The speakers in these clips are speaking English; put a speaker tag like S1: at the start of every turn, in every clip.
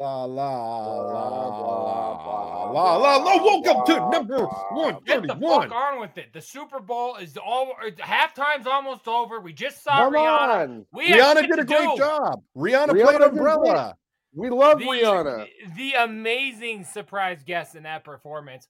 S1: La la la la la la la. Welcome to number one
S2: Get the
S1: thirty-one.
S2: fuck on with it. The Super Bowl is all or halftime's almost over. We just saw
S1: Come
S2: Rihanna.
S1: on,
S2: We have
S1: Rihanna
S2: shit
S1: did
S2: to
S1: a great
S2: do.
S1: job. Rihanna,
S3: Rihanna
S1: played
S3: did
S1: Umbrella. We love
S2: The,
S1: Rihanna.
S2: the amazing surprise guest in that performance.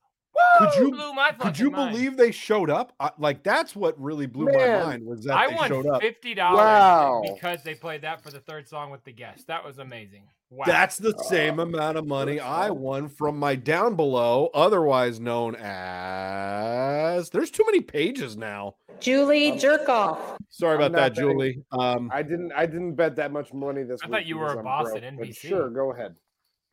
S1: Could
S2: Woo!
S1: you-
S2: blew my fucking
S1: Could you
S2: mind.
S1: believe they showed up? I, like that's what really blew
S3: Man.
S1: my mind was that
S2: I
S1: they
S2: won
S1: showed up.
S2: fifty dollars
S1: Wow.
S2: because they played that for the third song with the guest. That was amazing. Wow.
S1: That's the
S3: Uh,
S1: same amount of money I won from my down below, otherwise known as. There's too many pages now.
S4: Julie Jerkoff.
S1: Sorry
S3: I'm
S1: about that,
S3: not betting.
S1: Julie. Um,
S3: I didn't. I didn't bet that much money this
S2: I
S3: week.
S2: thought you were
S3: because
S2: a
S3: I'm
S2: boss
S3: broke,
S2: at
S3: but
S2: NBC.
S3: Sure, go ahead.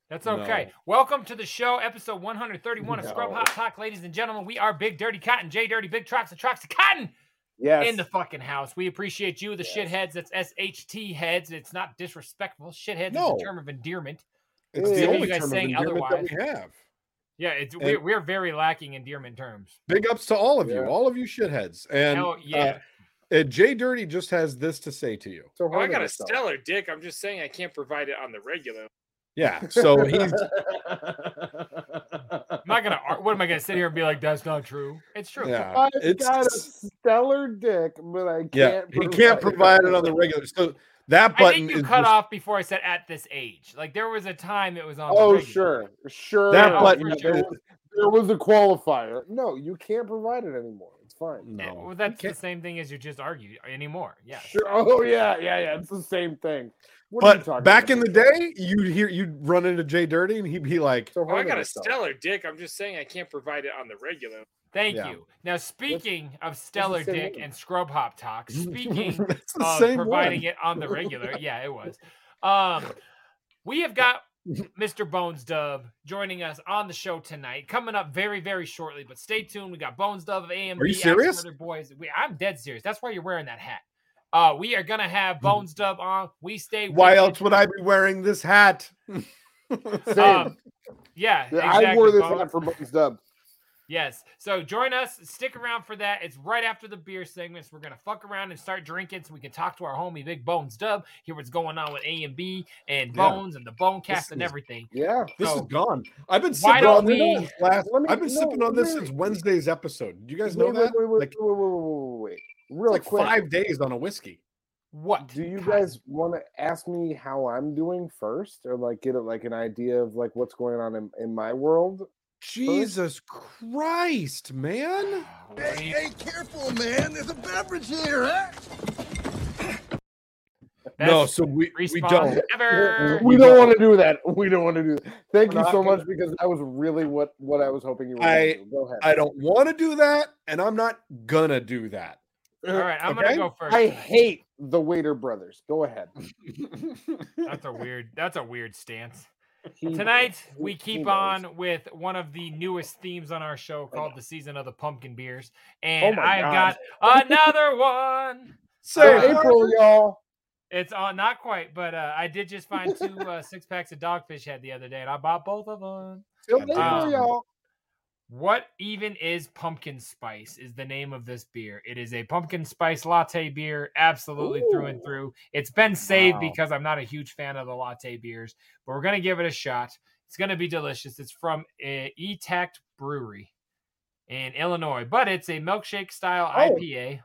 S2: That's okay. Welcome to the show, episode 131 of Scrub
S3: No.
S2: Hot Talk, ladies and gentlemen. We are Big Dirty Cotton, J Dirty, Big Trucks, and Trucks of Cotton
S3: Yes.
S2: in the fucking house. We appreciate you, the shitheads. That's S H T heads. It's not disrespectful. Shitheads
S1: No.
S2: is a term of endearment.
S1: it's
S3: Yeah.
S1: the
S3: You
S1: only
S2: guys
S1: term of
S2: saying
S1: endearment
S2: otherwise.
S1: that we have.
S2: Yeah, it's we're, we're very lacking endearment terms.
S1: Big ups to all of you,
S3: Yeah.
S1: all of you shitheads. And
S2: Hell yeah.
S1: uh, and Jay Dirty just has this to say to you.
S3: so
S5: Oh, I
S3: hard
S5: got
S3: on
S5: a
S3: yourself.
S5: stellar dick. I'm just saying I can't provide it on the regular.
S1: Yeah. So he's
S2: I'm not gonna. ar- What am I gonna sit here and be like? That's not true. It's true.
S1: yeah.
S3: I've got a stellar dick, but I can't.
S1: yeah. He can't provide it on the regular. So that
S2: I
S1: button
S2: think you
S1: is
S2: cut
S1: just-
S2: off before I said at this age. Like there was a time it was on. the
S3: Oh
S2: regular.
S3: sure, sure.
S1: that
S2: Oh,
S1: button.
S2: for
S1: is-
S3: there, was, there was a qualifier. No, you can't provide it anymore. It's fine.
S2: Yeah,
S1: No.
S2: well, that's the same thing as you just argued anymore. Yeah.
S3: Sure. Oh yeah, yeah, yeah. It's the same thing. What are you
S1: But
S3: talking
S1: back
S3: about?
S1: in the day, you'd hear you'd run into Jay Dirty and he'd be like,
S3: so
S5: Oh, I
S3: hard on
S5: got a
S3: yourself.
S5: stellar dick. I'm just saying I can't provide it on the regular.
S2: Thank
S1: Yeah.
S2: you. Now, speaking of Stellar
S3: same
S2: Dick
S3: one.
S2: and Scrub Hop Talk, speaking
S1: That's the
S2: of
S1: same
S2: Oh, providing
S1: one.
S2: it on the regular, yeah, it was. Um, we have got Mr. Bones Dub joining us on the show tonight, coming up very, very shortly. But stay tuned. We got Bones Dub of AMB.
S1: Are you
S2: Axe
S1: serious?
S2: Murder Boys. We, I'm dead serious. That's why you're wearing that hat. Uh, we are gonna have
S1: Mm-hmm.
S2: Bones Dub on. We stay.
S1: Why
S2: with
S1: else would I be wearing this hat?
S2: it.
S3: Same.
S2: Um, yeah,
S3: Yeah, I wore
S2: exactly,
S3: this
S2: Bones.
S3: hat for Bones Dub.
S2: Yes. So join us. Stick around for that. It's right after the beer segments. We're gonna fuck around and start drinking so we can talk to our homie Big Bones Dub, hear what's going on with A and B and
S1: Yeah.
S2: Bones and the Bone Cast and
S1: is-
S2: everything.
S3: Yeah.
S1: This is
S2: So-
S1: gone. I've been
S2: Why
S1: sipping
S2: don't
S1: on this
S2: we-
S1: since last.
S3: Let me-
S1: I've been
S3: no,
S1: sipping on this
S3: wait.
S1: since Wednesday's episode. Did you guys know
S3: wait,
S1: that?
S3: Wait, wait, wait,
S1: like,
S3: wait, wait, wait, wait, wait. Real
S1: it's like
S3: quick.
S1: five days on a whiskey.
S2: What?
S3: Do you
S2: God,
S3: guys want to ask me how I'm doing first, or like get a, like an idea of like what's going on in, in my world?
S1: Jesus Christ, man!
S6: careful, man. There's a beverage here, huh?
S2: best
S1: no, so we we
S2: response
S1: don't.
S2: ever.
S3: We don't want to do that. We don't want to do that. Thank
S1: We're
S3: you
S1: not
S3: so
S1: gonna-
S3: much because that was really what what I was hoping you were.
S1: I-
S3: gonna do. Go ahead.
S1: I don't want to do that, and I'm not gonna do that.
S2: All right, I'm
S1: Okay.
S2: gonna go first.
S3: I hate the Waiter Brothers. Go ahead.
S2: That's a weird. That's a weird stance.
S3: He-
S2: Tonight
S3: he-
S2: we
S3: he
S2: keep
S3: knows.
S2: on with one of the newest themes on our show called the season of the pumpkin beers,
S3: Oh
S2: and
S3: my
S2: I've
S3: God.
S2: got another one.
S1: so
S3: So April, y'all.
S2: It's on not quite, but uh, I did just find two uh, six packs of dogfish head the other day, and I bought both of them.
S3: Till
S1: God
S3: April,
S2: damn.
S3: y'all.
S2: What even is pumpkin spice? Is the name of this beer? It is a pumpkin spice latte beer, absolutely through and
S3: Ooh.
S2: through. It's been saved
S1: Wow.
S2: because I'm not a huge fan of the latte beers, but we're gonna give it a shot. It's gonna be delicious. It's from uh, Etact Brewery in Illinois, but it's a milkshake style
S1: Oh.
S2: IPA.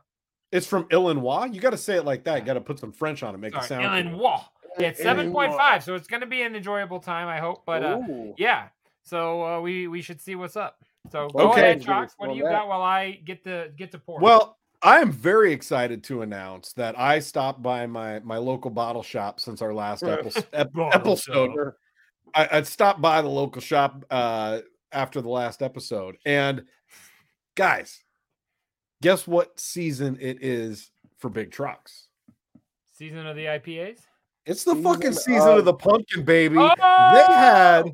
S1: it's from Illinois. You got to say it like that. You got to put some French on it, make it
S2: Sorry,
S1: sound. cool.
S2: Illinois. It's
S3: Illinois.
S2: seven point five, so it's gonna be an enjoyable time. I hope, but. Uh,
S3: Ooh.
S2: yeah so uh, we we should see what's up so go
S1: Okay.
S2: ahead Chox. what do
S3: Well,
S2: you
S3: that-
S2: got while i get to get to pour
S1: Well, I am very excited to announce that I stopped by my my local bottle shop since our last epis- ep-
S2: Bottle
S1: episode.
S3: shop.
S1: I, I stopped by the local shop uh, after the last episode, and guys, guess what season it is for big trucks?
S2: season of the ipas
S1: It's the
S3: Season
S1: fucking season
S3: of-
S1: of the pumpkin, baby. They
S2: Oh!
S1: had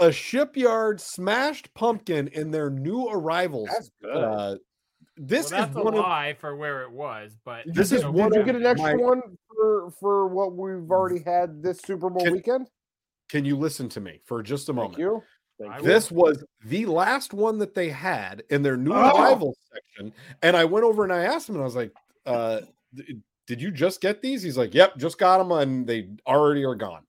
S1: a shipyard smashed pumpkin in their new arrivals.
S3: That's good.
S1: Uh, this
S2: well,
S1: is
S2: that's a
S1: one of
S2: lie for where it was, but
S1: This
S2: you
S1: is
S2: know,
S1: one
S2: good
S3: Did you
S2: job.
S1: of-
S3: get Mm. an extra
S1: my-
S3: one for for what we've already had this Super Bowl
S1: Can-
S3: weekend?
S1: Can you listen to me for just a
S3: Thank
S1: moment?
S3: you.
S2: I will.
S1: This was the last one that they had in their new
S3: Oh.
S1: arrivals section. And I went over and I asked him, and I was like, uh, d- Did you just get these? He's like, Yep, just got them, and they already are gone.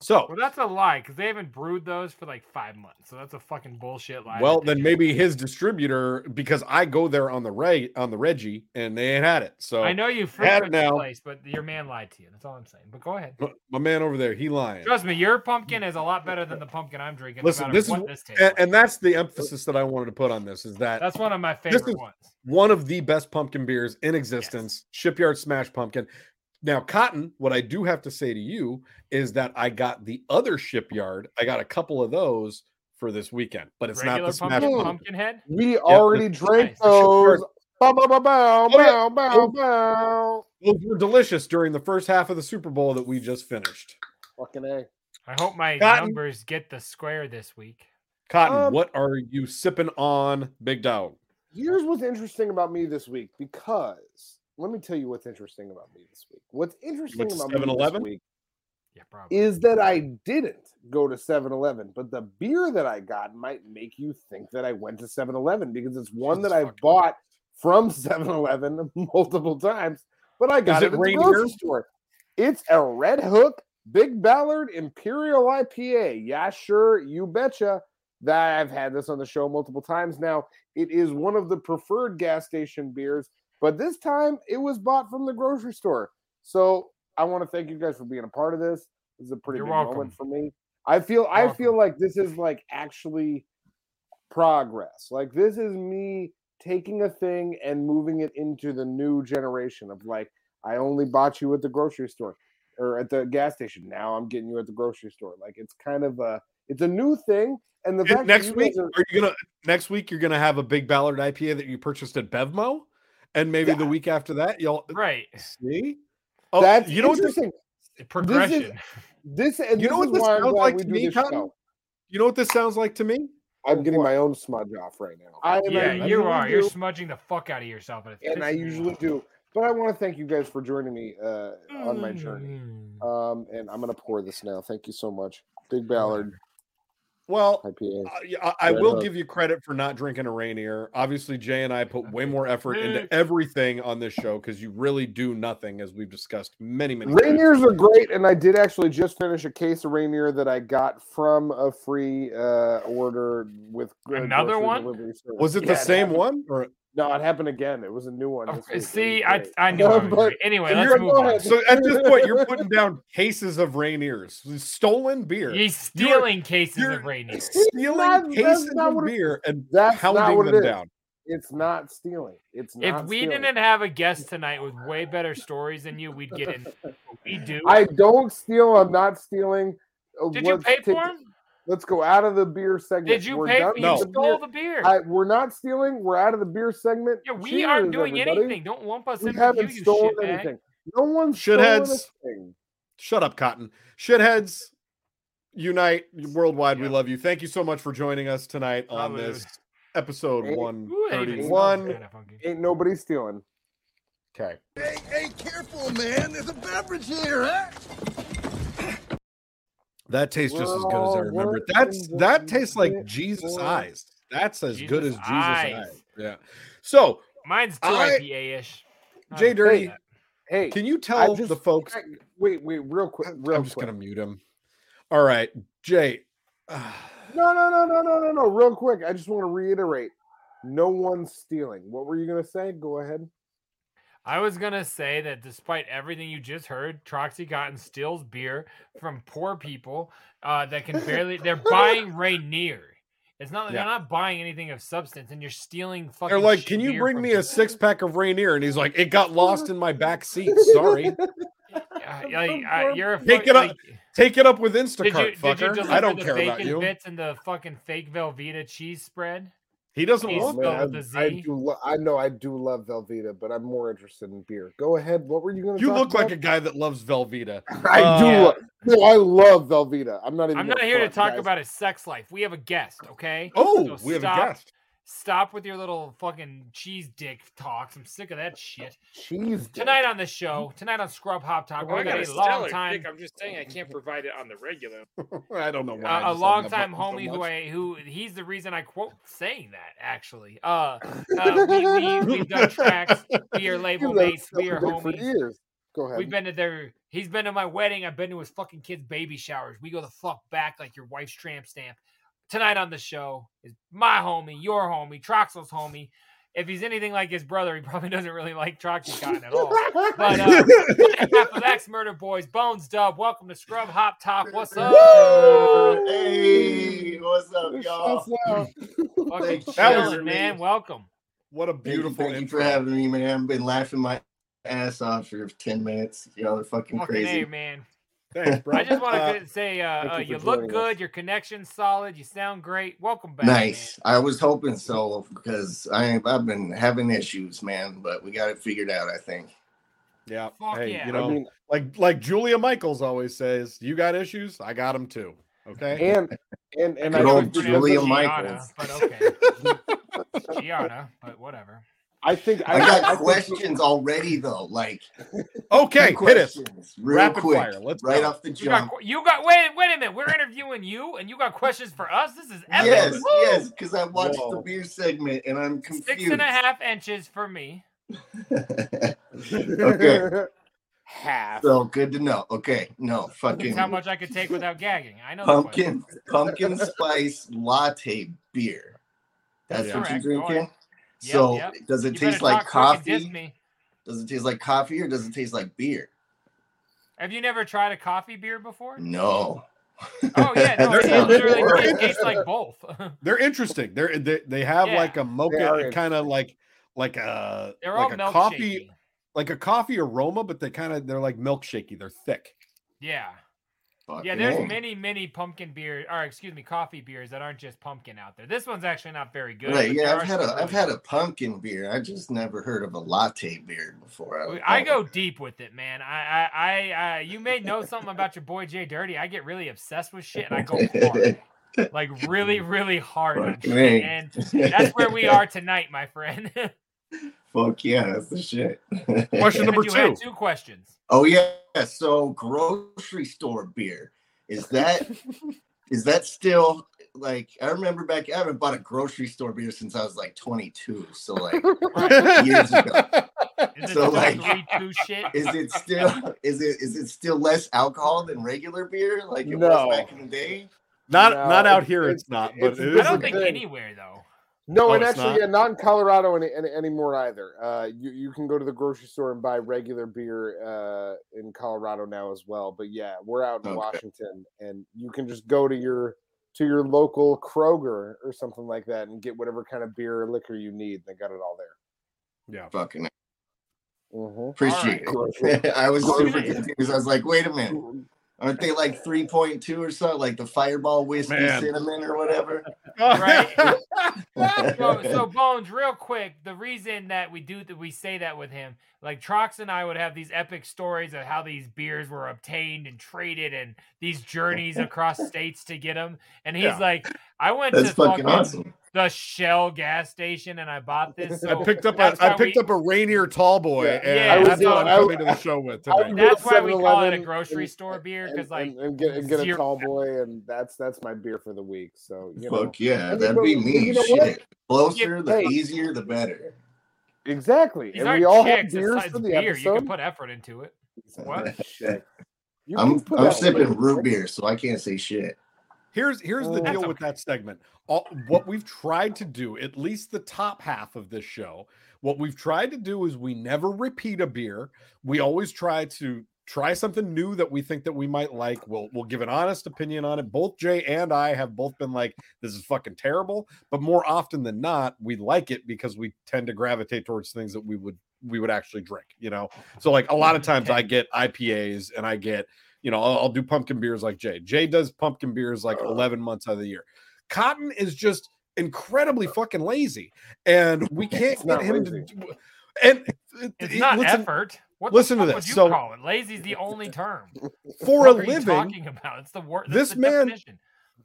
S1: So,
S2: Well, that's a lie because they haven't brewed those for like five months. So that's a fucking bullshit lie.
S1: well,
S2: that they
S1: then
S2: just-
S1: maybe his distributor, because I go there on the reg on the Reggie, and they ain't had it. So
S2: I know you
S1: had it
S2: frequent
S1: now.
S2: the place, but your man lied to you. That's all I'm saying. But go ahead.
S1: my, my man over there, he lying.
S2: Trust me, your pumpkin is a lot better than the pumpkin I'm drinking. no
S1: Listen,
S2: matter
S1: this is
S2: what this tastes
S1: And,
S2: like.
S1: and that's the emphasis that I wanted to put on this is that
S2: that's one of my
S1: this
S2: favorite
S1: is-
S2: ones.
S1: one of the best pumpkin beers in existence shipyard smash pumpkin now cotton what i do have to say to you is that i got the other shipyard i got a couple of those for this weekend but it's
S2: Regular
S1: not the smash
S2: pumpkin,
S1: pumpkin,
S3: Pumpkin.
S2: pumpkin head.
S3: We already drank
S2: nice.
S1: The shipyard-
S3: those. Bow, bow, bow, bow,
S1: Oh, yeah.
S3: bow, bow, bow.
S1: those were delicious during the first half of the super bowl that we just finished
S3: Fucking A.
S2: I hope my
S1: Cotton.
S2: numbers get the square this week.
S1: cotton
S3: Um,
S1: what are you sipping on big dog
S3: Here's what's interesting about me this week because let me tell you what's interesting about me this week. What's interesting
S1: to
S3: about me this
S1: 7-Eleven?
S3: week
S2: Yeah, probably.
S3: is that I didn't go to 7 Eleven, but the beer that I got might make you think that I went to 7 Eleven because it's one
S1: Jesus
S3: that I
S1: fucking
S3: bought from 7 Eleven multiple times, but I got it,
S1: it
S3: at the
S1: reindeer?
S3: grocery store. It's a Red Hook Big Ballard Imperial IPA. Yeah, sure, you betcha. That I've had this on the show multiple times now. It is one of the preferred gas station beers, but this time it was bought from the grocery store. So I want to thank you guys for being a part of this. This is a pretty
S2: You're
S3: big
S2: welcome.
S3: moment for me. I feel I
S2: welcome.
S3: feel like this is like actually progress. Like this is me taking a thing and moving it into the new generation of like I only bought you at the grocery store or at the gas station. Now I'm getting you at the grocery store. Like it's kind of a it's a new thing. And the fact that
S1: next
S3: you
S1: week
S3: guys are-
S1: are you gonna next week you're gonna have a big ballard ipa that you purchased at bevmo and maybe the week after that y'all
S2: Right.
S1: see oh
S3: that's
S1: you know what this
S3: interesting.
S2: Progression.
S3: This and
S1: You
S3: you
S1: know
S3: know
S1: what
S3: is
S1: this
S3: why I'm
S1: sounds
S3: glad
S1: like
S3: we
S1: to
S3: do
S1: me,
S3: this
S1: Cotton?
S3: show.
S1: You know what this sounds like to me?
S3: I'm getting
S1: What?
S3: my own smudge off right now. I am
S2: yeah,
S3: I
S2: you
S3: usually
S2: are. You're
S3: do,
S2: smudging the fuck out of yourself. And, it's
S3: and I
S2: pissing me
S3: usually
S2: off.
S3: do. But I want to thank you guys for joining me uh, on my journey.
S2: Mm.
S3: Um, and I'm gonna pour this now. Thank you so much, Big Ballard
S1: Well,
S3: IPA.
S1: I, I- I
S3: Red
S1: will
S3: Hook.
S1: give you credit for not drinking a Rainier. Obviously, Jay and I put way more effort into
S2: Mm.
S1: everything on this show because you really do nothing, as we've discussed many, many times.
S3: Rainiers are great, and I did actually just finish a case of Rainier that I got from a free uh, order with good
S2: Another
S3: grocery
S2: one?
S3: delivery service.
S1: Was it
S3: Yeah,
S1: the same
S3: happened-
S1: one? Or
S3: No, it happened again. It was a new one.
S2: Oh,
S3: this week. It was
S2: See, I,
S3: great.
S2: I knew I was
S3: But-
S2: right. Anyway,
S3: and
S2: let's
S3: you're-
S2: move
S3: go
S2: on.
S3: ahead.
S1: so at this point, you're putting down cases of Rainiers, stolen beer.
S2: He's
S1: You're-
S2: stealing cases
S1: you're-
S2: of Rainier.
S1: Stealing
S3: Not- that's
S1: cases
S3: not
S1: of
S3: what it-
S1: beer and
S3: That's not
S1: pounding
S3: what it
S1: them
S3: is.
S1: down.
S3: It's not stealing. It's not
S2: If we
S3: stealing.
S2: didn't have a guest tonight with way better stories than you, we'd get in. But We do.
S3: I don't steal. I'm not stealing. Uh,
S2: Did you
S3: let's
S2: pay
S3: take-
S2: for him?
S3: Let's go out of the beer segment.
S2: Did you
S3: We're
S2: pay?
S3: done
S2: For, you
S1: No.
S3: with the beer.
S2: stole the beer.
S3: I, we're not stealing. We're out of the beer segment.
S2: yeah, we
S3: Cheers,
S2: aren't doing
S3: everybody.
S2: anything. Don't lump us
S3: We
S2: in with
S3: haven't
S2: you, you
S3: stolen
S2: shitbag.
S3: anything. No one's
S1: Shitheads.
S3: Stolen
S1: Shut up, Cotton. Shitheads unite worldwide. We love you. Thank you so much for joining us tonight on
S2: Hallelujah.
S1: this episode
S3: Hey,
S2: Oh, Ooh, that even smells
S1: 131.
S2: kinda funky.
S3: a thing. Ain't nobody stealing.
S1: Okay.
S7: Hey, careful, man. There's a beverage here, huh?
S1: That tastes just as good as I
S3: Well,
S1: remember it.
S3: we're
S1: That's
S3: in the
S1: that tastes like
S3: bit
S1: Jesus
S3: for
S1: eyes. That's as good as
S2: Jesus
S1: Jesus eyes.
S2: eyes.
S1: Yeah. So,
S2: Mine's two
S1: I-
S2: IPA ish.
S1: Jay Dirty,
S3: Hey, Hey,
S1: can you tell
S3: just-
S1: the folks?
S3: I- wait, wait, real quick,
S1: I'm
S3: real
S1: just
S3: quick.
S1: gonna mute him. All right, Jay. ah,
S3: No, no, no, no, no, no, no. Real quick, I just want to reiterate: no one's stealing. What were you gonna say? Go ahead.
S2: I was gonna say that despite everything you just heard, Troxy Cotton steals beer from poor people uh, that can barely. They're buying Rainier. It's not.
S1: Yeah.
S2: They're not buying anything of substance, and you're stealing fucking.
S1: They're like,
S2: shit
S1: can you
S2: beer
S1: bring
S2: from
S1: me a
S2: people."
S1: six pack of Rainier? And he's like, it got lost in my back seat. Sorry,
S2: Uh, like, uh, you're a
S1: Take
S2: fuck-
S1: it up,
S2: like,
S1: take it up with Instacart,
S2: did you, did you
S1: fucker.
S2: deliver
S1: I don't
S2: the
S1: care
S2: bacon
S1: about you.
S2: bits and the fucking fake Velveeta cheese spread?
S1: He doesn't
S2: He's
S1: want
S3: Oh, man,
S2: spelled
S1: that.
S2: with a Z.
S3: I, I do. Lo- I know I do love Velveeta, but I'm more interested in beer. Go ahead. What were you going to?
S1: You look like a guy that loves Velveeta.
S3: I do.
S1: Yeah.
S3: Love, no, I love Velveeta. I'm not even.
S2: Oh, I'm
S3: gonna
S2: not here to
S3: front,
S2: talk
S3: guys.
S2: about his sex life. We have a guest, okay?
S1: Oh,
S2: So
S1: we have a
S2: stop-
S1: guest.
S2: Stop with your little fucking cheese dick talks. I'm sick of that shit.
S3: cheese dick.
S2: Tonight on this show, tonight on Scrub Hop Talk,
S5: Well, I
S2: we
S5: got
S2: got
S5: a
S2: a long
S5: stellar
S2: time,
S5: pick. I'm just saying I can't provide it on the regular.
S1: I don't know why. I
S2: uh, a
S1: just love
S2: long
S1: that
S2: time
S1: button so
S2: homie who
S1: much.
S2: I who he's the reason I quote saying that actually. Uh, uh we, we, we've done tracks. We are
S3: You
S2: label
S3: love
S2: mates. We are
S3: Velveeta for
S2: homies.
S3: years. Go ahead.
S2: We've been to their. He's been to my wedding. I've been to his fucking kids' baby showers. We go the fuck back like your wife's tramp stamp. Tonight on the show is my homie, your homie, Troxel's homie. If he's anything like his brother, he probably doesn't really like Troxel Cotton at all. But uh, on behalf of X Murder Boys, Bones Dub, welcome to Scrub Hop Top. What's up?
S8: Hey, what's up, y'all?
S2: Fucking
S8: Thank you.
S2: chilling, man. Welcome.
S1: What a
S8: Thank you-
S1: beautiful
S8: Thank you
S1: intro.
S8: for having me, man. I've been laughing my ass off for 10 minutes. Y'all are fucking
S2: Fucking
S8: crazy.
S2: A, man.
S1: Thanks, bro.
S2: I just want
S1: Uh,
S2: to say uh, uh,
S3: thank you
S2: you
S3: for
S2: look
S3: joining us.
S2: good. Your connection's solid. You sound great. Welcome back. man.
S8: nice. I was hoping so because I, I've been having issues, man, but we got it figured out, I think.
S1: yeah.
S2: Fuck
S1: hey,
S2: yeah.
S1: you
S3: I
S1: know,
S3: mean,
S1: like like Julia Michaels always says, you got issues, I got them too. Okay.
S3: and and and
S8: Good
S3: I
S8: old
S3: think
S2: Pronounced
S3: because
S8: Julia
S3: of-
S2: Gianna,
S8: Michaels.
S2: But okay. Gianna, but whatever.
S3: I think
S8: I
S3: I
S8: got
S3: think-
S8: questions already, though. Like,
S1: Okay, hit us.
S8: questions real
S1: Rapid
S8: quick,
S1: fire. Let's
S8: right
S1: go.
S8: off the
S2: You got,
S8: jump.
S2: qu- you got, wait, wait a minute. We're interviewing you and you got questions for us? This is epic.
S8: Yes,
S2: Woo!
S8: yes, because I watched the
S3: Whoa.
S8: beer segment and I'm confused.
S2: Six and a half inches for me.
S8: okay,
S3: half.
S8: so good to know. Okay, no, fucking
S2: That's how much I could take without gagging. I know. the question.
S8: pumpkin pumpkin spice latte beer. That's
S1: That's
S8: what
S2: correct.
S8: you're drinking.
S2: Yep,
S8: so
S2: yep.
S8: does it
S2: You better
S8: taste like
S2: talk fucking
S8: coffee?
S2: Disney.
S8: Does it taste like coffee or does it taste like beer?
S2: Have you never tried a coffee beer before?
S8: No.
S2: Oh, yeah. No, it
S8: Sounds
S2: literally
S8: horrible.
S2: it tastes like both.
S1: They're interesting. They're they, they have
S2: Yeah.
S1: like a
S3: are
S1: mocha kind of like like a
S2: They're all
S1: like a
S2: milkshake.
S1: coffee like a coffee aroma, but they kind of they're like milkshakey. They're thick.
S2: Yeah. Yeah,
S8: Fucking
S2: there's
S8: A.
S2: many, many pumpkin beer, or excuse me, coffee beers that aren't just pumpkin out there. This one's actually not very good.
S8: Right,
S2: but
S8: yeah,
S2: there
S8: I've
S2: are
S8: had
S2: some
S8: a I've
S2: really
S8: had a pumpkin beer. I just never heard of a latte beer before.
S2: good-
S8: don't
S2: I
S8: know.
S2: go deep with it, man. I, I, I, I you may know something about your boy Jay Dirty. I get really obsessed with shit, and I go hard, like really, really hard. on
S8: Fuck
S2: shit,
S8: me.
S2: and that's where we are tonight, my friend.
S8: Fuck yeah, that's the shit.
S1: Question number
S2: you
S1: two.
S2: had two questions.
S8: Oh yeah, so grocery store beer is that is that still like I remember back I haven't bought a grocery store beer since I was like 22, so like years ago.
S2: Is it
S8: So,
S2: still
S8: like-
S2: three two shit?
S8: Is it still is it is it still less alcohol than regular beer like it
S3: No.
S8: was back in the day?
S1: Not
S3: No,
S1: not out
S3: it's-
S1: here. It's,
S3: it's-
S1: not,
S3: it's-
S1: but it
S3: I
S2: I
S1: is. a
S2: don't
S1: good-
S2: think
S3: thing.
S2: anywhere though.
S3: No,
S1: Oh,
S3: and
S1: it's
S3: actually,
S1: not?
S3: yeah, not in Colorado any, any, anymore either. Uh, you you can go to the grocery store and buy regular beer uh, in Colorado now as well. But yeah, we're out in
S8: Okay.
S3: Washington, and you can just go to your to your local Kroger or something like that and get whatever kind of beer or liquor you need. They got it all there.
S1: yeah.
S8: Fucking
S3: Mm-hmm.
S8: appreciate
S3: Alright.
S8: it. I was super
S3: Grocery.
S8: confused. I was like, wait a minute. Aren't they like 3.2 or something? Like the fireball whiskey
S1: Man.
S8: cinnamon or whatever?
S2: Right? so, so Bones, real quick, the reason that we do that, we say that with him, like Trox and I would have these epic stories of how these beers were obtained and traded, and these journeys across states to get them. And he's
S1: Yeah.
S2: like, I went
S8: That's
S2: to fucking
S8: fucking awesome.
S2: the Shell gas station and I bought this.
S1: I
S2: So
S1: picked up a
S2: that's
S1: I
S2: why
S1: picked
S2: we-
S1: up a Rainier Tall Boy,
S3: Yeah.
S1: and
S2: Yeah,
S1: that's
S2: I
S1: what I'm
S3: was-
S1: coming to the show with
S3: I
S1: today.
S3: would-
S2: That's why we call it a
S3: 7-Eleven
S2: grocery
S3: and-
S2: store beer
S3: And,
S2: because like
S3: and, and get, and get a
S2: zero-
S3: tall boy, and that's that's my beer for the week. So you know,
S8: Fuck yeah,
S3: mean,
S8: that'd
S3: but
S8: be
S3: you
S8: me.
S3: know
S8: Shit.
S3: what?
S8: Closer, the
S3: Hey.
S8: easier, the better.
S3: exactly.
S2: these
S3: and we
S2: aren't
S3: all
S2: chicks.
S3: have
S2: It's,
S3: beers
S2: it's
S3: for the
S2: beer. You
S3: episode.
S2: can put effort into it. What?
S3: You can
S8: I'm
S3: put
S8: I'm
S3: out
S8: sipping
S3: labels,
S8: root
S3: right?
S8: beer, so I can't say shit.
S1: Here's here's the
S3: That's
S1: deal with that segment. All, what we've tried to do, at least the top half of this show, what we've tried to do is we never repeat a beer. We always try to try something new that we think that we might like. We'll we'll give an honest opinion on it. Both Jay and I have both been like, this is fucking terrible. But more often than not, we like it because we tend to gravitate towards things that we would we would actually drink, you know.
S2: Oh,
S1: So like a lot of times I get IPAs and I get you know, I'll, I'll do pumpkin beers like Jay. Jay does pumpkin beers like 11 months out of the year. Cotton is just incredibly fucking lazy, and we can't
S3: It's
S1: get
S3: not
S1: him
S3: lazy.
S1: to. do- And
S2: It's not
S1: listen,
S2: effort. What
S1: listen to
S2: the fuck
S1: this.
S2: Would you
S1: So-
S2: call it? Lazy's the only term.
S1: for a
S2: What are you
S1: living.
S2: talking about? It's the word.
S1: this
S2: the
S1: man-
S2: definition.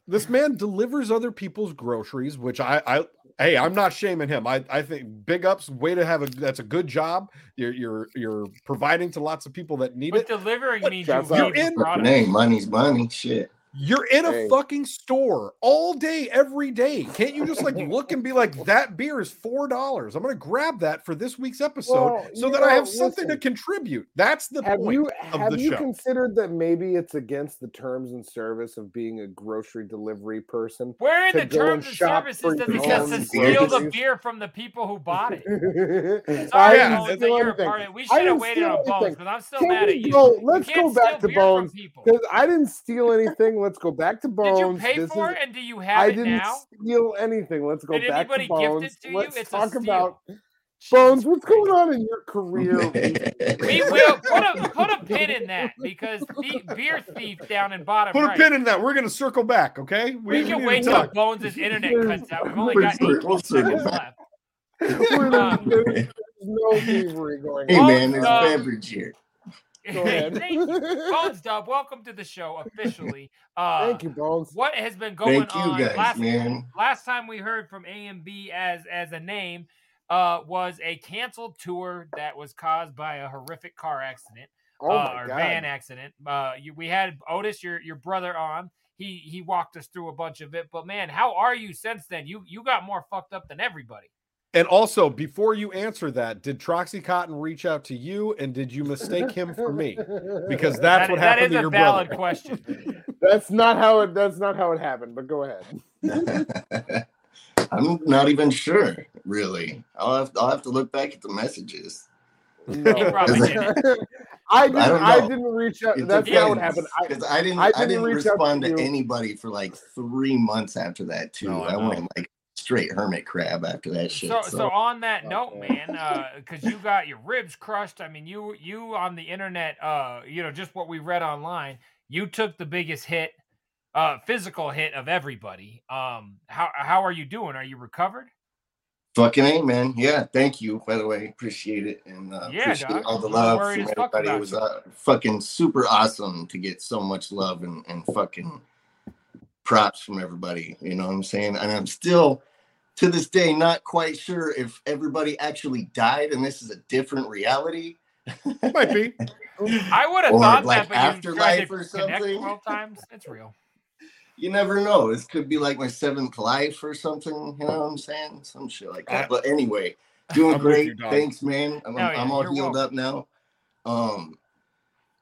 S1: this man delivers other people's groceries which i i hey i'm not shaming him i i think big ups way to have a that's a good job you're you're you're providing to lots of people that need
S2: But
S1: it
S2: delivering
S1: What?
S2: means
S3: That's
S2: you
S3: not-
S2: leave the
S1: You're in-
S2: product.
S8: Hey, money's money. Shit.
S1: you're in a
S3: Hey.
S1: fucking store all day every day can't you just like look and be like that beer is four dollars i'm gonna grab that for this week's episode
S3: Well,
S1: so
S3: you
S1: that i
S3: know,
S1: have something to
S3: listen.
S1: contribute that's the
S3: Have
S1: point
S3: you
S1: of
S3: have
S1: the
S3: you
S1: show.
S3: considered that maybe it's against the terms and service of being a grocery delivery person?
S2: Where in
S3: to
S2: the
S3: go and
S2: terms and
S3: shop
S2: services
S3: for
S2: does
S3: your
S2: it just to
S8: own
S2: steal the
S3: groceries?
S2: beer from the people who bought it? Sorry,
S1: didn't
S3: I
S2: Bones,
S3: didn't
S2: that
S3: do
S2: you're a
S3: anything.
S2: part of it. We
S3: I
S2: should have
S3: didn't
S2: waited
S3: steal
S2: on Bones,
S3: anything.
S2: but I'm still
S3: Can
S2: mad
S3: we
S2: at you.
S3: go-
S2: You
S3: let's
S2: can't
S3: go back
S2: steal
S3: to
S2: beer from
S3: Bones,
S2: people.
S3: Because I didn't steal anything. Let's go back to Bones.
S2: Did you pay
S3: This
S2: for
S3: is-
S2: it and do you have
S3: I
S2: it
S3: didn't
S2: now?
S3: steal anything. Let's go
S2: Did
S3: back to
S2: anybody
S3: Bones.
S2: gift it to
S3: Let's
S2: you? It's
S3: talk
S2: a steal.
S3: about
S2: Jesus
S3: Bones. What's
S2: Christ.
S3: going on in your career?
S2: We will put a put a pin in that because the beer thief down in bottom
S1: put a
S2: right.
S1: pin in that we're gonna circle back okay
S2: we
S1: we
S2: can
S1: need to
S2: wait till
S1: talk.
S2: Bones' internet cuts out. We've only
S8: We're
S2: got
S8: cir-
S2: eight
S8: we'll circle
S2: seconds
S8: back.
S2: left.
S3: We're-
S2: Um,
S3: there's no thievery going
S8: Hey
S3: on.
S8: man, there's
S2: Um,
S8: beverage here.
S3: Go ahead.
S2: Thank you. Bones Dub, welcome to the show officially. Uh,
S3: Thank you, Bones.
S2: What has been going
S8: Thank you
S2: on
S8: guys,
S2: last
S8: man.
S2: last time we heard from AMB as as a name uh, was a canceled tour that was caused by a horrific car accident
S3: Oh
S2: uh,
S3: my
S2: or van
S3: god.
S2: accident. Uh, you, we had Otis, your your brother, on. He he walked us through a bunch of it. But man, how are you since then? You you got more fucked up than everybody.
S1: And also, before you answer that, did Troxy Cotton reach out to you and did you mistake him for me? Because
S2: That-
S1: that's what
S2: that
S1: happened
S2: is
S1: to
S2: a
S1: your
S2: valid
S1: brother.
S2: question.
S3: that's not how it that's not how it happened, but go ahead.
S8: I'm not even sure, really. I'll have, I'll have to look back at the messages.
S3: No.
S2: He probably didn't.
S3: I didn't.
S8: don't
S3: I,
S8: know.
S3: didn't reach out.
S8: It
S3: That's not what
S8: depends,
S3: happened. I,
S8: 'cause I, didn't.
S3: I
S8: I didn't,
S3: didn't reach out
S8: respond
S3: to
S8: to
S3: you.
S8: anybody for like three months after that too.
S7: No, I
S8: I,
S7: know.
S8: went like straight hermit crab after that shit.
S2: So,
S8: so,
S2: so on that
S8: Oh,
S2: note,
S3: Okay.
S2: man, because you got your ribs crushed. I mean, you you on the internet, uh, you know, just what we read online, you took the biggest hit, uh, physical hit of everybody. Um, how how are you doing? Are you recovered?
S8: fucking a man. Yeah, thank you. By the way, appreciate it and uh,
S2: Yeah,
S8: appreciate
S2: dog.
S8: all the
S2: We were
S8: love
S2: worried
S8: from
S2: as fuck
S8: everybody.
S2: about
S8: It was
S2: you.
S8: uh, fucking super awesome to get so much love and and fucking props from everybody. You know what I'm saying? And I'm still to this day not quite sure if everybody actually died and this is a different reality.
S1: Might be.
S2: I would have
S8: Or,
S2: thought that,
S8: like,
S2: but you tried
S8: afterlife
S2: to
S8: or
S2: connect
S8: something?
S2: twelve times. It's real.
S8: you never know. This could be like my seventh life or something. You know what I'm saying? Some shit like that. But anyway, doing
S1: I'm with
S8: great.
S1: you, dog.
S8: Thanks, man. I'm,
S2: Hell yeah,
S8: I'm all
S2: you're
S8: healed up now. Um,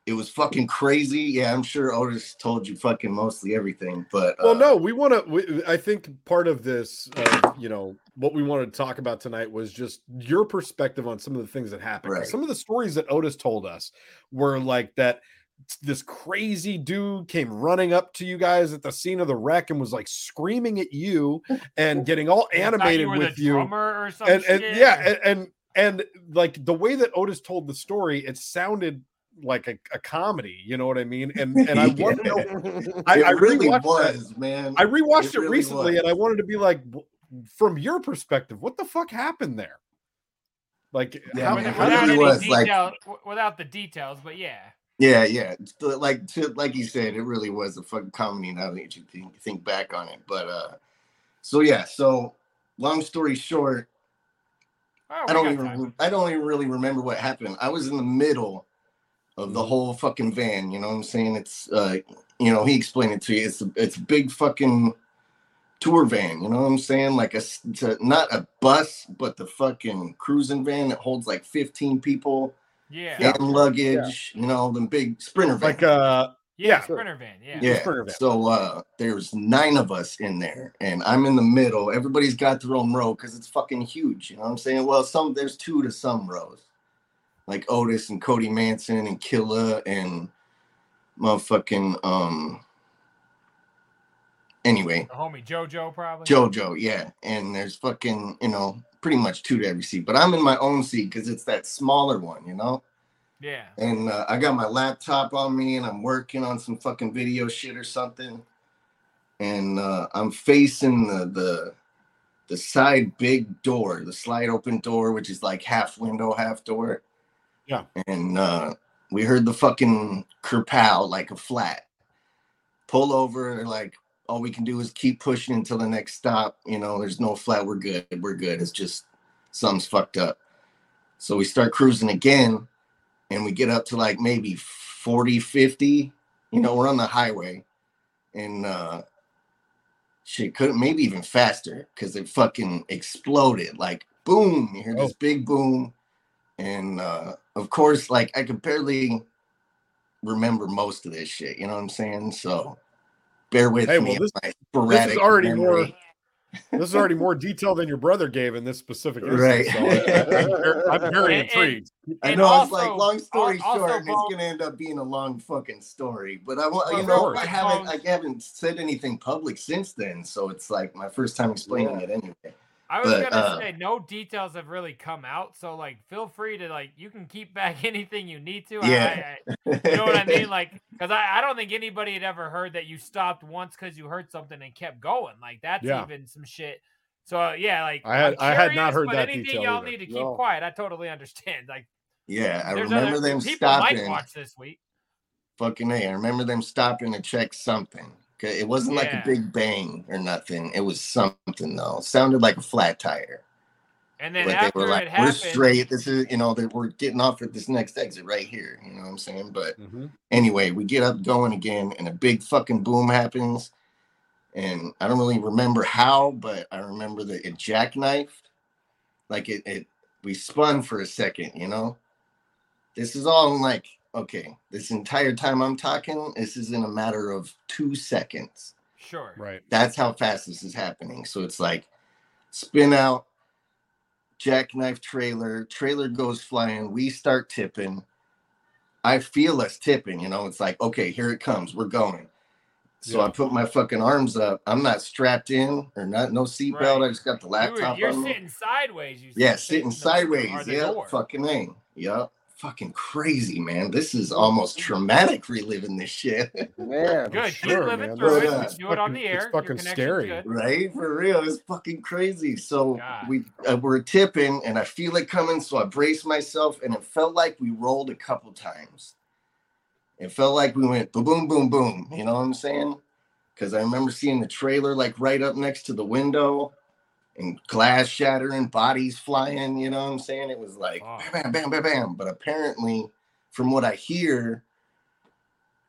S8: it was fucking crazy. Yeah, I'm sure Otis told you fucking mostly everything. But
S1: Well,
S8: uh,
S1: no, we want to. I think part of this, uh, you know, what we wanted to talk about tonight was just your perspective on some of the things that happened. 'Cause
S8: Right.
S1: Some of the stories that Otis told us were like that this crazy dude came running up to you guys at the scene of the wreck and was like screaming at you and getting all
S2: I thought
S1: animated
S2: you were
S1: with
S2: the
S1: you.
S2: drummer or something.
S1: and, and yeah, and, and and like the way that Otis told the story, it sounded like a, a comedy. You know what I mean? And and I want to know. I,
S8: it
S1: I
S8: really
S1: rewatched that.
S8: was, man.
S1: I rewatched it,
S8: It really
S1: recently,
S8: was.
S1: and I wanted to be like, w- from your perspective, what the fuck happened there? Like,
S8: Yeah,
S1: how,
S8: man,
S1: how
S8: it
S2: without
S8: really
S2: any
S8: was, like-
S2: detail, w- without the details, but yeah.
S8: yeah, yeah. So, Like to, like you said, it really was a fucking comedy. Now that you think, think back on it, but uh, so yeah. So long story short,
S2: Oh, we
S8: I don't
S2: got
S8: even
S2: time.
S8: I don't even really remember what happened. I was in the middle of
S2: Mm-hmm.
S8: the whole fucking van. You know what I'm saying? It's uh, you know, he explained it to you. It's a, it's a big fucking tour van. You know what I'm saying? Like a s- it's a- not a bus, but the fucking cruising van that holds like 15 people
S2: Yeah, yeah,
S8: and luggage. You know, the big sprinter van.
S1: like, uh, yeah.
S2: Sprinter van. Yeah,
S8: Yeah.
S1: Just heard of it.
S8: So uh there's nine of us in there, and I'm in the middle. Everybody's got their own row because it's fucking huge. You know what I'm saying? Well, some there's two to some rows, like Otis and Cody Manson and Killa and motherfucking um. Anyway,
S2: the homie JoJo probably.
S8: JoJo, yeah, and there's fucking you know pretty much two to every seat, but I'm in my own seat because it's that smaller one, you know
S2: Yeah.
S8: and uh, I got my laptop on me and I'm working on some fucking video shit or something. And uh, I'm facing the the the side big door, the slide open door, which is like half window, half door.
S1: Yeah.
S8: And uh, we heard the fucking kerpow like a flat. Pull over, like all we can do is keep pushing until the next stop. You know, there's no flat. We're good. We're good. It's just something's fucked up. So we start cruising again and we get up to like maybe 40, 50. You know, we're on the highway and uh shit couldn't maybe even faster because it fucking exploded like boom you hear this
S1: Oh.
S8: big boom and uh of course like i could barely remember most of this shit you know what i'm saying so bear with
S1: Hey,
S8: me
S1: well,
S8: in
S1: this-
S8: my
S1: This is
S8: sporadic
S1: already more.
S8: memory.
S1: This is already more detail than your brother gave in this specific
S8: Right.
S1: instance. So I, am very, I'm very
S2: And- and-
S1: intrigued.
S8: i
S2: and
S8: know it's
S2: also-
S8: like long story
S2: al- also
S8: short and
S2: Paul-
S8: it's gonna end up being a long fucking story but i want
S1: Well,
S8: you
S1: of
S8: know
S1: course.
S8: i haven't i haven't said anything public since then so it's like my first time explaining it anyway
S2: I was
S8: But,
S2: gonna
S8: uh,
S2: say no details have really come out, so like feel free to like you can keep back anything you need to. I-
S8: Yeah.
S2: I, you know what I mean? Like, because I, I don't think anybody had ever heard that you stopped once because you heard something and kept going. Like that's
S1: Yeah.
S2: even some shit. So uh, yeah, like
S1: I had-
S2: I'm
S1: I had not
S2: curious,
S1: heard
S2: but
S1: that
S2: anything
S1: detail
S2: y'all
S1: either.
S2: need to keep
S3: No.
S2: quiet. I totally understand. Like
S8: Yeah, I
S2: there's
S8: remember
S2: other
S8: them
S2: people might
S8: stopping.
S2: watch this week.
S8: Fucking a, I remember them stopping to check something. Okay, it wasn't like
S2: Yeah.
S8: a big bang or nothing. It was something though. It sounded like a flat tire.
S2: And then
S8: but
S2: after
S8: they were
S2: it
S8: like, "We're
S2: happened,
S8: straight. This is, you know, that we're getting off at this next exit right here." You know what I'm saying? But
S1: Mhm.
S8: anyway, we get up going again, and a big fucking boom happens. And I don't really remember how, but I remember that it jackknifed. Like it, it we spun for a second, you know. This is all in like, okay, this entire time I'm talking, this is in a matter of two seconds
S2: sure,
S1: Right.
S8: that's how fast this is happening. So it's like spin out, jackknife trailer, trailer goes flying, we start tipping. I feel us tipping, you know, it's like, okay, here it comes, we're going. So I
S1: Yeah.
S8: put my fucking arms up. I'm not strapped in or not, no seatbelt.
S2: Right.
S8: I just got the
S2: you were,
S8: laptop
S2: you're
S8: on me.
S2: sitting sideways. You
S8: Yeah,
S2: said,
S8: sitting
S2: facing the window or
S8: sideways.
S2: the
S8: Yeah,
S2: door.
S8: fucking thing. Yep. Fucking crazy, man. This is almost traumatic reliving this shit.
S3: Man,
S2: Good.
S1: Sure,
S2: keep living
S1: man.
S2: through
S8: But, uh,
S2: it. We do it on the
S1: fucking-
S2: air.
S1: it's
S2: Your
S1: fucking
S2: connection's
S1: scary.
S2: good.
S8: Right for real, it's fucking crazy. So
S2: God.
S8: we uh, we're tipping, and I feel it coming, so I brace myself, and it felt like we rolled a couple times. It felt like we went boom, boom, boom, boom. You know what I'm saying? Because I remember seeing the trailer like right up next to the window, and glass shattering, bodies flying. You know what I'm saying? It was like
S2: Fuck.
S8: bam, bam, bam, bam, bam. But apparently, from what I hear,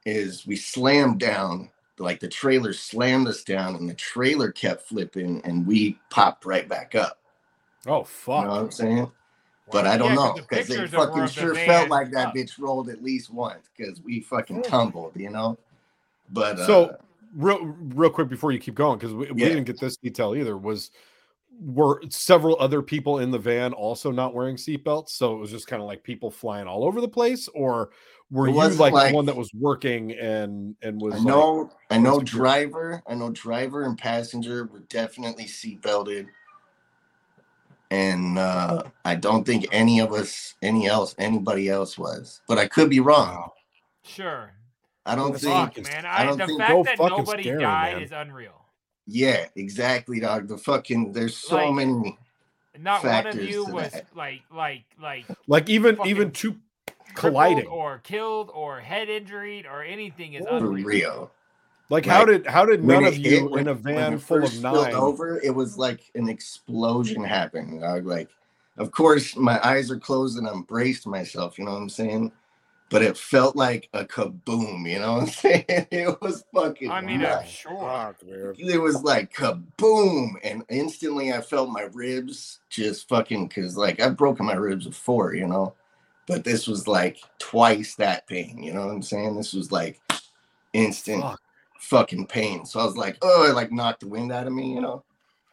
S8: is we slammed down like the trailer slammed us down and the trailer kept flipping and we popped right back up.
S1: Oh fuck.
S8: You know what I'm saying? But I
S2: Yeah,
S8: don't
S2: 'cause
S8: know
S2: the
S8: because it
S2: pictures that were
S8: fucking
S2: of the
S8: sure
S2: van
S8: felt like that
S2: up. Hmm.
S8: bitch rolled at least once because we fucking tumbled, you know. But uh,
S1: so real real quick before you keep going because we, we
S8: Yeah.
S1: didn't get this detail either was were several other people in the van also not wearing seatbelts so it was just kind of like people flying all over the place or were
S8: It
S1: you
S8: wasn't
S1: like, the
S8: like-
S1: one that was working and and was
S8: I
S1: like-
S8: know I know
S1: was secure.
S8: driver, I know driver and passenger were definitely seatbelted. And uh I don't think any of us any else anybody else was. But I could be wrong.
S2: Sure.
S8: I don't
S1: That's
S8: think
S2: Fuck,
S1: fucking-
S2: man.
S8: I
S2: I,
S8: don't
S2: the
S8: think-
S2: fact
S1: No
S2: that
S1: fucking
S2: nobody
S1: scary,
S2: died
S1: man.
S2: is unreal.
S8: Yeah, exactly, dog. The fucking there's so
S2: Like-
S8: many.
S2: Not one of
S8: Factors
S2: you
S8: to
S2: was
S8: that.
S2: like, like, like
S1: like even
S2: fucking
S1: even two
S2: crippled
S1: colliding
S2: or killed or head injured or anything is
S8: For
S2: unreal.
S8: real.
S1: like how
S8: Like,
S1: did how did
S8: When
S1: none
S8: it
S1: of
S8: hit-
S1: you
S8: when-
S1: in a
S8: when
S1: van
S8: it
S1: full
S8: first
S1: of
S8: spilled
S1: nine
S8: over, it was like an explosion happened. Dog. Like, of course, my eyes are closed and I'm braced myself. You know what I'm saying? But it felt like a kaboom. You know what I'm saying? It was fucking.
S2: I mean, I'm
S8: nuts.
S2: sure.
S3: fuck, man.
S8: it was like kaboom, and instantly I felt my ribs just fucking because like I've broken my ribs before, you know, but this was like twice that pain. You know what I'm saying? This was like instant
S1: Fuck.
S8: fucking pain. So I was like, oh, it like knocked the wind out of me, you know.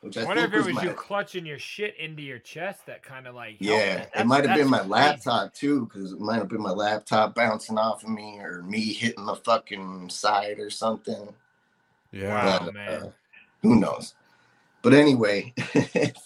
S8: Which I
S2: I wonder if
S8: think
S2: it
S8: was
S2: was
S8: my
S2: you clutching your shit into your chest that kind of like. helped
S8: yeah,
S2: That's-
S8: it might have
S2: that's
S8: been my
S2: crazy.
S8: laptop too, because it might have been my laptop bouncing off of me or me hitting the fucking side or something.
S1: yeah
S2: Wow,
S8: But, uh,
S2: Oh, man.
S8: who knows? But anyway,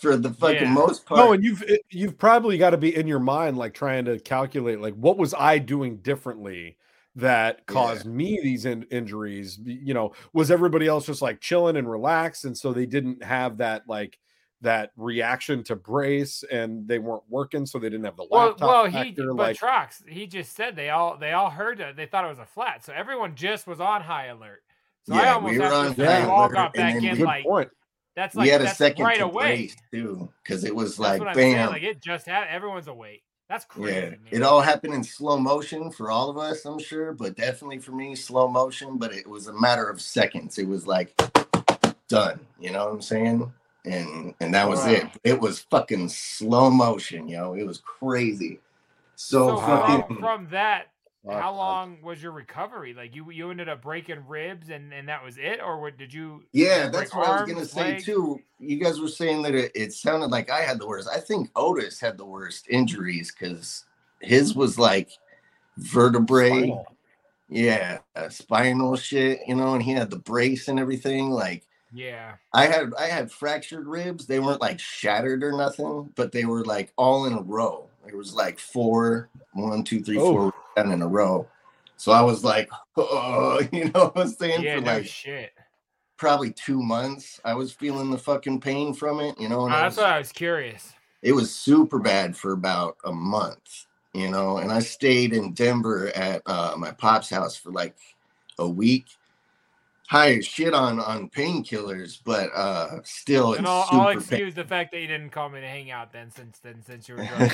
S8: for the fucking
S2: Yeah.
S8: most part,
S1: no and you've it- you've probably got to be in your mind like trying to calculate like what was i doing differently that
S8: Yeah.
S1: caused me these in- injuries B- you know was everybody else just like chilling and relaxed and so they didn't have that like that reaction to brace, and they weren't working, so they didn't have the
S2: Well,
S1: laptop.
S2: well,
S1: back
S2: he
S1: there,
S2: but
S1: like,
S2: Trox, he just said they all they all heard that they thought it was a flat, so everyone just was on high alert. So I
S8: Yeah,
S2: almost
S8: we were
S2: have
S8: on
S2: to
S8: high
S2: say you all
S8: alert,
S2: got
S8: and
S2: back
S8: then
S2: in
S8: we-
S2: like
S1: point.
S2: that's
S8: we
S2: like
S8: had a
S2: that's
S8: second
S2: right
S8: to
S2: away.
S8: brace too, because it was
S2: That's
S8: like
S2: what I'm saying.
S8: bam.
S2: Like it just had everyone's awake. That's crazy.
S8: Yeah,
S2: man.
S8: it all happened in slow motion for all of us, I'm sure, but definitely for me, slow motion. But it was a matter of seconds. It was like done. You know what I'm saying? And and that was it. It was fucking slow motion, yo. It was crazy.
S2: So
S8: So, fucking.
S2: from, from that,
S1: Fuck,
S2: how
S1: fuck.
S2: long was your recovery? Like you you ended up breaking ribs and and that was it, or what did you?
S8: Yeah,
S2: break
S8: that's what I was
S2: arms,
S8: gonna say
S2: legs?
S8: too. You guys were saying that it, it sounded like I had the worst. I think Otis had the worst injuries because his was like vertebrae,
S1: Spinal.
S8: yeah, uh, spinal shit, you know, and he had the brace and everything. Like
S2: Yeah,
S8: I had, I had fractured ribs. They weren't like shattered or nothing, but they were like all in a row. There was like four, one, two, three,
S1: Oh.
S8: four, seven in a row. So I was like, oh, you know what I'm saying?
S2: yeah,
S8: For
S2: no
S8: like
S2: shit.
S8: probably two months. I was feeling the fucking pain from it, you know.
S2: Oh,
S8: And I
S2: that's
S8: was-
S2: what I was curious.
S8: it was super bad for about a month, you know. And I stayed in Denver at uh, my pop's house for like a week. High as shit on on painkillers, but uh still in
S2: And I'll, I'll
S8: super pain.
S2: excuse the fact that you didn't call me to hang out then, since then since you were drunk.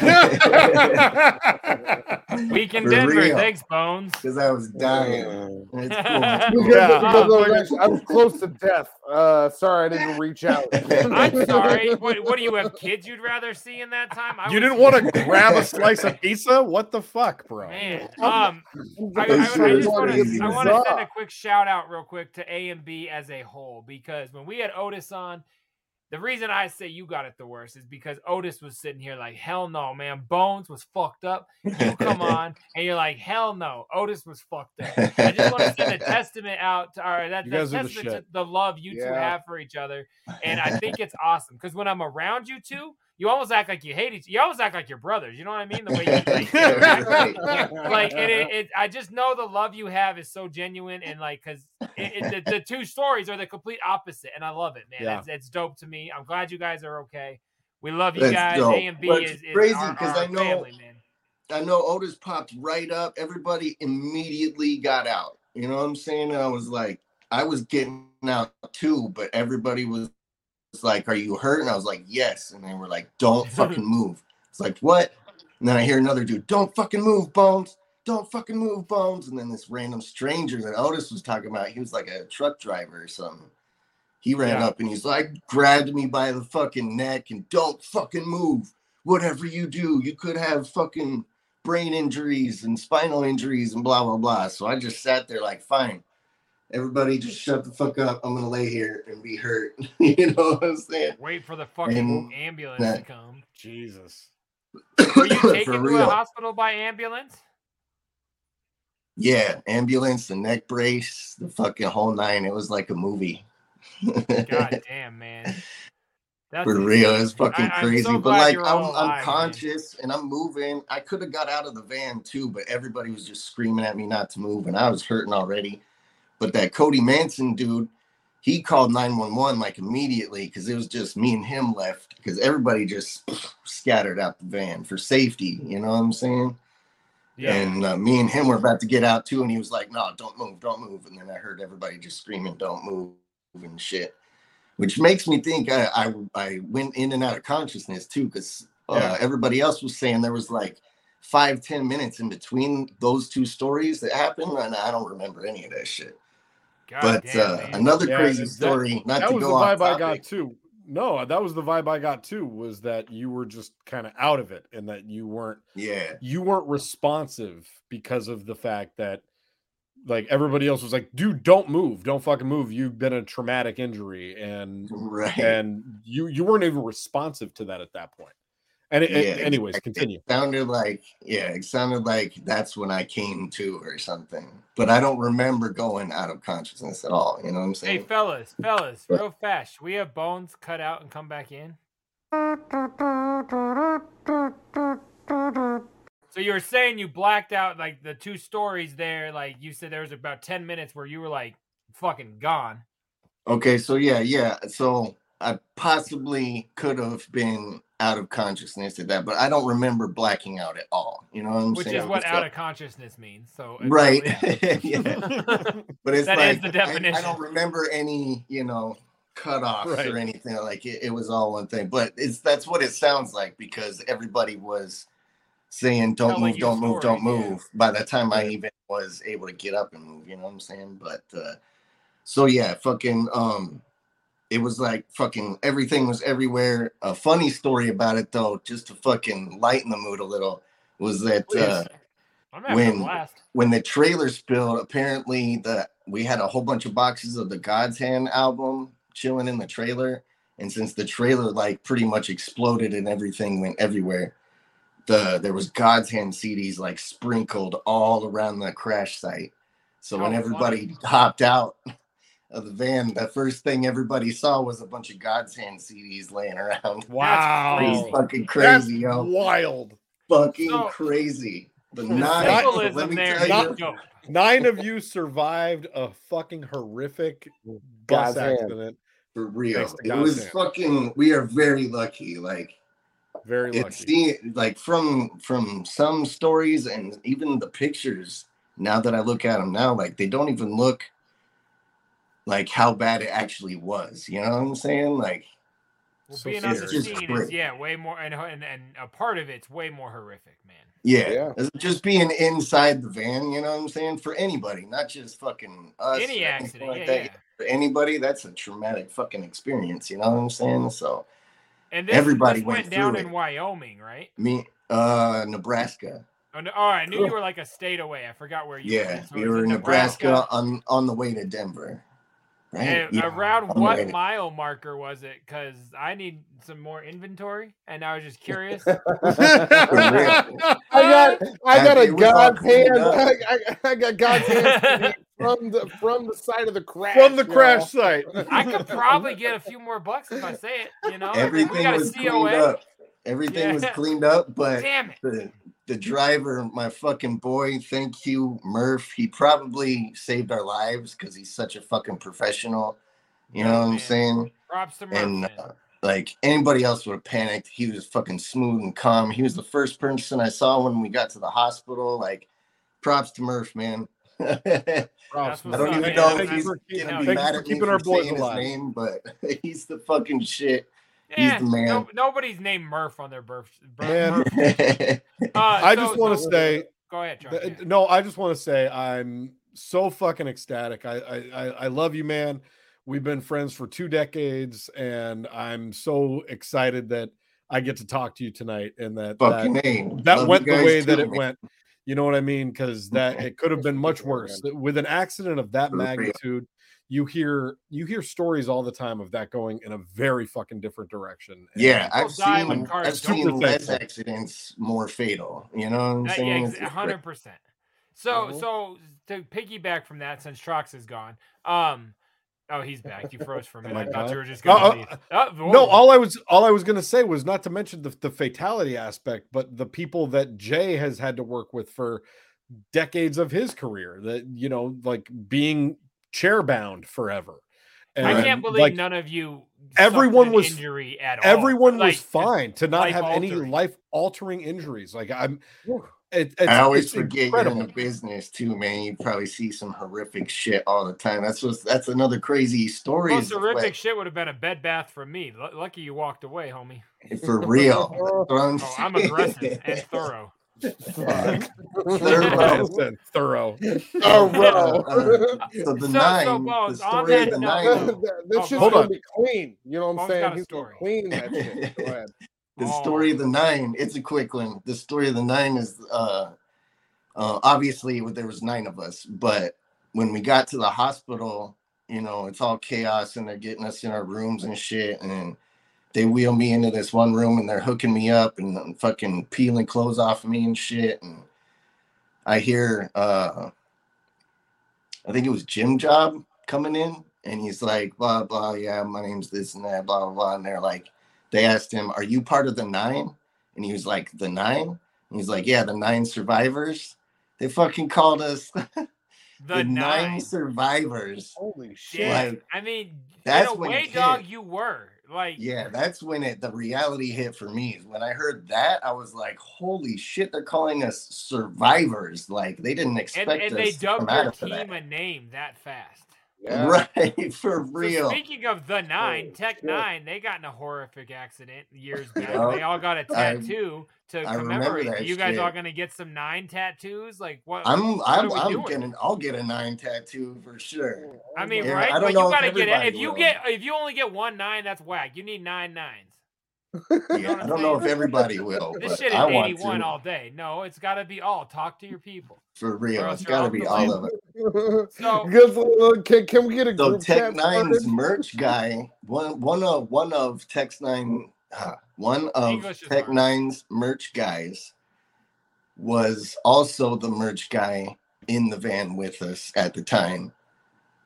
S8: Because
S2: week in
S8: For
S2: Denver.
S8: real.
S2: Thanks, Bones.
S8: I was dying. It's cool.
S3: Yeah,
S2: Oh,
S3: I was close to death. Uh, sorry, I didn't reach out.
S2: I'm sorry. What, what do you have kids you'd rather see in that time? I
S1: you
S2: would
S1: didn't want to grab a slice of pizza? What the fuck, bro?
S2: Man, um, I, I,
S8: That
S2: I,
S8: shit is
S2: just want
S8: crazy.
S2: to I want to send a quick shout out real quick to A and B as a whole because when we had Otis on, the reason I say you got it the worst is because Otis was sitting here like hell no, man. Bones was fucked up. You come on, and you're like hell no. Otis was fucked up. I just want to send a testament out to our that,
S1: You
S2: that's
S1: guys are the
S2: testament to
S1: shit.
S2: the love you two
S3: Yeah.
S2: have for each other, and I think it's awesome because when I'm around you two, you almost act like you hate each. You almost act like your brothers. You know what I mean? The way you like, interact like and it, it i just know the love you have is so genuine and like because it, it, the, the two stories are the complete opposite and i love it man
S1: Yeah.
S2: it's, it's dope to me i'm glad you guys are okay we love you
S8: That's
S2: guys
S8: dope.
S2: a and b
S8: But
S2: is,
S8: it's
S2: is
S8: crazy
S2: our,
S8: 'cause
S2: our
S8: I know-
S2: family man
S8: I know Otis popped right up. Everybody immediately got out. You know what I'm saying? And I was like, I was getting out too, but everybody was was like, Are you hurt? And I was like, Yes. And they were like, Don't fucking move. It's like, What? And then I hear another dude, Don't fucking move, Bones. Don't fucking move, Bones. And then this random stranger that Otis was talking about, he was like a truck driver or something. He ran
S1: Yeah.
S8: up and he's like, grabbed me by the fucking neck and don't fucking move. Whatever you do, you could have fucking brain injuries and spinal injuries and blah blah blah. So I just sat there like, fine, everybody just shut the fuck up. I'm gonna lay here and be hurt. you know what I'm saying?
S2: wait for the fucking
S8: And
S2: ambulance to
S8: that-
S2: come
S1: Jesus.
S2: were you taken to a
S8: real.
S2: hospital by ambulance
S8: Yeah, ambulance, the neck brace, the fucking whole nine. It was like a movie.
S2: god damn man that's
S8: For real, it's
S2: I-
S8: fucking
S2: I'm so
S8: crazy. but
S2: glad
S8: like,
S2: you're
S8: I'm,
S2: all alive, man.
S8: I'm conscious and I'm moving. I could have got out of the van too, but everybody was just screaming at me not to move, and I was hurting already. But that Cody Manson dude, he called 911 like immediately because it was just me and him left because everybody just scattered out the van for safety. You know what I'm saying?
S2: yeah
S8: And uh, me and him were about to get out too, and he was like, "No, don't move, don't move." And then I heard everybody just screaming, "Don't move!" and shit, which makes me think I I, I went in and out of consciousness too, because uh,
S1: Yeah.
S8: everybody else was saying there was like five ten minutes in between those two stories that happened, and I don't remember any of that shit.
S2: god
S8: but
S2: damn,
S8: uh,
S2: man.
S8: another
S1: Yeah,
S8: crazy
S1: that-
S8: story, not
S1: that
S8: to
S1: was
S8: go
S1: the
S8: off
S1: vibe I
S8: topic.
S1: got too. No, that was the vibe I got too. Was that you were just kind of out of it, and that you weren't
S8: Yeah,
S1: you weren't responsive because of the fact that like everybody else was like, dude, don't move, don't fucking move. You've been a traumatic injury, and
S8: right.
S1: and you you weren't even responsive to that at that point. And it, it-
S8: Yeah,
S1: anyways,
S8: exactly.
S1: continue.
S8: sounded like yeah it sounded like that's when i came to or something but i don't remember going out of consciousness at all you know what i'm
S2: hey
S8: saying
S2: fellas fellas real fast should we have bones cut out and come back in So you were saying you blacked out like the two stories there. Like you said, there was about ten minutes where you were like fucking gone.
S8: okay so yeah yeah so I possibly could have been out of consciousness at that, but I don't remember blacking out at all. You know what I'm
S2: which
S8: saying?
S2: is what
S8: So-
S2: out of consciousness means. So it's
S8: right.
S2: probably-
S8: yeah. But it's
S2: That
S8: like
S2: is the
S8: I- I,
S2: definition.
S8: don't remember any, you know, cutoffs
S1: Right.
S8: or anything. Like it, it was all one thing. But it's that's what it sounds like because everybody was saying don't
S2: Telling
S8: move,
S2: you
S8: don't move,
S2: stories,
S8: don't
S2: yeah.
S8: move. By the time I even was able to get up and move, you know what I'm saying? But uh so yeah, fucking um it was like fucking everything was everywhere. A funny story about it though, just to fucking lighten the mood a little, was that
S2: Please.
S8: uh
S2: I'm having
S8: when-
S2: a blast.
S8: when the trailer spilled, apparently the we had a whole bunch of boxes of the God's Hand album chilling in the trailer, and since the trailer like pretty much exploded and everything went everywhere, the there was God's Hand CDs like sprinkled all around the crash site. So when
S2: Oh,
S8: everybody hopped out of the van, the first thing everybody saw was a bunch of God's Hand CDs laying around. It's
S1: Wow.
S8: fucking crazy,
S1: That's
S8: yo!
S1: wild.
S8: Fucking
S2: So-
S8: crazy. The
S2: The
S8: nine.
S2: symbolism
S8: let me
S2: there
S8: tell
S2: is
S8: you-
S2: dope.
S1: Nine of you survived a fucking horrific bus
S3: God's hand.
S1: accident.
S8: for real.
S1: Thanks to
S8: It
S1: God,
S8: was
S1: Sam.
S8: fucking. We are very lucky. Like
S1: Very lucky.
S8: it's the like from from some stories and even the pictures. Now that I look at them now, like they don't even look like how bad it actually was. You know what I'm saying? Like
S2: Well,
S1: So
S2: being on the
S1: serious. It's
S8: just
S2: scene
S8: great.
S2: is yeah, way more, and and and a part of it's way more horrific, man.
S8: yeah,
S3: Yeah.
S8: it's just being inside the van. You know what I'm saying? For anybody, not just fucking us. or
S2: Any
S8: anything
S2: accident,
S8: like
S2: yeah,
S8: that.
S2: yeah.
S8: For anybody, that's a traumatic fucking experience. You know what I'm saying? So
S2: And this,
S8: Everybody
S2: this
S8: went
S2: went down
S8: through
S2: in
S8: it.
S2: Wyoming, right?
S8: me, uh, Nebraska.
S2: Oh, no, oh, I knew you were like a state away. I forgot where you
S8: Yeah,
S2: were. So
S8: we
S2: it was
S8: were in Nebraska, on on the way to Denver. Right?
S2: And
S8: Yeah.
S2: around
S8: on the way
S2: what
S8: to-
S2: mile marker was it? Because I need some more inventory, and I was just curious.
S3: I got I got
S8: After
S3: a
S8: it was all
S3: God's
S8: cleaned
S3: hand.
S8: up.
S3: I, I- I got God's hand from the from the side of the crash.
S1: From the
S3: y'all.
S1: crash site.
S2: I could probably get a few more bucks if I say it. You know, I mean, we
S8: everything
S2: got
S8: was
S2: a
S8: cleaned
S2: COA.
S8: up. Everything was
S2: Yeah.
S8: cleaned up, but
S2: Damn it!
S8: the, the driver, my fucking boy, thank you, Murph. He probably saved our lives because he's such a fucking professional. You know
S2: Oh,
S8: what I'm
S2: man.
S8: saying?
S2: Props to Murph.
S8: And
S2: man.
S8: uh, like anybody else would have panicked. He was fucking smooth and calm. He was the first person I saw when we got to the hospital. Like, props to Murph, man.
S2: That's
S8: I
S2: what's
S8: don't
S2: up,
S8: even
S2: man.
S8: know if
S1: Thank you
S8: he's
S1: for
S8: gonna
S1: keep-
S8: be
S1: thank you
S8: mad
S1: for
S8: at me
S1: keeping
S8: for
S1: our boys
S8: saying
S1: alive.
S8: his name, but he's the fucking shit. the
S2: Yeah,
S8: man.
S2: nobody's named Murph on their birth. birth
S1: Man,
S2: Murph. Uh,
S1: I
S2: so-
S1: just want
S2: so-
S1: to say, uh,
S2: Go ahead, John.
S1: th- no, I just want to say I'm so fucking ecstatic. I, I, I, I love you, man. We've been friends for two decades, and I'm so excited that I get to talk to you tonight and that that,
S8: fucking name.
S1: that went the way that it went. You know what I mean? Because that it could have been much
S3: Yeah,
S1: worse That with an accident of that
S8: For real.
S1: magnitude. You hear you hear stories all the time of that going in a very fucking different direction. And
S8: Yeah,
S2: People
S8: I've
S2: die when
S8: seen
S2: cars
S8: I've
S1: don't
S8: seen less
S1: protect.
S8: accidents more fatal. You know what I'm
S2: That-
S8: saying?
S2: Uh, yeah,
S8: It's just
S2: hundred percent. So,
S1: Mhm.
S2: so to piggyback from that, since Trox is gone, um, oh, he's back. You froze for a minute.
S1: my
S2: I thought
S1: God.
S2: you were just
S1: Oh,
S2: going.
S1: oh,
S2: to oh,
S1: No,
S2: whoa.
S1: all I was all I was gonna say was not to mention the, the fatality aspect, but the people that Jay has had to work with for decades of his career that you know, like being chairbound forever.
S2: I
S1: And,
S2: can't believe
S1: like,
S2: none of you.
S1: everyone
S2: suffered an
S1: was-
S2: injury at all.
S1: everyone
S2: Like,
S1: was
S2: it's-
S1: fine to not have any
S2: life-altering.
S1: life altering injuries. Like I'm
S3: Whew.
S1: it, it's,
S8: I always
S1: it's
S8: forget
S1: incredible.
S8: you're in the business too, man. You probably see some horrific shit all the time. That's what's that's another crazy
S2: the
S8: story.
S2: Most
S8: is the
S2: horrific
S8: fact-
S2: shit would have been a bed bath for me. Lu lucky you walked away, homie.
S8: for real. That's what I'm
S2: Oh, I'm
S8: saying.
S2: aggressive and thorough.
S8: Thorough.
S1: That's a thorough.
S3: Oh,
S8: Uh,
S3: bro.
S8: So the
S2: So- so
S8: nine,
S2: Bones,
S8: the
S2: on
S8: story of
S2: that
S8: the
S2: note-
S8: nine,
S3: this
S2: Oh,
S3: shit's
S1: hold
S3: gonna
S1: on.
S3: be clean. You know what I'm
S2: Bones
S3: saying?
S2: got a
S3: He's gonna
S2: story.
S3: clean that shit. Go ahead.
S8: the
S2: Oh.
S8: story of the nine. It's a quick one. The story of the nine is uh, uh, obviously there was nine of us, but when we got to the hospital, you know, it's all chaos and they're getting us in our rooms and shit, and they wheel me into this one room and they're hooking me up and um, fucking peeling clothes off me and shit, and I hear uh, I think it was Jim Job coming in, and he's like, blah blah, yeah, my name's this and that, blah blah, blah. and they're like, they asked him, "Are you part of the nine? And he was like, "The nine? And he's like, "Yeah, the nine survivors." They fucking called us the,
S2: The,
S8: nine.
S2: nine.
S8: survivors.
S3: Holy shit.
S2: Yeah,
S8: Like,
S2: I mean, in
S8: that's
S2: a
S8: when
S2: way,
S8: it
S2: dog,
S8: hit.
S2: you were Like,
S8: Yeah, that's when it the reality hit for me. When I heard that, I was like, "Holy shit! They're calling us survivors. Like they didn't
S2: and,
S8: expect
S2: and they
S8: us to come
S2: dubbed
S8: out
S2: your
S8: of that."
S2: team a name that fast.
S3: Yeah.
S8: Right for
S2: So
S8: real.
S2: speaking of the nine,
S3: Oh,
S2: Tech
S3: shit.
S2: Nine, they got in a horrific accident years back.
S8: Yeah.
S2: They all got a
S8: I-
S2: tattoo to
S8: I remember
S2: commemorate.
S8: that
S2: You guys
S8: shit.
S2: all gonna get some nine tattoos? Like what?
S8: I'm
S2: what
S8: I'm
S2: are we
S8: I'm
S2: doing?
S8: getting I'll get a nine tattoo for sure.
S2: I mean,
S8: Yeah,
S2: right?
S8: I don't
S2: but you
S8: know if
S2: gotta get it.
S8: everybody
S2: If you
S8: will.
S2: get, if you only get one nine, that's whack. You need nine nines.
S8: Yeah, I don't know if everybody will,
S2: This
S8: but
S2: shit is
S8: I want
S2: 81
S8: to
S2: all day. No, it's gotta be all. Talk to your people.
S8: for
S2: or
S8: real.
S2: else
S8: It's
S2: you're
S8: got to be all of it.
S2: So-
S3: Good for- look, can, can we get a
S8: So
S3: group
S8: Tech
S3: chat
S8: Nine's
S3: started?
S8: merch guy, one one of one of Tech Nine, uh, one of
S2: English is
S8: Tech
S2: hard.
S8: Nine's merch guys was also the merch guy in the van with us at the time.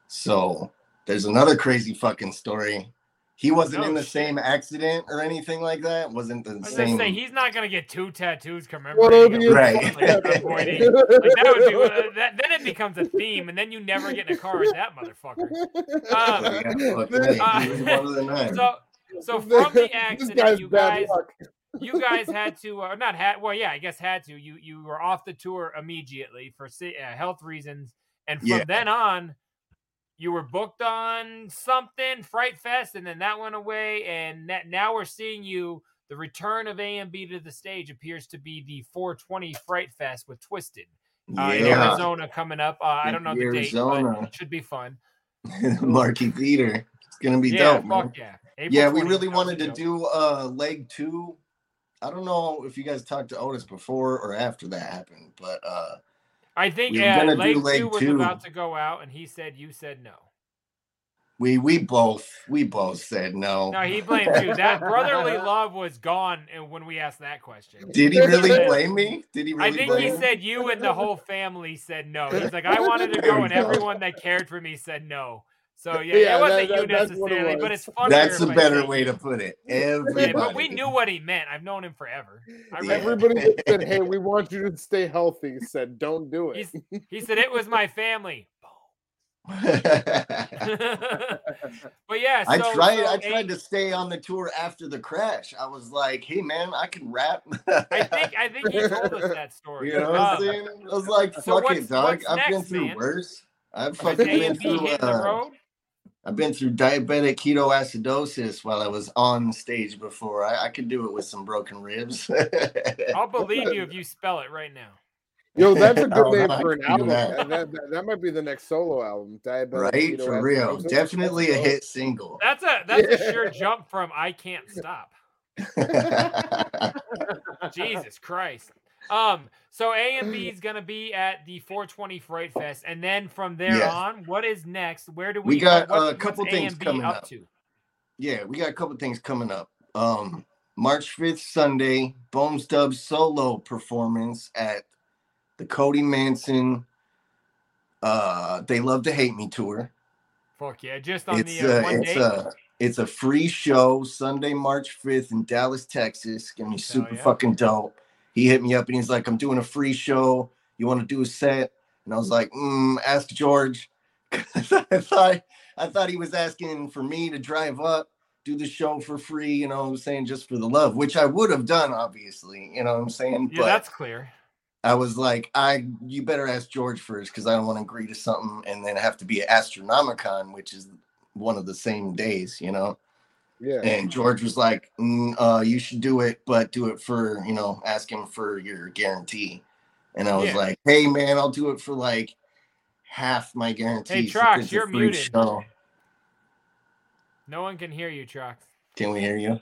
S8: So there's another crazy fucking story. He wasn't
S2: No
S8: in the
S2: shit.
S8: same accident or anything like that. Wasn't the
S2: I was
S8: same.
S2: gonna say he's not gonna get two tattoos
S3: What
S2: commemorating.
S3: are
S2: him.
S3: you
S8: Right.
S2: Like, at that point, eh? Like, that would be what- that, then it becomes a theme, and then you never get in a car with that motherfucker.
S8: But
S2: Um,
S8: yeah, fucking hey,
S2: uh,
S8: he was one of the nine.
S2: so, so from the
S3: This
S2: accident,
S3: guy's
S2: you
S3: bad
S2: guys,
S3: luck.
S2: you guys had to, uh, not had, well, yeah, I guess had to. You you were off the tour immediately for sa- uh, health reasons, and from
S8: Yeah.
S2: then on, you were booked on something, Fright Fest, and then that went away, and that, now we're seeing you. The return of AMB to the stage appears to be the 420 Fright Fest with Twisted uh, in
S8: yeah,
S2: Arizona coming up. Uh, I
S8: In
S2: don't know the date,
S8: Arizona.
S2: but it should be fun.
S8: Marquee Theater. It's gonna be
S2: yeah,
S8: dope, man.
S2: fuck yeah. April
S8: yeah, we
S2: 20th,
S8: really
S2: that'll
S8: wanted
S2: be
S8: to
S2: dope.
S8: do uh leg two. I don't know if you guys talked to Otis before or after that happened, but uh
S2: I think
S8: we were
S2: yeah,
S8: gonna do
S2: leg
S8: leg
S2: two was
S8: two.
S2: about to go out, and he said you said no.
S8: we we both we both said no.
S2: No, he blamed you. That brotherly love was gone uh, when we asked that question.
S8: Did he really
S2: said-
S8: blame me? Did he really
S2: I think
S8: blame
S2: he
S8: me?
S2: said you and the whole family said no. He's like, I wanted to
S8: There
S2: go,
S8: we
S2: and
S8: go.
S2: everyone that cared for me said no. So yeah,
S3: Yeah,
S2: it wasn't
S3: that-
S2: you
S3: that- that's what it
S2: necessarily, but
S3: was.
S2: it's funnier.
S8: That's a
S2: if I
S8: better
S2: say
S8: way
S2: you.
S8: to put it.
S2: Yeah,
S8: Everybody.
S2: but we knew what he meant. I've known him forever. I
S8: Yeah.
S2: read
S3: Everybody that said, "Hey, we want you to stay healthy," said, "Don't do it."
S2: He's, he said it was my family.
S8: I
S2: but yeah, so,
S8: tried
S2: so
S8: I tried
S2: A-
S8: to stay on the tour after the crash. I was like, hey man, I can rap.
S2: I think I think he told us that story.
S8: You know what I'm
S2: Um,
S8: saying? I was like,
S2: So
S8: fuck
S2: what's-
S8: it, dog.
S2: what's
S8: I've been
S2: next,
S8: through
S2: man?
S8: worse. I've
S2: was
S8: fucking
S2: A
S8: been
S2: and B
S8: through.
S2: hitting the
S8: uh,
S2: road.
S8: I've been through diabetic ketoacidosis while I was on stage before. I, I could do it with some broken ribs.
S2: I'll believe you if you spell it right now.
S3: Yo, that's a
S8: I don't
S3: good name
S8: know, I
S3: for an
S8: can do
S3: album.
S8: that.
S3: That, that, that- that might be the next solo album. Diabetic
S8: right? For real.
S3: ketoacidosis.
S8: Definitely a hit single.
S2: That's a that's a sure jump from I can't stop. Jesus Christ. Um, so A and B is gonna be at the 420 Freight Fest, and then from there
S8: Yes.
S2: on, what is next? Where do
S8: We
S2: we?
S8: got,
S2: what-
S8: uh, a
S2: what's
S8: couple
S2: A
S8: things
S2: and B
S8: coming
S2: up
S8: up.
S2: to.
S8: yeah, we got a couple things coming up. Um, March 5th, Sunday, Bones Dub solo performance at the Cody Manson uh They Love to Hate Me tour.
S2: Fuck yeah! Just on
S8: It's
S2: the uh,
S8: a,
S2: one
S8: it's
S2: day.
S8: a it's a free show Sunday, March 5th in Dallas, Texas. Gonna be super
S2: yeah.
S8: fucking dope. He hit me up and he's like, I'm doing a free show. You want to do a set? And I was like, mm, ask George. 'Cause I thought I thought he was asking for me to drive up, do the show for free, you know what I'm saying, just for the love, which I would have done, obviously. You know what I'm saying?
S2: Yeah, that's clear.
S8: I was like, I you better ask George first because I don't want to agree to something and then have to be at Astronomicon, which is one of the same days, you know.
S3: Yeah.
S8: And George was like, "Mm, uh, you should do it, but do it for you know, ask him for your guarantee. And I was
S2: Yeah.
S8: like, hey man, I'll do it for like half my guarantee. since
S2: Trox,
S8: it's a
S2: you're
S8: free
S2: muted.
S8: show."
S2: No one can hear you, Trucks.
S8: Can we hear you?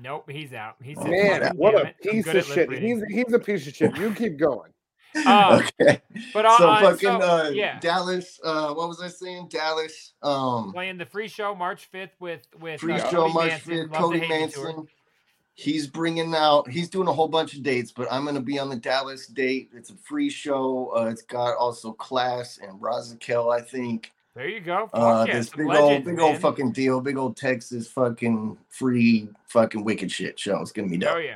S2: Nope, he's out. He said,
S3: Man,
S2: "Fucking
S3: what
S2: damn
S3: a
S2: it, I'm
S3: piece
S2: good
S3: of
S2: at lip
S3: shit.
S2: reading."
S3: He's he's a piece of shit. You keep going.
S2: Um,
S8: okay.
S2: But on,
S8: so
S2: on-
S8: fucking
S2: so,
S8: uh,
S2: yeah,
S8: Dallas. Uh, what was I saying? Dallas. Um,
S2: playing the free show March fifth with with
S8: Free
S2: uh,
S8: show
S2: Cody
S8: March
S2: Manson, Love
S8: 5th,
S2: to
S8: Cody
S2: Hate Me tour.
S8: Manson. He's bringing out, he's doing a whole bunch of dates, but I'm going to be on the Dallas date. It's a free show. Uh, it's got also Class and Razakel, I think.
S2: There you go. Fuck
S8: Uh,
S2: yeah,
S8: this
S2: some
S8: big old,
S2: legends,
S8: big
S2: man.
S8: old fucking deal, big old Texas fucking free fucking wicked shit show. It's going to be dope.
S2: Oh yeah.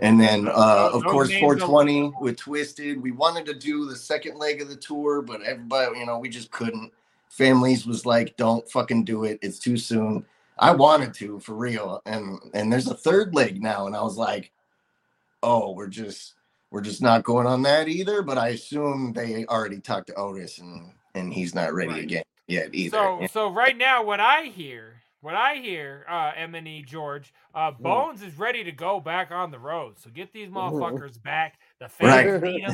S8: And then, uh,
S2: Those-
S8: of
S2: those
S8: course,
S2: names
S8: 420 with Twisted. We wanted to do the second leg of the tour, but everybody, you know, we just couldn't. Families was like, don't fucking do it. It's too soon. I wanted to for real, and and there's a third leg now, and I was like, oh, we're just we're just not going on that either. But I assume they already talked to Otis, and and he's not ready
S2: Right.
S8: again yet either.
S2: So
S8: Yeah.
S2: so right now, what I hear, what I hear, uh, M and E George, uh,
S8: Hmm.
S2: Bones is ready to go back on the road. So get these motherfuckers back. The fans
S8: Mm-hmm. Right.
S2: need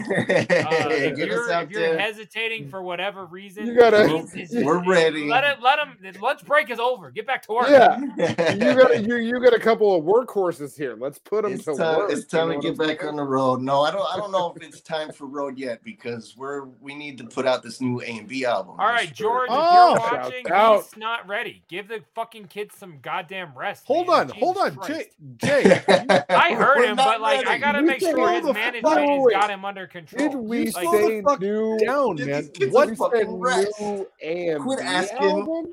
S2: 'em. Uh,
S8: Hey,
S2: if
S8: get us
S2: you're,
S8: out
S2: if you're
S8: there.
S2: hesitating for whatever reason,
S3: You gotta-
S2: please just-
S8: We're ready.
S2: Let it, let him. Lunch break is over. Get back to work.
S3: Yeah, you got you you got a couple of workhorses here. Let's put them
S8: it's
S3: to
S8: time,
S3: work.
S8: it's
S3: you
S8: time to
S3: know
S8: get
S3: what I'm
S8: back on the road. No, I don't. I don't know if it's time for road yet because we're we need to put out this new A and B album.
S2: All right, George,
S7: Oh,
S2: if
S3: shout
S2: you're watching,
S3: out.
S2: he's not ready. Give the fucking kids some goddamn rest.
S7: Hold
S2: man.
S7: on,
S2: Jesus
S7: hold on,
S2: Christ.
S7: Jay. Jay,
S2: I heard
S8: We're
S2: him,
S8: not
S2: but like I
S8: ready.
S2: gotta
S7: You
S2: make
S7: can't
S2: sure
S7: hold
S2: his
S7: the fuck-
S2: management
S3: wait,
S2: has
S3: wait.
S2: got him under control.
S3: Did we
S2: Like-
S7: slow
S3: say
S7: the fuck
S3: new?
S7: down,
S8: These
S7: man.
S8: kids
S7: What?
S8: are
S3: We said
S8: fucking rest.
S3: new and
S8: Quit
S3: B
S8: asking.
S3: album?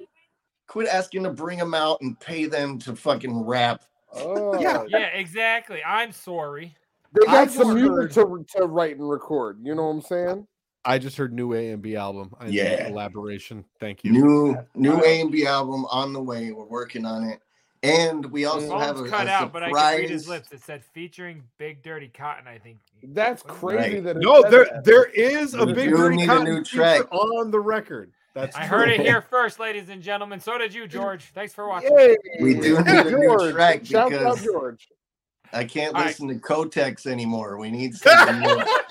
S8: Quit asking to bring them out and pay them to fucking rap.
S3: Oh,
S7: Yeah.
S2: yeah, exactly. I'm sorry.
S3: They got
S7: I've
S3: some music
S7: heard-
S3: to, to write and record. You know what I'm saying?
S7: I just heard new A and B album. I need
S8: Yeah.
S7: Collaboration. Thank you.
S8: New new A and B album on the way. We're working on it, and we also have
S2: Bones
S8: a,
S2: cut
S8: a
S2: out, but I could read his
S8: surprise-
S2: lips. It said featuring Big Dirty Cotton. I think.
S3: That's crazy.
S8: Right.
S3: That it
S7: No,
S3: said
S7: there
S3: that.
S7: there is a
S8: We
S7: big
S8: do
S7: Dirty
S8: need a
S7: Cotton
S8: new
S7: feature
S8: track.
S7: on the record. That's
S2: I
S7: true.
S2: heard it here first, ladies and gentlemen. So did you, George. Thanks for watching.
S3: Yay.
S8: We do need a new
S3: George.
S8: track
S3: Shout out
S8: because-
S3: George.
S8: I can't
S2: All right.
S8: listen to Kotex anymore. We need something new.
S2: We got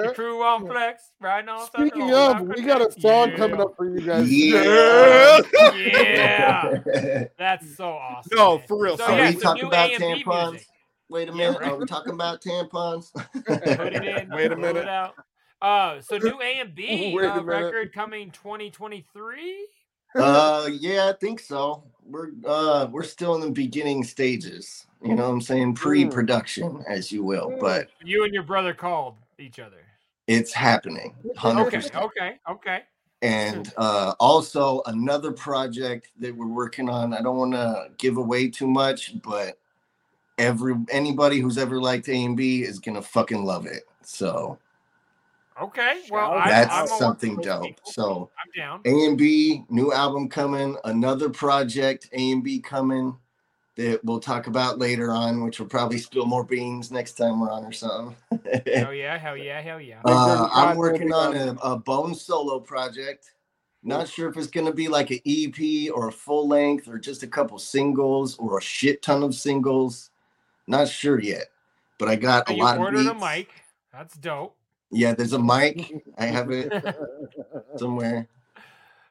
S2: the crew on flex, right now.
S3: Speaking of, we got a song coming up for you guys.
S8: Yeah.
S2: Yeah, that's so awesome.
S7: No,
S2: man.
S7: for real.
S2: So,
S8: Are
S7: sorry.
S2: yeah,
S8: we
S2: some
S8: talking
S2: new
S8: about
S2: A&B
S8: tampons?
S2: music.
S8: Wait a
S2: Yeah,
S8: minute.
S2: right.
S8: Are we talking about tampons?
S2: Put it in.
S7: Wait a
S2: pull it
S7: minute.
S2: out. Uh, so new A and B
S3: Wait a
S2: uh,
S3: minute.
S2: record coming 2023.
S8: uh, yeah, I think so. We're uh, we're still in the beginning stages. You know what I'm saying? Pre-production, as you will, but
S2: You and your brother called each other.
S8: it's happening. Hundred
S2: Okay,
S8: percent.
S2: okay, okay.
S8: and uh, also another project that we're working on. I don't want to give away too much, but every anybody who's ever liked A and B is gonna fucking love it. So
S2: Okay. Well,
S3: Shout
S2: I'm,
S8: that's
S2: I'm a work
S8: something
S2: with
S8: dope.
S2: people.
S8: So
S2: I'm down.
S8: A and B new album coming, another project A and B coming that we'll talk about later on, which will probably spill more beans next time we're on or something. eh.
S2: Hell yeah! Hell yeah! Hell yeah!
S3: Big Dirty
S8: Uh, I'm
S3: Cotton will
S8: working
S3: be
S8: on a,
S3: on.
S8: a bone solo project. Not sure if it's going to be like an EP or a full length or just a couple singles or a shit ton of singles. Not sure yet, but I got
S2: So
S8: a
S2: you
S8: lot of
S2: ordered a
S8: beats.
S2: mic. That's dope,
S8: Yeah, there's a mic. I have it somewhere.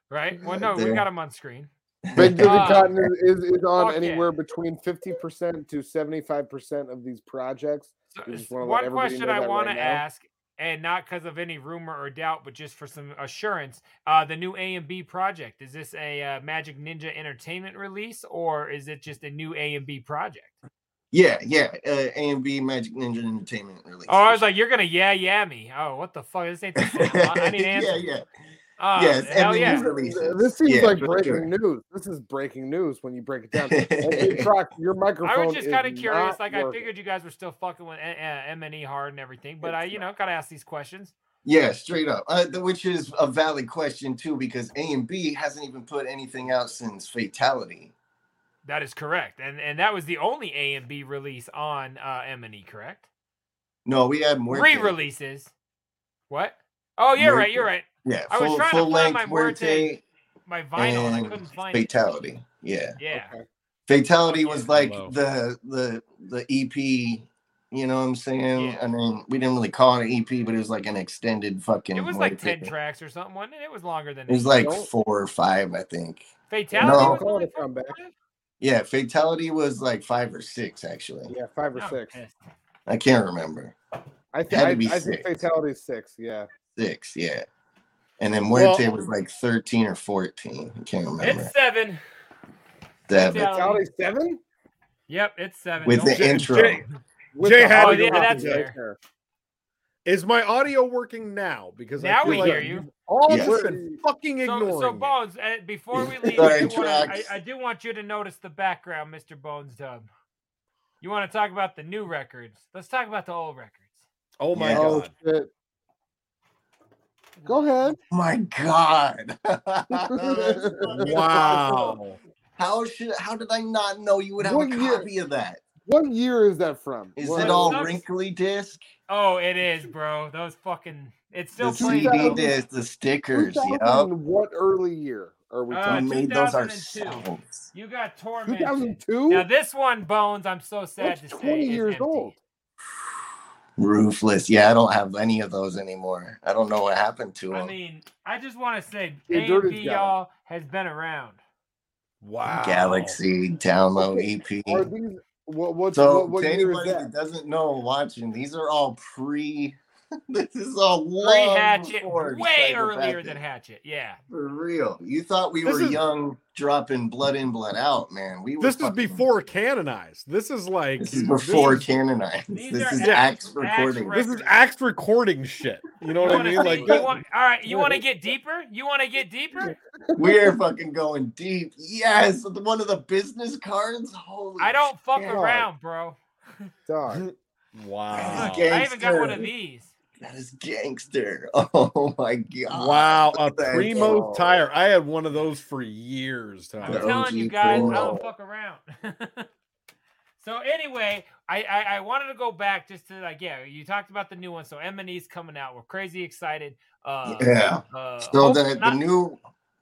S2: right? Well, no, we
S8: There.
S2: got him on screen.
S3: Big Dirty
S2: Ah.
S3: Cotton is, is, is on
S2: Fuck yeah.
S3: anywhere between 50% to 75% of these projects.
S2: So,
S3: We just
S2: s-
S3: wanna let
S2: one
S3: everybody
S2: question
S3: know
S2: I
S3: that
S2: want
S3: right
S2: to
S3: now.
S2: ask, and not because of any rumor or doubt, but just for some assurance, uh, the new A and B project is this a uh, Magic Ninja Entertainment release, or is it just a new A and B project?
S8: Yeah, yeah. Uh, AMB Magic Ninja Entertainment release.
S2: Oh, I was like, you're gonna yeah yeah me. Oh, what the fuck? This ain't the same. I I need an
S8: yeah,
S2: answer.
S8: yeah.
S2: Uh,
S8: yes,
S2: hell
S8: M&E
S2: yeah.
S8: releases.
S3: This seems
S8: Yeah,
S3: like
S8: for
S3: breaking
S8: sure.
S3: news. This is breaking news when you break it down. And Big Croc, your microphone.
S2: I was just
S3: kind of
S2: curious. Like, I figured you guys were still fucking with M and E hard and everything, but I, you know, gotta ask these questions.
S8: Yeah, straight up. Uh, th- which is a valid question too, because A and B hasn't even put anything out since Fatality.
S2: That is correct, and and that was the only A and B release on uh, M and E, correct?
S8: No, we had more
S2: Re-releases. What? Oh, you're right. You're right.
S8: Yeah,
S2: I was
S8: full,
S2: trying to
S8: full
S2: find
S8: length
S2: my
S8: Muerte
S2: Muerte My vinyl, I couldn't
S8: and
S2: find it.
S8: Fatality. Yeah,
S2: Yeah.
S8: Fatality
S2: Oh,
S8: was like
S7: Hello.
S8: the the the EP. You know what I'm saying?
S2: Yeah.
S8: I mean, we didn't really call it an EP, but it was like an extended fucking.
S2: It was like
S8: Muerte.
S2: ten tracks or something, wasn't it? It was longer than
S8: It was
S2: that.
S8: like
S3: Don't-
S8: four or five, I think.
S2: Fatality.
S8: No.
S2: was only
S3: Call it a comeback.
S2: five?
S8: Yeah, Fatality was like five or six actually.
S3: Yeah, five or
S2: Oh,
S3: six.
S2: yes.
S8: I can't remember.
S3: I,
S8: Had to
S3: th-
S8: be
S3: I, I think
S8: six.
S3: fatality is six. Yeah.
S8: six, yeah. And then Muerte
S7: Well-
S8: was like 13 or 14. I can't remember.
S2: It's seven.
S8: That,
S2: it's,
S8: but
S2: uh,
S3: Fatality seven?
S2: Yep, it's seven.
S8: with
S2: Don't-
S8: the
S7: Jay-
S8: intro.
S7: Jay-
S3: With
S7: Jay
S3: the
S7: had
S2: Oh,
S3: audio
S2: yeah,
S3: copy
S2: that's
S3: right
S2: fair.
S3: there.
S7: Is my audio working now? Because I
S2: Now
S7: feel
S2: we
S7: like
S2: hear you.
S7: All
S8: Yes.
S7: just been fucking ignoring.
S2: So, so
S7: me.
S2: Bones, uh, before we leave, I
S8: Sorry,
S2: do, wanna, I,
S8: Trax.
S2: I do want you to notice the background, Mr. Bones Dub. You want to talk about the new
S1: Oh
S2: records? Let's talk about the old records.
S7: Oh my
S8: Yeah.
S3: Oh
S7: god.
S3: shit. Go ahead.
S8: Oh My God. That's fucking awesome.
S1: Wow.
S8: How should how did I not know you would have
S3: What
S8: a
S3: year-
S8: copy of that?
S3: What year is that from?
S8: Is
S3: What-
S8: it all
S2: Sucks.
S8: wrinkly disc?
S2: Oh, it is, bro. Those fucking. It's still
S8: The
S2: playing.
S8: CD
S3: though.
S8: disc, the stickers,
S3: 2000
S8: yep.
S3: What early year are we
S2: Uh,
S8: We
S3: talking?
S8: made those
S2: 2002.
S8: ourselves.
S2: You got tormented.
S3: 2002.
S2: Now this one, Bones. I'm so sad
S3: That's
S2: to say.
S3: 20
S2: is
S3: years
S2: empty.
S3: old.
S8: Roofless. Yeah, I don't have any of those anymore. I don't know what happened to
S2: I
S8: them.
S2: mean, I just want to say,
S3: Yeah, Jordan's
S2: AMD
S3: got it.
S2: y'all has been around.
S1: Wow.
S8: Galaxy download
S3: Okay,
S8: EP.
S3: Are these what what,
S8: So
S3: what, what
S8: to
S3: year is
S8: anybody
S3: that?
S8: that doesn't know watching, these are all pre. this is all
S2: Pre
S8: long
S2: Hatchet,
S8: before
S2: way
S8: Cyber
S2: earlier
S8: Packet.
S2: than Hatchet. Yeah.
S8: For real, you thought we
S1: This
S8: were
S1: is-
S8: young, dropping blood in, blood out, man. We were
S1: This is
S8: fucking-
S1: before canonized. This is like
S8: This is before
S1: This is,
S8: canonized.
S2: These
S8: This
S2: are
S8: is
S2: Axe-
S8: axe recording.
S2: Axe
S1: this is axe recording shit. You
S8: Oh,
S1: know
S2: You
S1: what I
S2: wanna
S1: mean?
S2: see-
S1: Like
S2: you
S1: that-
S2: want- all right, you want to get deeper? You want to get deeper?
S8: We're fucking going deep. Yes, with one of the business cards. Holy,
S2: I don't fuck
S8: Yeah.
S2: around, bro.
S3: Dog.
S1: wow.
S8: Okay.
S2: I even got one of
S8: Gangster.
S2: these.
S8: that is gangster. Oh my god!
S1: Wow, a
S8: That's
S1: primo
S8: all.
S1: tire. I had one of those for years. Tyler.
S2: I'm
S8: The
S2: telling you
S8: OG
S2: guys, I
S8: Cornell.
S2: don't fuck around. so anyway, I, I I wanted to go back just to like yeah, you talked about the new one. So M and E's coming out. We're crazy excited. Uh,
S8: Yeah.
S2: uh,
S8: So
S2: hope-
S8: the, the
S2: not-
S8: new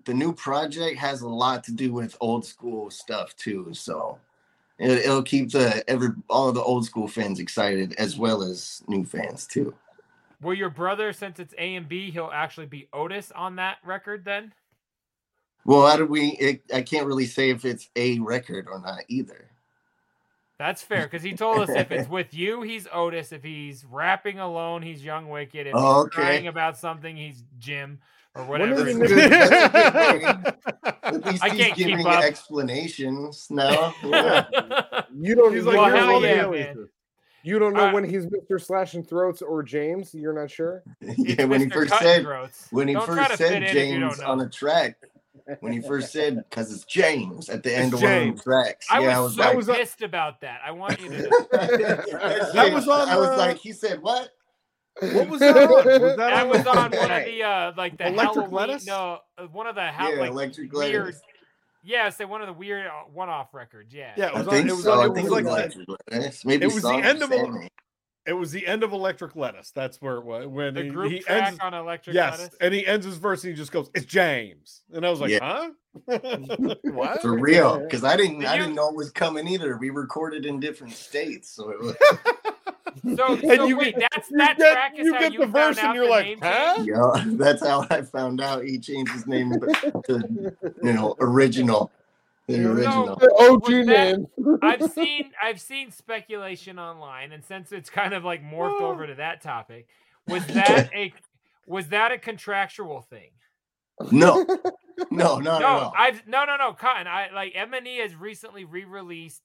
S8: the new project has a lot to do with old school stuff too. So it, it'll keep the every all of the old school fans excited as well as new fans too.
S2: will your brother since it's A and B, he'll actually be Otis on that record then?
S8: Well, how do we? It, I can't really say if it's a record or not either.
S2: That's fair because he told us if it's with you, he's Otis. If he's rapping alone, he's Young Wicked. If he's
S8: Oh,
S2: crying
S8: okay.
S2: about something, he's Jim or
S3: is
S2: whatever.
S3: the
S2: his
S3: new-
S2: name-
S8: At least
S2: I
S8: he's
S2: can't keep
S8: giving
S2: up.
S8: explanations now. Yeah.
S3: You don't
S1: He's
S3: know
S1: like,
S3: when
S1: "Well, hell
S3: he's Mr.
S1: yeah,
S2: man."
S3: Alias. You don't know
S2: Alright.
S3: when he's Mr. Slashing Throats or James. You're not sure.
S8: yeah,
S2: it's
S8: when he
S2: Mr.
S8: first
S2: Cut and
S8: said
S2: Groats.
S8: when he
S2: Don't try to
S8: first said
S2: fit in if you
S8: James
S2: don't
S8: on
S2: know.
S8: a track, when he first said because it's James at the end
S1: It's
S8: of one of
S1: James.
S8: the tracks.
S2: I
S8: yeah,
S2: was so
S8: like,
S2: pissed about that. I want you to know.
S8: that
S1: was on,
S8: I was
S1: uh,
S8: like, he said what?
S1: What was that on? Was that
S2: That
S1: on-
S2: was on one of
S8: Right.
S2: the uh, like the
S1: Electric
S2: Halloween,
S1: Lettuce?
S2: No, uh, one of the how
S8: Yeah,
S2: like
S8: electric
S2: weird.
S8: Lettuce.
S2: Yeah, say one of the weird uh, one-off records. Yeah.
S1: Yeah, it
S8: I
S1: was, on,
S8: think
S1: it was,
S8: so.
S1: on,
S8: I
S1: it
S8: think
S1: was
S8: it
S1: like
S8: was
S1: that.
S8: electric Lettuce. Maybe
S1: it was the
S8: Sonic
S1: end of a-
S8: Sammy.
S1: It was the end of Electric Lettuce. That's where it was. When
S2: The
S1: he,
S2: group
S1: he
S2: track
S1: ends,
S2: on Electric
S1: yes,
S2: Lettuce.
S1: and he ends his verse and he just goes, "It's James," and I was like,
S8: Yeah.
S1: "Huh? what?"
S8: for real because I didn't
S2: Did
S8: I
S2: you-
S8: didn't know it was coming either. We recorded in different states, so it was
S2: So,
S1: And
S2: so
S1: you
S2: wait,
S1: get-
S2: that's
S1: you
S2: that
S1: get-
S2: track is
S1: you
S2: how
S1: get
S2: you
S1: the
S2: found
S1: verse and
S2: out
S1: you're
S2: the
S1: like,
S2: name
S1: huh?
S2: change?
S8: yeah. That's how I found out he changed his name to you know original, the
S3: No.
S8: original.
S3: The OG
S2: Was that-
S3: name.
S2: I've seen I've seen speculation online, and since it's kind of like morphed
S1: Ah.
S2: over to that topic, was that a was that a contractual thing?
S8: No, no, not at
S2: No,
S8: all.
S2: I've no no no Cotton. I like M and E has recently re-released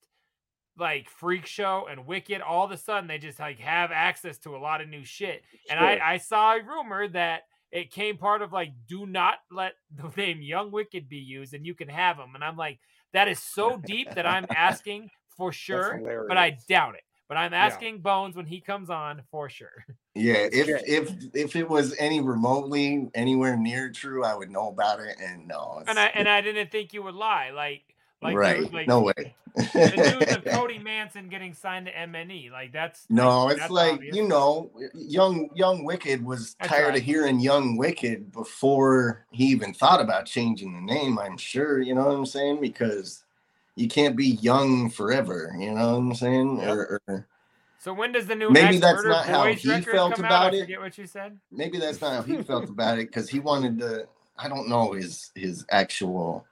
S2: like Freak Show and Wicked. All of a sudden, they just like have access to a lot of new shit. And
S3: Sure.
S2: I I saw a rumor that it came part of like do not let the name Young Wicked be used, and you can have them. And I'm like, that is so deep that I'm asking for sure, but I
S3: hilarious.
S2: doubt it. But I'm asking Bones when he comes on for sure.
S8: Yeah, if
S3: Shit.
S8: if if it was any remotely anywhere near true, I would know about it. And no, it's-
S2: And I and I didn't think you would lie. Like like you-
S8: right,
S2: like
S8: no way.
S2: the news of Cody Manson getting signed to MNE. Like that's
S8: No,
S2: like,
S8: it's
S2: that's
S8: like
S2: obvious.
S8: you know, young young Wicked was
S2: That's
S8: tired
S2: right.
S8: of hearing young Wicked before he even thought about changing the name. I'm sure you know what I'm saying because you can't be young forever. You know what I'm saying? Or, or
S2: So when does the new
S8: Maybe
S2: Axe
S8: that's
S2: Murder
S8: not how
S2: Boys
S8: he
S2: record
S8: felt
S2: come out?
S8: about
S2: I
S8: it.
S2: forget what you said.
S8: maybe that's not how he felt about it because he wanted to. I don't know his his actual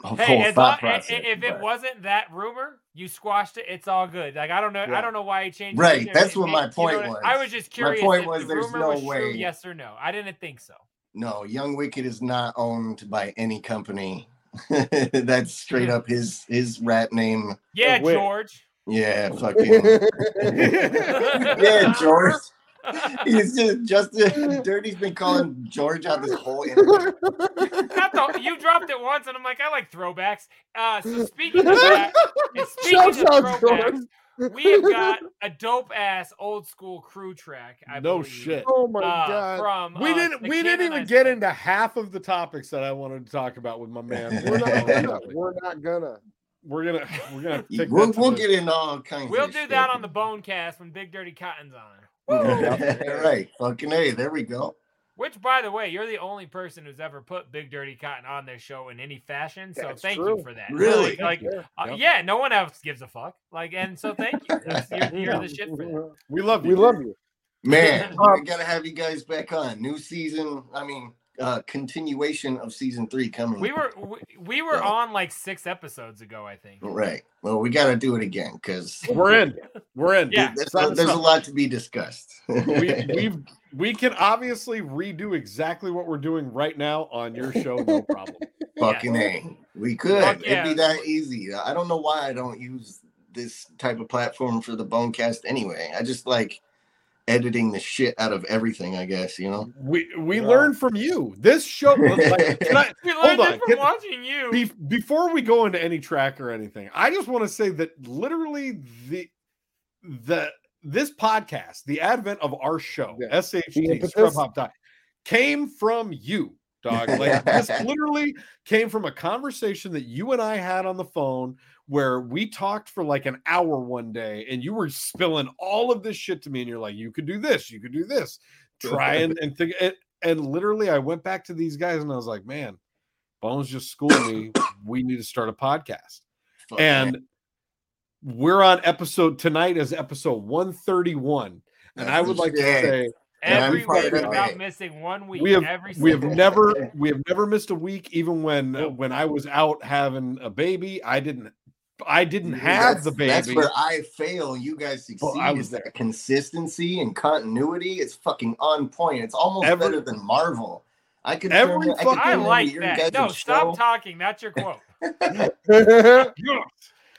S8: whole
S2: Hey, as long,
S8: thought
S2: i- i-
S8: process.
S2: if it
S8: but-
S2: wasn't that rumor, you squashed it. It's all good. Like I don't know. I
S3: Yeah.
S2: don't know why he changed.
S8: Right,
S2: it.
S8: that's
S2: It-
S8: what
S2: it-
S8: my
S2: you know
S8: point
S2: what-
S8: was.
S2: I was just
S8: My
S2: curious.
S8: point
S2: if
S8: was
S2: the
S8: there's
S2: rumor
S8: no
S2: was true,
S8: way-
S2: yes or no? I didn't think so.
S8: No, Young Wicked is not owned by any company. That's straight up his his rap name.
S2: Yeah,
S3: wait.
S2: George.
S8: Yeah, fucking yeah, George. He's just Justin Dirty's been calling George out this whole interview.
S2: Not the, you dropped it once, and I'm like, I like throwbacks. Uh, so speaking of that, and speaking of
S3: Shouts out,
S2: throwbacks,
S3: George.
S2: we have got a dope ass old school crew track. I
S1: no
S2: believe,
S1: shit.
S3: Oh my
S2: uh,
S3: god.
S2: From
S1: we
S2: uh,
S1: didn't.
S2: the
S1: We didn't even
S2: Canaanites
S1: get
S2: band.
S1: into half of the topics that I wanted to talk about with my man.
S3: We're not gonna.
S1: We're-
S3: We're not gonna.
S1: we're gonna. We're gonna. Take
S8: We'll,
S1: that to
S8: we'll
S1: the-
S8: get into all kinds.
S2: We'll
S8: of
S2: do
S8: shit.
S2: that on the Bonecast when Big Dirty Cotton's on.
S4: Oh,
S8: all right, fucking a. There we go.
S2: Which, by the way, you're the only person who's ever put Big Dirty Cotton on their show in any fashion. So
S3: That's
S2: thank
S3: true.
S2: you for that.
S8: Really?
S2: Like,
S1: Yeah.
S2: uh,
S1: Yep.
S2: yeah, no one else gives a fuck. Like, and so thank you. That's- You're, you're the shit for that.
S1: We love you.
S3: We love you.
S8: Man, I gotta have you guys back on. New season. I mean, uh continuation of season three coming.
S2: We were we, we were on like six episodes ago, I think.
S8: right. Well, we gotta do it again because
S1: We're in. We're in.
S2: Yeah.
S8: there's,
S1: Sign
S8: a,
S1: us
S8: there's a
S1: up.
S8: lot to be discussed.
S1: we we've, we can obviously redo exactly what we're doing right now on your show, no problem.
S8: Fucking A. We could.
S2: Fuck
S8: It'd
S2: yeah.
S8: be that easy. I don't know why I don't use this type of platform for the Bonecast anyway. I just like editing the shit out of everything, I guess, you know?
S1: We we learn from you. This show, like, can I-
S2: We
S1: Hold
S2: learned
S1: on,
S2: it from
S1: get-
S2: watching you.
S1: be, before we go into any track or anything, I just want to say that literally the the this podcast, the advent of our show,
S3: Yeah. The
S1: SHT
S3: impetus.
S1: Scrub Hop Dog, came from you, dog. Like this literally came from a conversation that you and I had on the phone where we talked for like an hour one day, and you were spilling all of this shit to me, and you're like, "You could do this, you could do this, try and and think." And, and literally, I went back to these guys, and I was like, "Man." Bones just schooled me. We need to start a podcast.
S8: Fuck
S1: And we're on episode tonight is episode 131. And I
S8: That's
S1: would
S8: the
S1: like to
S8: shit.
S1: say
S8: Yeah, I'm
S2: every
S8: fired
S2: week
S8: up.
S2: without missing one week.
S1: we have
S2: every
S1: we have
S2: single-
S1: never we have never missed a week, even when uh, when I was out having a baby. I didn't I didn't have
S8: That's-
S1: the baby.
S8: That's where I fail. You guys succeed.
S1: Well, I was
S8: is that consistency and continuity? It's fucking on point. It's almost
S1: Every-
S8: better than Marvel. I could.
S1: Every
S8: turn- could
S1: fucking-
S8: turn
S2: I
S8: into
S2: like
S8: your guys'
S2: that. No,
S8: show.
S2: stop talking. That's your quote.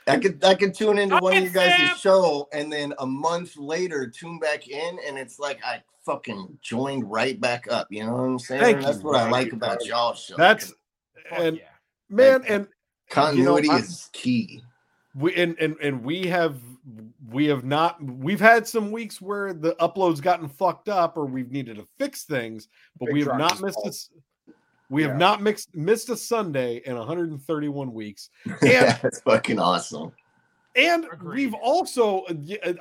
S8: I could I could tune into one of you
S2: Fucking
S8: guys'
S2: Sam.
S8: show and then a month later tune back in and it's like I fucking joined right back up. You know what I'm saying?
S1: Thank
S8: that's
S1: you.
S8: what I
S1: Thank
S8: like
S1: you,
S8: about
S1: brother.
S8: y'all show.
S1: That's
S2: Fuck
S1: and
S2: yeah.
S1: man, and
S8: continuity
S1: you know, I'm-
S8: is key.
S1: we and, and and we have we have not we've had some weeks where the upload's gotten fucked up or we've needed to fix things but
S3: Big
S1: we have
S3: Truck
S1: not
S3: is
S1: missed
S3: fault.
S1: us we
S3: Yeah.
S1: have not mixed, missed a sunday in 131 weeks and
S8: that's fucking awesome.
S1: and
S2: Agreed.
S1: we've also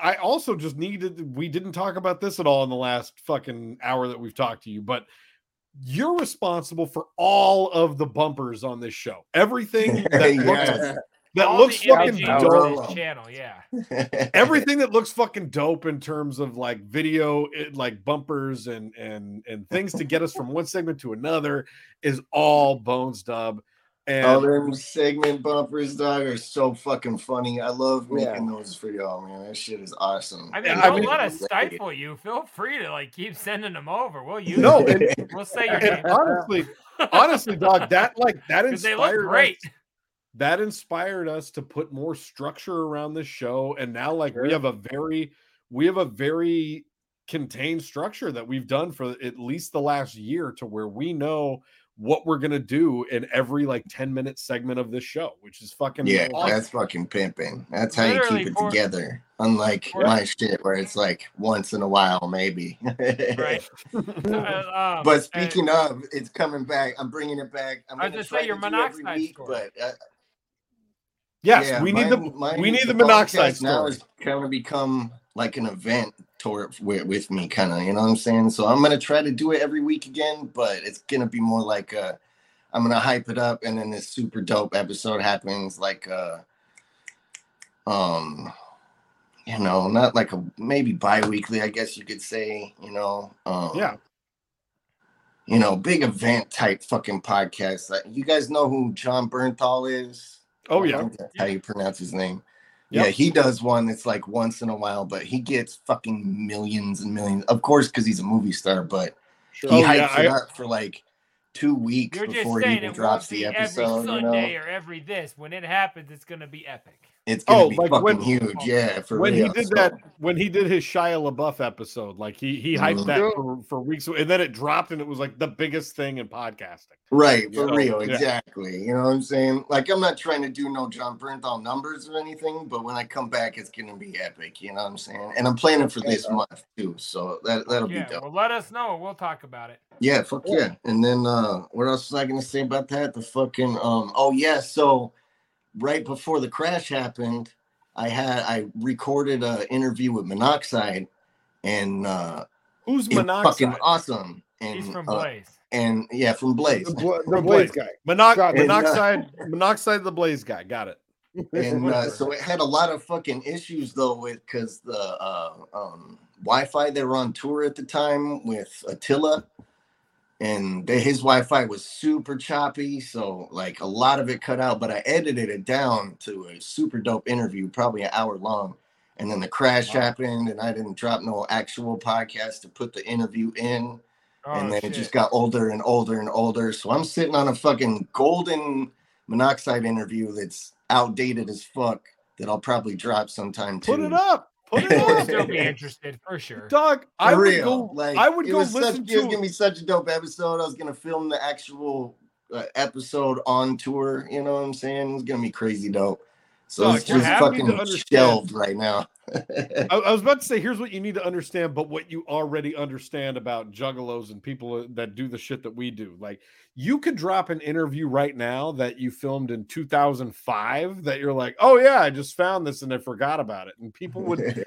S1: i also just needed we didn't talk about this at all in the last fucking hour that we've talked to you but you're responsible for all of the bumpers on this show everything that looks,
S8: Yes.
S1: that
S2: All
S1: looks
S2: the
S1: fucking
S2: images
S8: dope.
S2: on this channel, yeah.
S1: everything that looks fucking dope in terms of like video it, like bumpers and and and things to get us from one segment to another is all bones dub and
S8: All them segment bumpers, dog, are so fucking funny. I love
S3: Yeah.
S8: making those for y'all, man. That shit is awesome.
S2: I mean,
S1: I
S2: don't
S1: mean-
S2: let us stifle you. Feel free to like keep sending them over. We'll use
S1: No,
S2: them.
S1: and-
S2: we'll say your name
S1: and honestly honestly dog that like that
S2: because they look
S1: inspired
S2: great.
S1: us- that inspired us to put more structure around this show and now like we
S3: Sure.
S1: have a very we have a very contained structure that we've done for at least the last year to where we know what we're gonna do in every like 10 minute segment of this show which is fucking
S8: yeah,
S1: awesome.
S8: that's fucking pimping. That's how you
S2: Literally
S8: keep it
S2: for-
S8: together. Unlike
S2: for-
S8: my shit, where it's like once in a while, maybe.
S2: Right. Uh, um,
S8: But
S2: and-
S8: speaking of, it's coming back. I'm bringing it back. I'm
S2: I was
S8: gonna
S2: gonna say
S8: try to
S2: your
S8: do every
S2: monoxide
S8: week,
S2: score.
S8: but uh,
S1: Yes,
S8: yeah,
S1: we need the
S8: mine- mine-
S1: we need the,
S8: podcast
S1: monoxide
S8: now
S1: story.
S8: is kind of become like an event tour with, with me, kind of. You know what I'm saying? So I'm gonna try to do it every week again, but it's gonna be more like uh, I'm gonna hype it up, and then this super dope episode happens, like uh, um, you know, not like a maybe bi-weekly, I guess you could say. You know, um,
S1: Yeah.
S8: You know, big event type fucking podcast. Like, you guys know who John Bernthal is?
S1: Oh
S8: I
S1: yeah,
S8: think that's how you pronounce his name.
S1: Yep.
S8: Yeah, he does one that's like once in a while, but he gets fucking millions and millions. Of course, because he's a movie star, but
S3: Sure.
S8: he
S1: Oh,
S8: hypes
S1: yeah,
S8: it
S1: I-
S8: up for like two weeks
S2: you're just
S8: before he
S2: saying
S8: even
S2: it won't
S8: drops the
S2: be
S8: episode.
S2: every
S8: You know?
S2: Sunday or every this. When it happens, it's gonna be epic.
S8: It's gonna
S1: Oh,
S8: be
S1: like
S8: fucking
S1: when-
S8: huge. Yeah, for
S1: when
S8: real.
S1: he did
S8: So,
S1: that when he did his Shia LaBeouf episode, like he he hyped
S8: Mhm.
S1: that for, for weeks, and then it dropped, and it was like the biggest thing in podcasting.
S8: Right, for
S1: So,
S8: real,
S1: yeah.
S8: exactly. You know what I'm saying? Like, I'm not trying to do no John Bernthal numbers or anything, but when I come back, it's gonna be epic. You know what I'm saying? And I'm planning for this month too, so that that'll
S2: yeah,
S8: be dope.
S2: well, let us know. We'll talk about it.
S8: Yeah, fuck yeah. And then uh what else was I gonna say about that? The fucking um oh yeah, so right before the crash happened, I had I recorded a interview with Monoxide and uh
S1: Who's
S8: it was
S1: monoxide?
S8: fucking awesome. And
S2: He's from
S8: uh,
S2: Blaze.
S8: and yeah, from Blaze.
S3: The, Bla- the Blaze
S1: Blaze.
S3: guy.
S1: Monox-
S3: God,
S8: and, uh,
S1: monoxide, monoxide, the blaze guy. Got it.
S8: and uh, so it had a lot of fucking issues though with because the uh, um, Wi-Fi they were on tour at the time with Attila, and the, his Wi-Fi was super choppy, so like a lot of it cut out. But I edited it down to a super dope interview, probably an hour long. And then the crash happened, and I didn't drop no actual podcast to put the interview in
S2: Oh,
S8: and then
S2: shit.
S8: it just got older and older and older. So I'm sitting on a fucking golden monoxide interview that's outdated as fuck that I'll probably drop sometime too.
S1: Put it up. Put it
S2: We'll
S1: up.
S2: still be interested for sure.
S1: Dog,
S8: For
S1: I would
S8: real.
S1: go.
S8: like
S1: I would
S8: it
S1: go
S8: was such,
S1: listen
S8: It was
S1: to.
S8: gonna be such a dope episode. I was gonna film the actual uh, episode on tour. You know what I'm saying? It was gonna be crazy dope. So
S1: Dog,
S8: it's
S1: you
S8: just
S1: have me to
S8: fucking
S1: understand.
S8: shelved right now.
S1: I, I was about to say, here's what you need to understand, but what you already understand about juggalos and people that do the shit that we do. Like, you could drop an interview right now that you filmed in 2005 that you're like, oh, yeah, I just found this and I forgot about it. And people would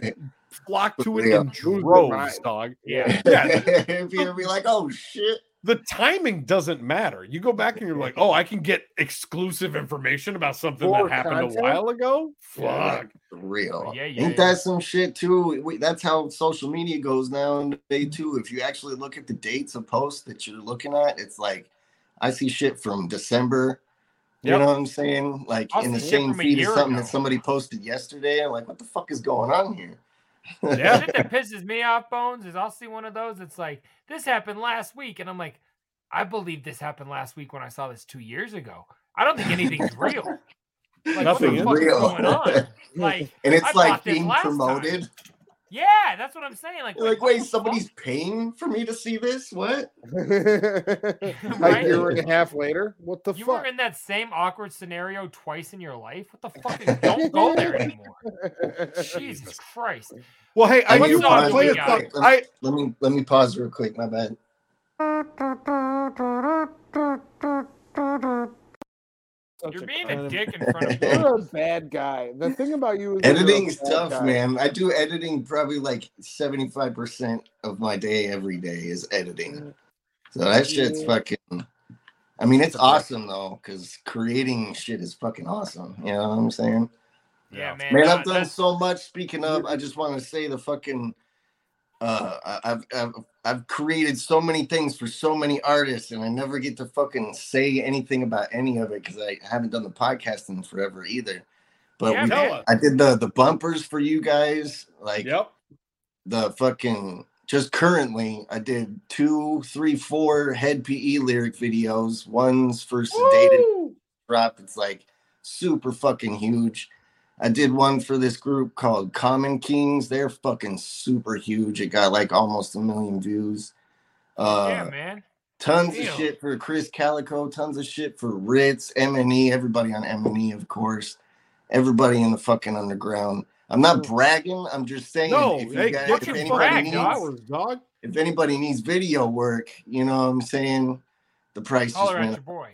S1: flock to it
S8: Yeah.
S1: in
S3: Lose their
S1: droves,
S3: mind.
S1: dog.
S2: Yeah.
S1: Yeah.
S8: People be like, "Oh shit."
S1: The timing doesn't matter. You go back and you're like, oh, I can get exclusive information about something
S3: More
S1: that happened a
S3: content?
S1: while ago. Fuck.
S8: Yeah, like, for real.
S2: Yeah, yeah,
S8: Ain't
S2: yeah.
S8: that some shit too? We, that's how social media goes now today
S2: Mm-hmm.
S8: too. If you actually look at the dates of posts that you're looking at, it's like I see shit from December. You
S1: Yep.
S8: know what I'm saying? Like
S2: I'll
S8: in the
S2: see shit
S8: same
S2: from a
S8: feed as
S2: year
S8: something
S2: ago.
S8: that somebody posted yesterday. I'm like, what the fuck is going on here?
S1: Yeah.
S2: The shit that pisses me off, Bones, is I'll see one of those. It's like this happened last week, and I'm like, I believe this happened last week when I saw this two years ago. I don't think anything's real. Like,
S1: Nothing
S2: what the fuck
S8: is real.
S2: is going on? Like,
S8: and it's
S2: I
S8: like
S2: bought this
S8: being
S2: last time.
S8: promoted.
S2: yeah, that's what I'm saying. Like,
S8: Like,
S2: what
S8: wait,
S2: the
S8: somebody's paying for me to see this? What?
S3: like a
S2: Right?
S3: year and a half later. What the
S2: fuck? You were
S3: fuck?
S2: in that same awkward scenario twice in your life. What the fuck? Is, don't go there anymore. Jesus Christ.
S1: Well, hey, I
S8: Let me
S1: do
S2: What's
S1: want
S2: up,
S1: to play a
S2: Leon?
S1: song. I,
S8: Let me let me pause real quick. My bad.
S2: You're being a dick in front of me.
S3: You're a bad guy. The thing about you is that you're a
S8: Editing's
S3: bad
S8: tough,
S3: guy.
S8: man. I do editing probably like 75% of my day every day is
S3: Mm.
S8: editing. So that shit's fucking I mean it's awesome though, because creating shit is fucking awesome. You know what I'm saying?
S2: Yeah, man.
S8: Man,
S2: nah,
S8: I've done
S2: that's-
S8: so much. Speaking of, I just want to say the fucking uh I- I've I've I've created so many things for so many artists and I never get to fucking say anything about any of it because I haven't done the podcast in forever either. But
S2: Yeah,
S8: we
S2: man.
S1: tell us.
S8: I did the the bumpers for you guys. Like
S1: Yep.
S8: the fucking just currently, I did two, three, four head PE lyric videos. One's for sedated drop. It's like super fucking huge. I did one for this group called Common Kings. They're fucking super huge. It got like almost a million views. Uh,
S2: yeah, man.
S8: tons
S2: Damn.
S8: of shit for Chris Calico, tons of shit for Ritz, M and E, everybody on M and E, of course, everybody in the fucking underground. I'm not
S2: Mm.
S8: bragging. I'm just saying
S1: No,
S8: if, you
S1: hey,
S8: guys-
S1: get
S8: if
S1: your
S8: anybody
S2: brag,
S1: fucking
S8: needs,
S2: dog.
S1: hours, dog.
S8: if anybody needs video work, you know what I'm saying. The price just
S2: Holler at
S8: went.
S2: your boy.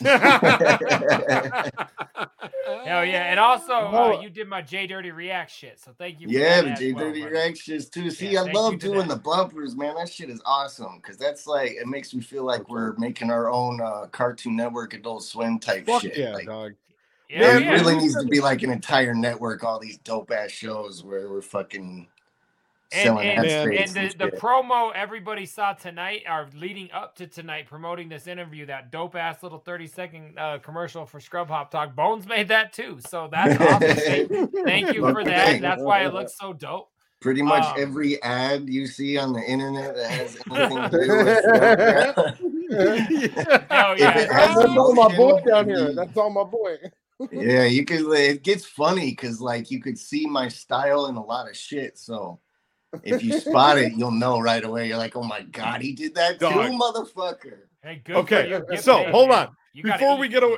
S8: up.
S2: Hell Oh, yeah. And also,
S3: No.
S2: uh, you did my J Dirty React shit. So thank you. For
S8: yeah,
S2: that
S8: the
S2: as
S8: J
S2: well,
S8: Dirty
S2: brother.
S8: Reactions too. See,
S2: Yeah,
S8: I
S2: thank you
S8: love
S2: to
S8: doing
S2: that.
S8: the bumpers, man. That shit is awesome because that's like it makes me feel like we're making our own uh, Cartoon Network Adult Swim type
S1: Fuck
S8: shit.
S1: yeah,
S8: like,
S1: dog.
S2: Yeah,
S8: There
S2: yeah.
S8: really needs to be like an entire network, all these dope ass shows where we're fucking
S2: And,
S8: selling
S2: and,
S8: ad
S1: Man.
S8: space
S2: and
S8: and
S2: the, the
S8: shit.
S2: promo everybody saw tonight, or leading up to tonight, promoting this interview, that dope ass little 30 second uh, commercial for Scrub Hop Talk. Bones made that too. So that's awesome. Thank- Thank you
S8: Fuck
S2: for
S8: the
S2: that.
S8: thing.
S2: That's why it looks so dope.
S8: Pretty much
S2: um,
S8: every ad you see on the internet that has anything to do with
S2: Hell
S8: If it
S2: yeah.
S8: has
S3: That's all my
S8: emotion,
S3: boy down here.
S8: you-
S3: That's all my boy.
S8: yeah, you could. It gets funny because like you could see my style in a lot of shit. So if you spot it, you'll know right away. You're like, oh my god, he did that too,
S1: Dog.
S8: motherfucker.
S2: Hey, good. for
S1: Okay,
S2: you. Get
S1: so
S2: paid,
S1: hold
S2: man.
S1: on.
S2: You gotta
S1: Before we
S2: eat.
S1: get away,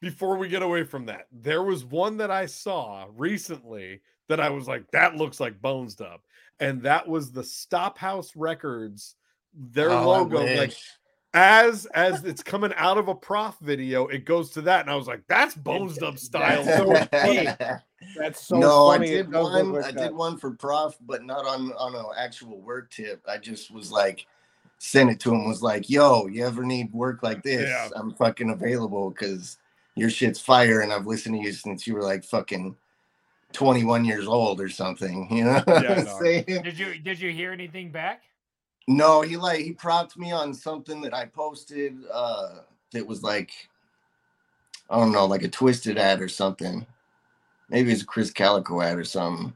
S1: before we get away from that, there was one that I saw recently that I was like, that looks like Bones Dub, and that was the Stop House Records. Their
S8: Oh, I
S1: logo, like
S8: wish.
S1: as as it's coming out of a prof video, it goes to that, and I was like, that's Bones Dub style. So deep.
S3: That's so
S8: no,
S3: funny.
S8: I
S3: it
S8: did
S3: does look
S8: one.
S3: like
S8: I
S3: that.
S8: did one for prof, but not on on an actual work tip. I just was like, sent it to him. Was like, yo, you ever need work like this?
S1: Yeah.
S8: I'm fucking available because your shit's fire, and I've listened to you since you were like fucking 21 years old or something. You know what
S1: Yeah,
S8: I'm
S1: dog.
S8: saying?
S2: Did you did you hear anything back?
S8: No, he like he propped me on something that I posted uh that was like I don't know, like a twisted ad or something. Maybe it's a Chris Calico ad or something.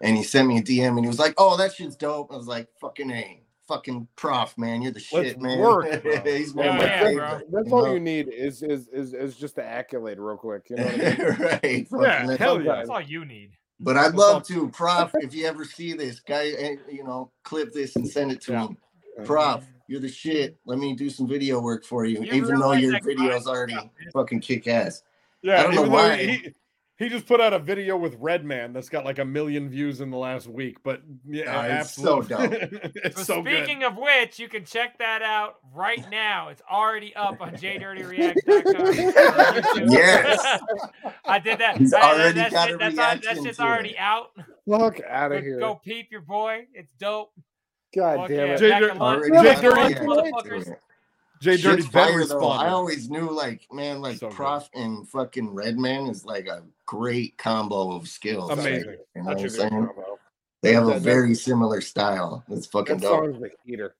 S8: And he sent me a DM and he was like, Oh, that shit's dope. I was like, fucking A, fucking prof, man. You're the shit,
S1: Let's
S8: man.
S1: work, bro.
S8: He's one of
S2: Yeah,
S8: my
S2: yeah, bro.
S8: favorite.
S3: That's all you need is is is is just the accolade real quick. You know what I mean?
S8: right.
S1: Yeah,
S8: fucking A.
S1: hell yeah.
S2: That's all you need.
S8: But I'd
S1: That's
S8: love
S1: awesome.
S8: to, Prof. If you ever see this guy, eh, you know, clip this and send it to
S1: Yeah.
S8: him. Prof, you're the shit. Let me do some video work for you,
S2: You
S8: even though
S2: realize
S8: your
S2: that
S8: video's
S2: Chronic-
S8: already fucking kick ass.
S1: Yeah,
S8: I don't know
S1: even though
S8: why.
S1: He, he just put out a video with Redman that's got like a million views in the last week, but yeah,
S8: Oh, it's so
S1: absolutely. it's
S2: So
S1: so good.
S2: speaking of which, you can check that out right now. It's already up on jdirtyreacts.com.
S8: Yes.
S2: I did that.
S8: He's
S2: That- that-
S8: already
S2: that's
S8: got
S2: it.
S8: a
S2: that's on- that
S8: reaction
S2: shit's
S8: to it.
S2: already out.
S3: Fuck out of
S2: Go,
S3: here.
S2: go peep your boy. It's dope.
S3: God
S2: Fuck
S3: damn
S2: yeah.
S3: it.
S1: Jay
S2: Back
S1: Dir-
S2: to lunch.
S8: Already
S3: Jay
S8: got a
S1: Dirty-
S8: reaction to
S2: motherfuckers.
S8: it.
S1: Jay
S8: Shit's
S1: Dirty's been
S8: fire, though. I
S1: responding.
S8: always knew, like, man, like
S1: So good.
S8: Prof and fucking Redman is like a great combo of skills.
S1: Amazing.
S8: Like, you know
S3: Such
S8: what
S3: a
S8: I'm
S3: good
S8: saying?
S3: combo.
S8: They have a
S3: That- that-
S8: very similar style. It's fucking
S3: That
S8: dope.
S3: song's the heater.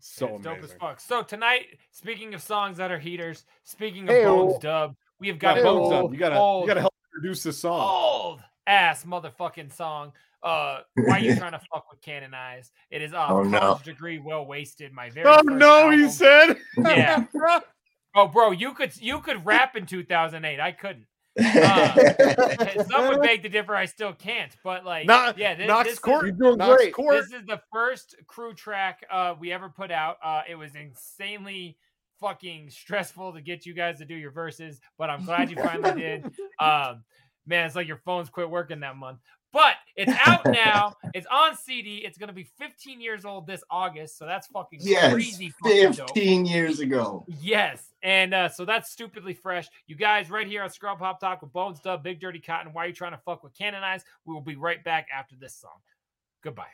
S1: So
S2: it's dope as
S1: amazing.
S2: fuck. So tonight, speaking of songs that are heaters, speaking of
S3: Heyo.
S2: Bones Dub, we have got
S1: Got
S3: Hey-o.
S1: bones
S2: Bones
S1: up. You gotta you
S2: Old.
S1: gotta help introduce this song.
S2: old ass motherfucking song. Uh, why you trying to fuck with canonized? It is off
S8: Oh, no.
S2: college degree well wasted. My very
S1: Oh,
S2: first
S1: no,
S2: album.
S1: he said.
S2: yeah. Oh, bro, you could you could rap in 2008. I couldn't. Ah, Some would beg to differ. I still can't. But like,
S1: Not
S2: yeah, this,
S1: Knox
S2: this
S1: Court.
S3: You're doing
S1: Knox
S3: great.
S1: Court.
S2: this is the first crew track uh, we ever put out. Uh, it was insanely fucking stressful to get you guys to do your verses, but I'm glad you finally did. Um, man, it's like your phones quit working that month. But it's out now. It's on CD. It's gonna be 15 years old this August, so that's fucking
S8: yes.
S2: crazy. Fucking dope.
S8: 15 years ago.
S2: Yes. And uh, so that's stupidly fresh. You guys, right here on Scrub Hop Talk with Bones Dub, Big Dirty Cotton, why are you trying to fuck with Canonize? We will be right back after this song. Goodbye.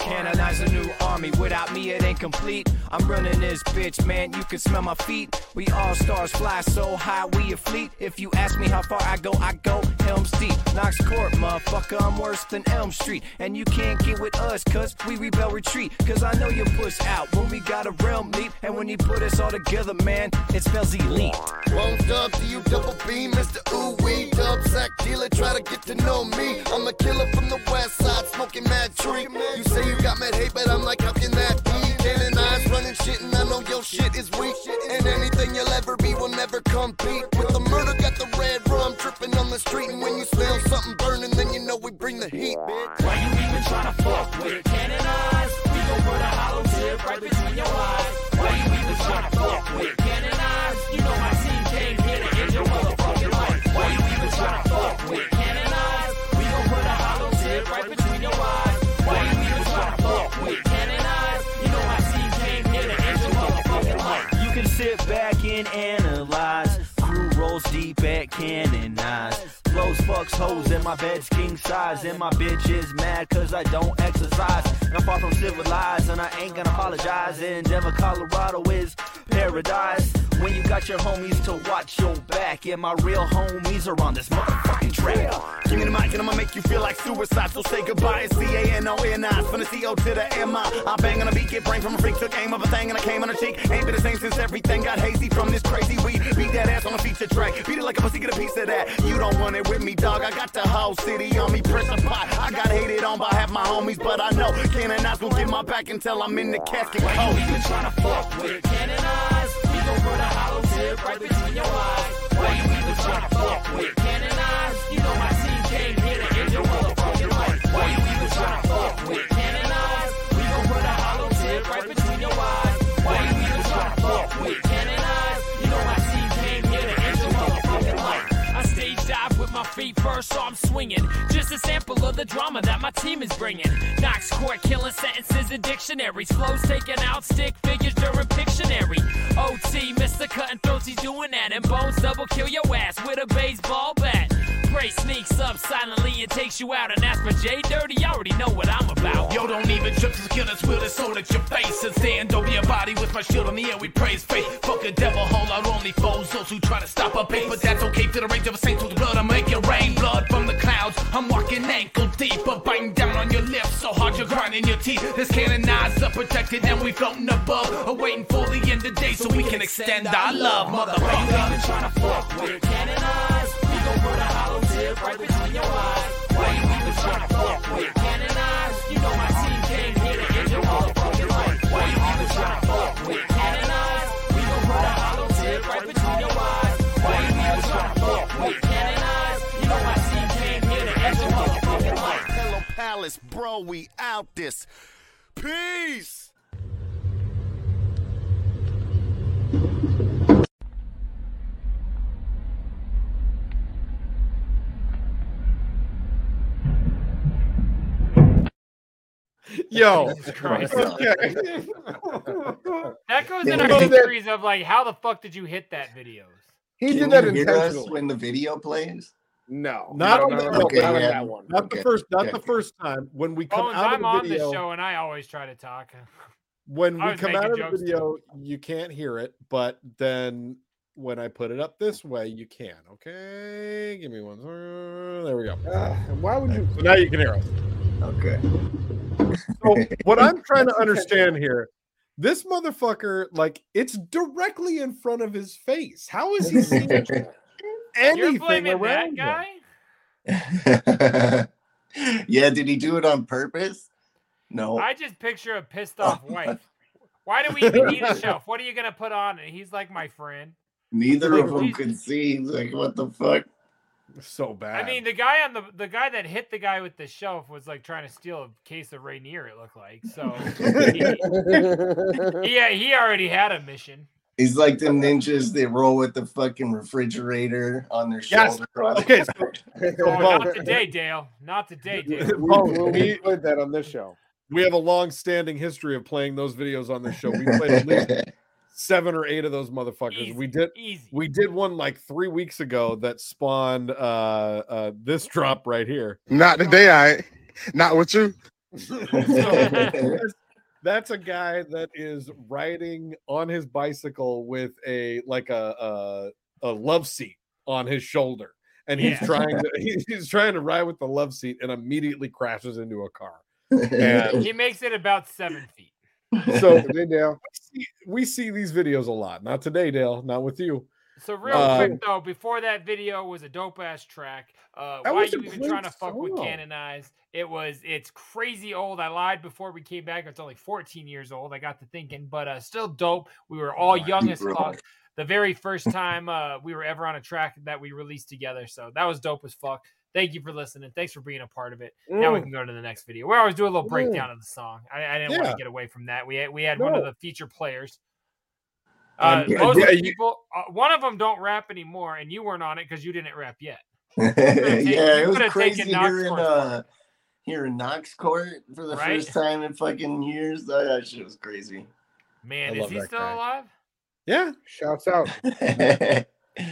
S6: Canonize a new army. Without me, it ain't complete. I'm running this bitch, man. You can smell my feet. We all stars fly so high, we a fleet. If you ask me how far I go, I go Helm's Deep. Knox Court, motherfucker, I'm worse than Elm Street. And you can't get with us, cuz we rebel retreat. Cuz I know you push out when we got a realm leap. And when you put us all together, man, it spells elite.
S9: Won't dub to you double B, Mr. Ooh Wee. Dub sack dealer, try to get to know me. I'm a killer from the west side, smoking mad tree. You say you got mad hate, but I'm like, how can that be? Cannon eyes running shit, and I know your shit is weak. And anything you'll ever be will never compete. With the murder, got the red rum dripping on the street. And when you smell something burning, then you know we bring the heat, bitch.
S6: Why you even tryna fuck with Canonize? We gon' put a hollow tip right between your eyes. Why you even tryna fuck with Canonize? You know my team came here to end your motherfucking life. Why you even tryna fuck with Canonize? We gon' put a hollow tip right between your eyes. Why you even tryna fuck with Canonize? You know my team came here to end your motherfucking life. You can sit back and analyze. Crew rolls deep at Cannon Eyes. Blows, fucks, hoes, and my bed's king size. And my bitch is mad cause I don't exercise. I'm far from civilized and I ain't gonna apologize. In Denver, Colorado is paradise. When you got your homies to watch your back. Yeah, my real homies are on this motherfucking track.
S9: Give me the mic and I'ma make you feel like suicide. So say goodbye. It's C A N O N I. From the C O to the M I. I bang on a beat, get brain from a freak. Took aim of a thing and I came on her cheek. Ain't been the same since everything got hazy from this crazy weed. Beat that ass on the feet feature track. Beat it like a pussy, get a piece of that. You don't want it with me, dog. I got the whole city on me, pressing pot. I got hated on by half my homies, but I know Cannon Eyes will get my back until I'm in the casket. Why you even tryna fuck with Cannon Eyes? We gon' put a hollow tip right between your eyes. Why you even tryna fuck with Cannon Eyes? You know my team came here to end your motherfucking life. Why you even tryna fuck with Cannon Eyes? We gon' put a hollow tip right between your eyes. Why you even tryna fuck with Cannon Eyes? You know my team came here to end your motherfucking life.
S2: I stage dive with my feet first, so I'm swinging. Just a sample of the drama that my team is bringing. Knox court killing sentences in dictionaries. Flows taking out stick figures during Pictionary. OT, Mr. Cutting Throats, he's doing that. And Bones double kill your ass with a baseball bat. Gray sneaks up silently and takes you out. And that's for J Dirty, you already know what I'm about. Yo, don't even trip to kill this will it's sold at your face. And stand over your body with my shield in the air, we praise faith. Fuck a devil, hold out only foes, those who try to stop our pace. But that's okay to the range of a saint with blood, I make it rain. Blood from the clouds, I'm walking ankle deep. I'm biting down on your lips, so hard you're grinding your teeth. This cannon eyes are protected and we floating above. Awaiting for the end of day so we can extend our love, motherfucker. Trying to fuck with cannon eyes, we gon' put a hollow tip right between your eyes. Why you even tryna fuck with cannon eyes? You know my team came here to end your motherfucking life. Why you even tryna fuck with cannon eyes? We gon' put a hollow tip right between your eyes. Why you even tryna fuck with cannon eyes? You know my team came here to end your motherfucking life.
S9: Hello, Palace, bro, we out this. Peace!
S1: Yo,
S5: Jesus Christ.
S1: okay.
S5: That goes in
S8: Yeah.
S5: our
S8: Well, that-
S5: series of like, how the fuck did you hit that video?
S3: He
S8: Can
S3: did that
S8: you hear us
S3: intentionally.
S8: when the video plays?
S3: No,
S1: Not
S3: no,
S1: on
S3: no,
S1: the-
S3: no,
S8: okay,
S3: not on
S8: yeah.
S3: that one.
S1: not the
S8: Okay,
S1: first, not
S8: okay.
S1: the first time when we come
S5: Bones,
S1: out
S5: I'm
S1: of
S5: on
S1: the
S5: this
S1: video.
S5: show Oh, and I always try to talk.
S1: when
S5: I
S1: we
S5: was
S1: come
S5: making
S1: out of the
S5: jokes.
S1: video, you can't hear it, but then when I put it up this way, you can. Okay, give me one. second. There we go.
S3: Ah, and why would you?
S1: So now you can hear us.
S8: Okay.
S1: So what I'm trying to understand here, this motherfucker, like it's directly in front of his face. How is he seeing
S5: You're
S1: anything
S5: blaming that
S1: around
S5: guy?
S1: him?
S8: yeah, did he do it on purpose? No.
S5: I just picture a pissed off wife. Why do we even need a shelf? What are you gonna put on it? He's like my friend.
S8: Neither of them could see. He's Like, what the fuck?
S1: So bad.
S5: I
S3: Um,
S5: mean, the guy on the the guy that hit the guy with the shelf was like trying to steal a case of Rainier. It looked like so. Yeah, he already had a mission.
S8: He's like the ninjas that roll with the fucking refrigerator on their
S1: Yes.
S8: shoulder. on it.
S1: okay, so
S5: Oh, not
S1: Bones.
S5: today, Dale. Not today, Dale.
S1: Bones,
S3: Oh, we, we
S1: we,
S3: played that on this show.
S1: we have a long-standing history of playing those videos on this show. We played at least seven or eight of those motherfuckers. We
S5: Easy.
S1: did
S5: Easy.
S1: we did one like three weeks ago that spawned uh uh this drop right here
S10: Not today, I ain't. not with you.
S1: that's, that's a guy that is riding on his bicycle with a like a a, a love seat on his shoulder and he's
S5: Yeah.
S1: trying to he's, he's trying to ride with the love seat and immediately crashes into a car
S5: He makes it about seven feet.
S1: so we
S3: Today, Dale.
S1: see, we see these videos a lot not today dale not with you
S5: So real
S3: Uh,
S1: Um,
S5: quick though, before that video was a dope ass track. Uh,
S1: That
S5: why
S1: was a
S5: you even
S1: great
S5: trying to fuck with
S1: song.
S5: Cannon Eyes? It was it's crazy old. I lied before we came back. It's only 14 years old. I got to thinking, but uh, still dope. We were all young as
S8: bro.
S5: fuck. The very first time uh, we were ever on a track that we released together. So that was dope as fuck. Thank you for listening. Thanks for being a part of it. Now we
S3: Mm.
S5: can go to the next video. We always do a little
S3: Mm.
S5: breakdown of the song. I, I didn't want
S1: Yeah.
S5: to get away from that. We had, we had one of
S3: No.
S5: the feature players. Uh,
S1: Um, yeah,
S5: most of
S1: yeah,
S5: the
S1: you-
S5: people, uh, one of them don't rap anymore, and you weren't on it because you didn't rap yet.
S8: yeah, it
S5: You
S8: was
S5: could've
S8: crazy
S5: taken Knox
S8: hearing
S5: Court's
S8: uh hearing Knox Court for the
S5: Right?
S8: first time in fucking years. That, that shit was crazy.
S5: Man,
S1: I
S5: is
S1: love
S5: he
S1: that
S5: still
S1: guy.
S5: alive?
S1: yeah
S3: Mm, Shouts out.
S5: I,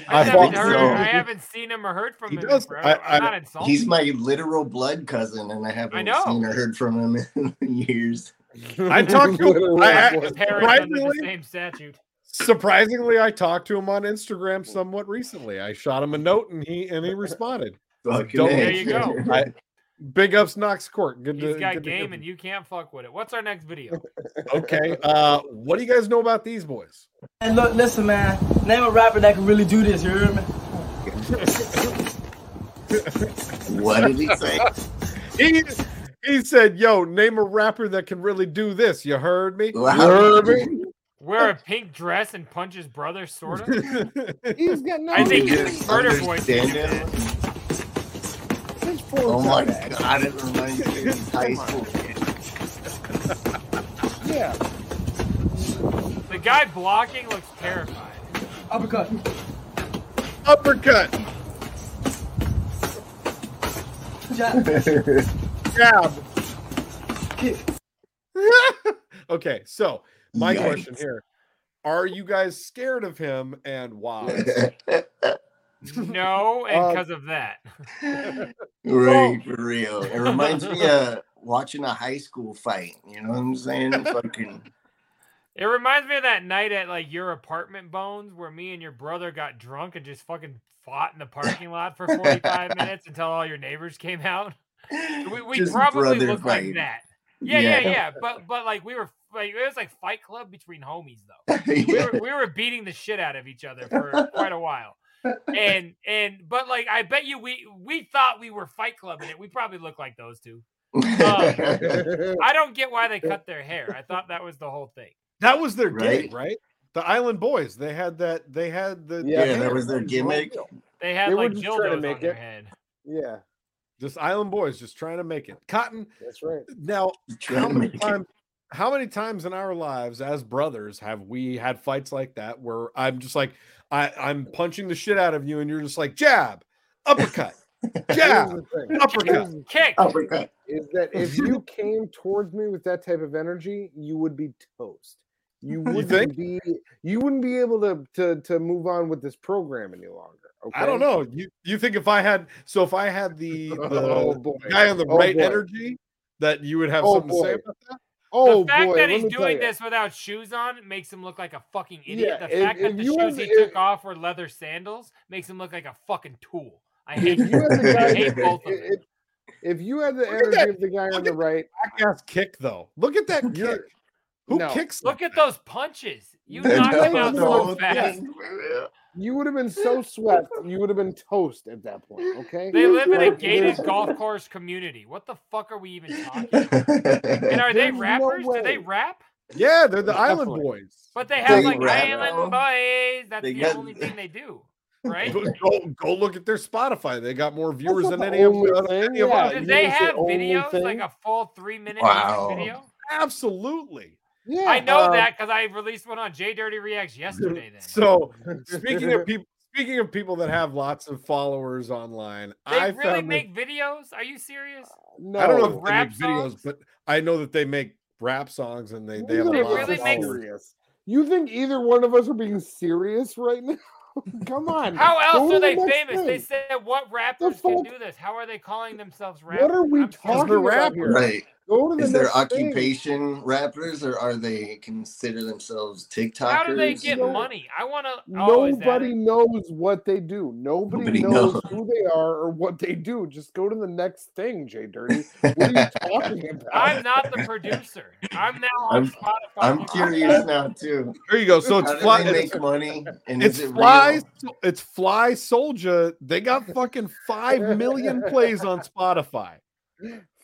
S1: I
S5: haven't
S1: think
S5: heard,
S1: so.
S5: I haven't seen him or heard from
S1: He
S5: him.
S1: does-
S5: Bro.
S1: I- I-
S5: am not insulted.
S8: He's my literal blood cousin, and I haven't
S5: know.
S8: seen or heard from him in years.
S1: I talked to- I- I-
S5: His
S3: Literally.
S5: parents under the
S1: surprisingly-
S5: same statute.
S1: surprisingly i talked to him on instagram somewhat recently i shot him a note and he and he responded
S8: Fucking
S1: Don't-
S8: A.
S5: There you go.
S1: I, Big ups, Knox Court. Good
S5: He's
S1: to,
S5: got
S1: good to hear
S5: game
S1: from
S5: and you can't fuck with it. What's our next video?
S1: you. Okay. Uh, what do you guys know about these boys?
S2: And look, listen, man. Name a rapper that can really do this. You hear me?
S8: What did he say?
S1: he, he said, "Yo, name a rapper that can really do this." You heard me. You
S8: Wow.
S1: heard me.
S5: Wear a pink dress and punch his brother, sort of.
S3: He's got no.
S5: I think
S8: You
S5: it's
S8: just
S5: murder voice.
S8: understand it? Oh my god, it reminds me of these high school kids.
S3: Yeah.
S5: The guy blocking looks terrified.
S2: Uppercut.
S1: Uppercut.
S2: Jab.
S1: Jab.
S2: Kick.
S1: Okay, so my
S8: Yikes.
S1: question here: Are you guys scared of him, and why?
S5: No, and
S8: Um,
S5: because of that.
S8: Right, for real. It reminds me of watching a high school fight. You know what I'm saying? Fucking
S5: It reminds me of that night at like your apartment bones where me and your brother got drunk and just fucking fought in the parking lot for 45 minutes until all your neighbors came out. We, we
S8: Just
S5: probably
S8: brother
S5: looked like
S8: fight.
S5: that. Yeah, yeah, yeah,
S8: Yeah.
S5: But but like we were like it was like fight club between homies though. We were we were beating the shit out of each other for quite a while. And and but like I bet you we we thought we were fight club in it. We probably looked like those two. Um, I don't get why they cut their hair. I thought that was the whole thing.
S1: That was their
S8: Right.
S1: gig, right? The Island Boys. They had that. They had the.
S3: Yeah,
S8: that was their gimmick.
S5: They had
S3: They were
S5: like
S3: just trying to
S5: dildos
S3: make
S5: on their
S3: it.
S5: head.
S3: Yeah.
S1: Just Island Boys, just trying to make it. Cotton.
S3: That's right.
S1: Now,
S8: Trying
S1: how
S8: to
S1: many
S8: make it.
S1: times? How many times in our lives as brothers have we had fights like that where I'm just like, I, I'm punching the shit out of you, and you're just like jab, uppercut,
S3: Here's
S1: jab,
S3: the thing.
S1: uppercut.
S3: Here's-
S5: Kick.
S8: uppercut.
S3: Is that if you came towards me with that type of energy, you would be toast. You wouldn't
S1: think?
S3: be. You wouldn't be able to to to move on with this program any longer. Okay?
S1: I don't know. You you think if I had so if I had the, the
S3: Oh, boy.
S1: guy on the
S3: Oh,
S1: right
S3: boy.
S1: energy that you would have
S3: Oh,
S1: something to say
S3: boy.
S1: about that?
S3: Oh
S5: the fact
S3: boy,
S5: that
S3: let
S5: he's
S3: me tell
S5: doing
S3: ya.
S5: this without shoes on makes him look like a fucking idiot.
S3: Yeah,
S5: the
S3: if-
S5: fact
S3: if
S5: that the
S3: you
S5: shoes
S3: was-
S5: he
S3: if-
S5: took off were leather sandals makes him look like a fucking tool. I
S3: If
S5: hate
S3: you had the
S5: I
S3: guy,
S5: hate both of
S3: if, if you had the
S1: Look at
S3: energy
S1: that.
S3: of the guy on
S1: Look
S3: the
S1: at-
S3: right,
S1: Jackass kick though. Look at that
S3: You're-
S1: kick. Who
S3: no.
S1: kicks?
S5: Look
S1: like
S5: at those punches. You
S3: That
S5: knocked
S3: was
S5: him out
S3: the
S5: so
S3: whole
S5: fast.
S3: you would have been so swept, you would have been toast at that point. Okay,
S5: They live in a
S3: Like,
S5: gated
S3: there's-
S5: golf course community. What the fuck are we even talking about? And are they
S3: There's no
S5: rappers? Do they
S3: way.
S5: rap?
S1: that? Yeah, they're the Island
S3: Definitely.
S1: Boys.
S5: But they have
S8: They
S5: like
S8: rap,
S5: island boys. That's
S8: They
S5: the
S8: got-
S5: only thing they do, right?
S1: Go, go- go look at their Spotify. They got more viewers
S3: not
S1: than
S3: the
S1: any of
S3: only
S1: the
S3: thing,
S1: any of
S3: yeah.
S1: us.
S5: Did
S3: you
S5: they
S3: think it's the
S5: have
S3: only
S5: videos like
S3: thing?
S5: a full three minute
S8: Wow.
S5: video?
S1: Absolutely.
S3: Yeah,
S5: I know
S3: uh,
S5: that because I released one on J Dirty Reacts yesterday. Then
S1: Um, So speaking of people speaking of people that have lots of followers online,
S5: they
S1: I
S5: really
S1: found Uh, this-
S5: make videos. Are you serious?
S3: Uh, No,
S1: I don't know if
S5: With rap
S1: they make videos,
S5: songs?
S1: but I know that they make rap songs and they,
S3: Neither
S1: they have a
S3: of
S1: lot
S5: They
S3: us
S5: really
S1: of
S3: is
S5: make-
S1: followers.
S3: serious. You think either one of us are being serious right now? Come on.
S5: How
S3: go
S5: else
S3: to the
S5: are they
S3: next
S5: famous? They
S3: thing.
S5: said what rappers can
S3: fuck-
S5: do this. How are they calling themselves rappers?
S3: What are we
S5: I'm
S3: talking
S5: confused.
S1: they're
S3: about
S1: rappers.
S3: here?
S8: Right.
S3: Go to the
S8: Is their
S3: next thing.
S8: occupation rappers or are they consider themselves TikTokers?
S5: How do they get
S3: No-
S5: money? I oh, want to.
S3: Nobody knows what they do. Nobody,
S8: Nobody
S3: knows,
S8: knows.
S3: who they are or what they do. Just go to the next thing, Jay Dirty. What are you talking about?
S5: I'm not the producer. I'm now on
S8: I'm-
S5: Spotify.
S8: I'm curious now too.
S1: There you go. So it's
S8: How
S1: fly.
S8: do they
S1: It's,
S8: make money? And
S1: it's
S8: is it
S1: fly.
S8: real?
S1: Sol- It's fly soldier. They got fucking five million plays on Spotify.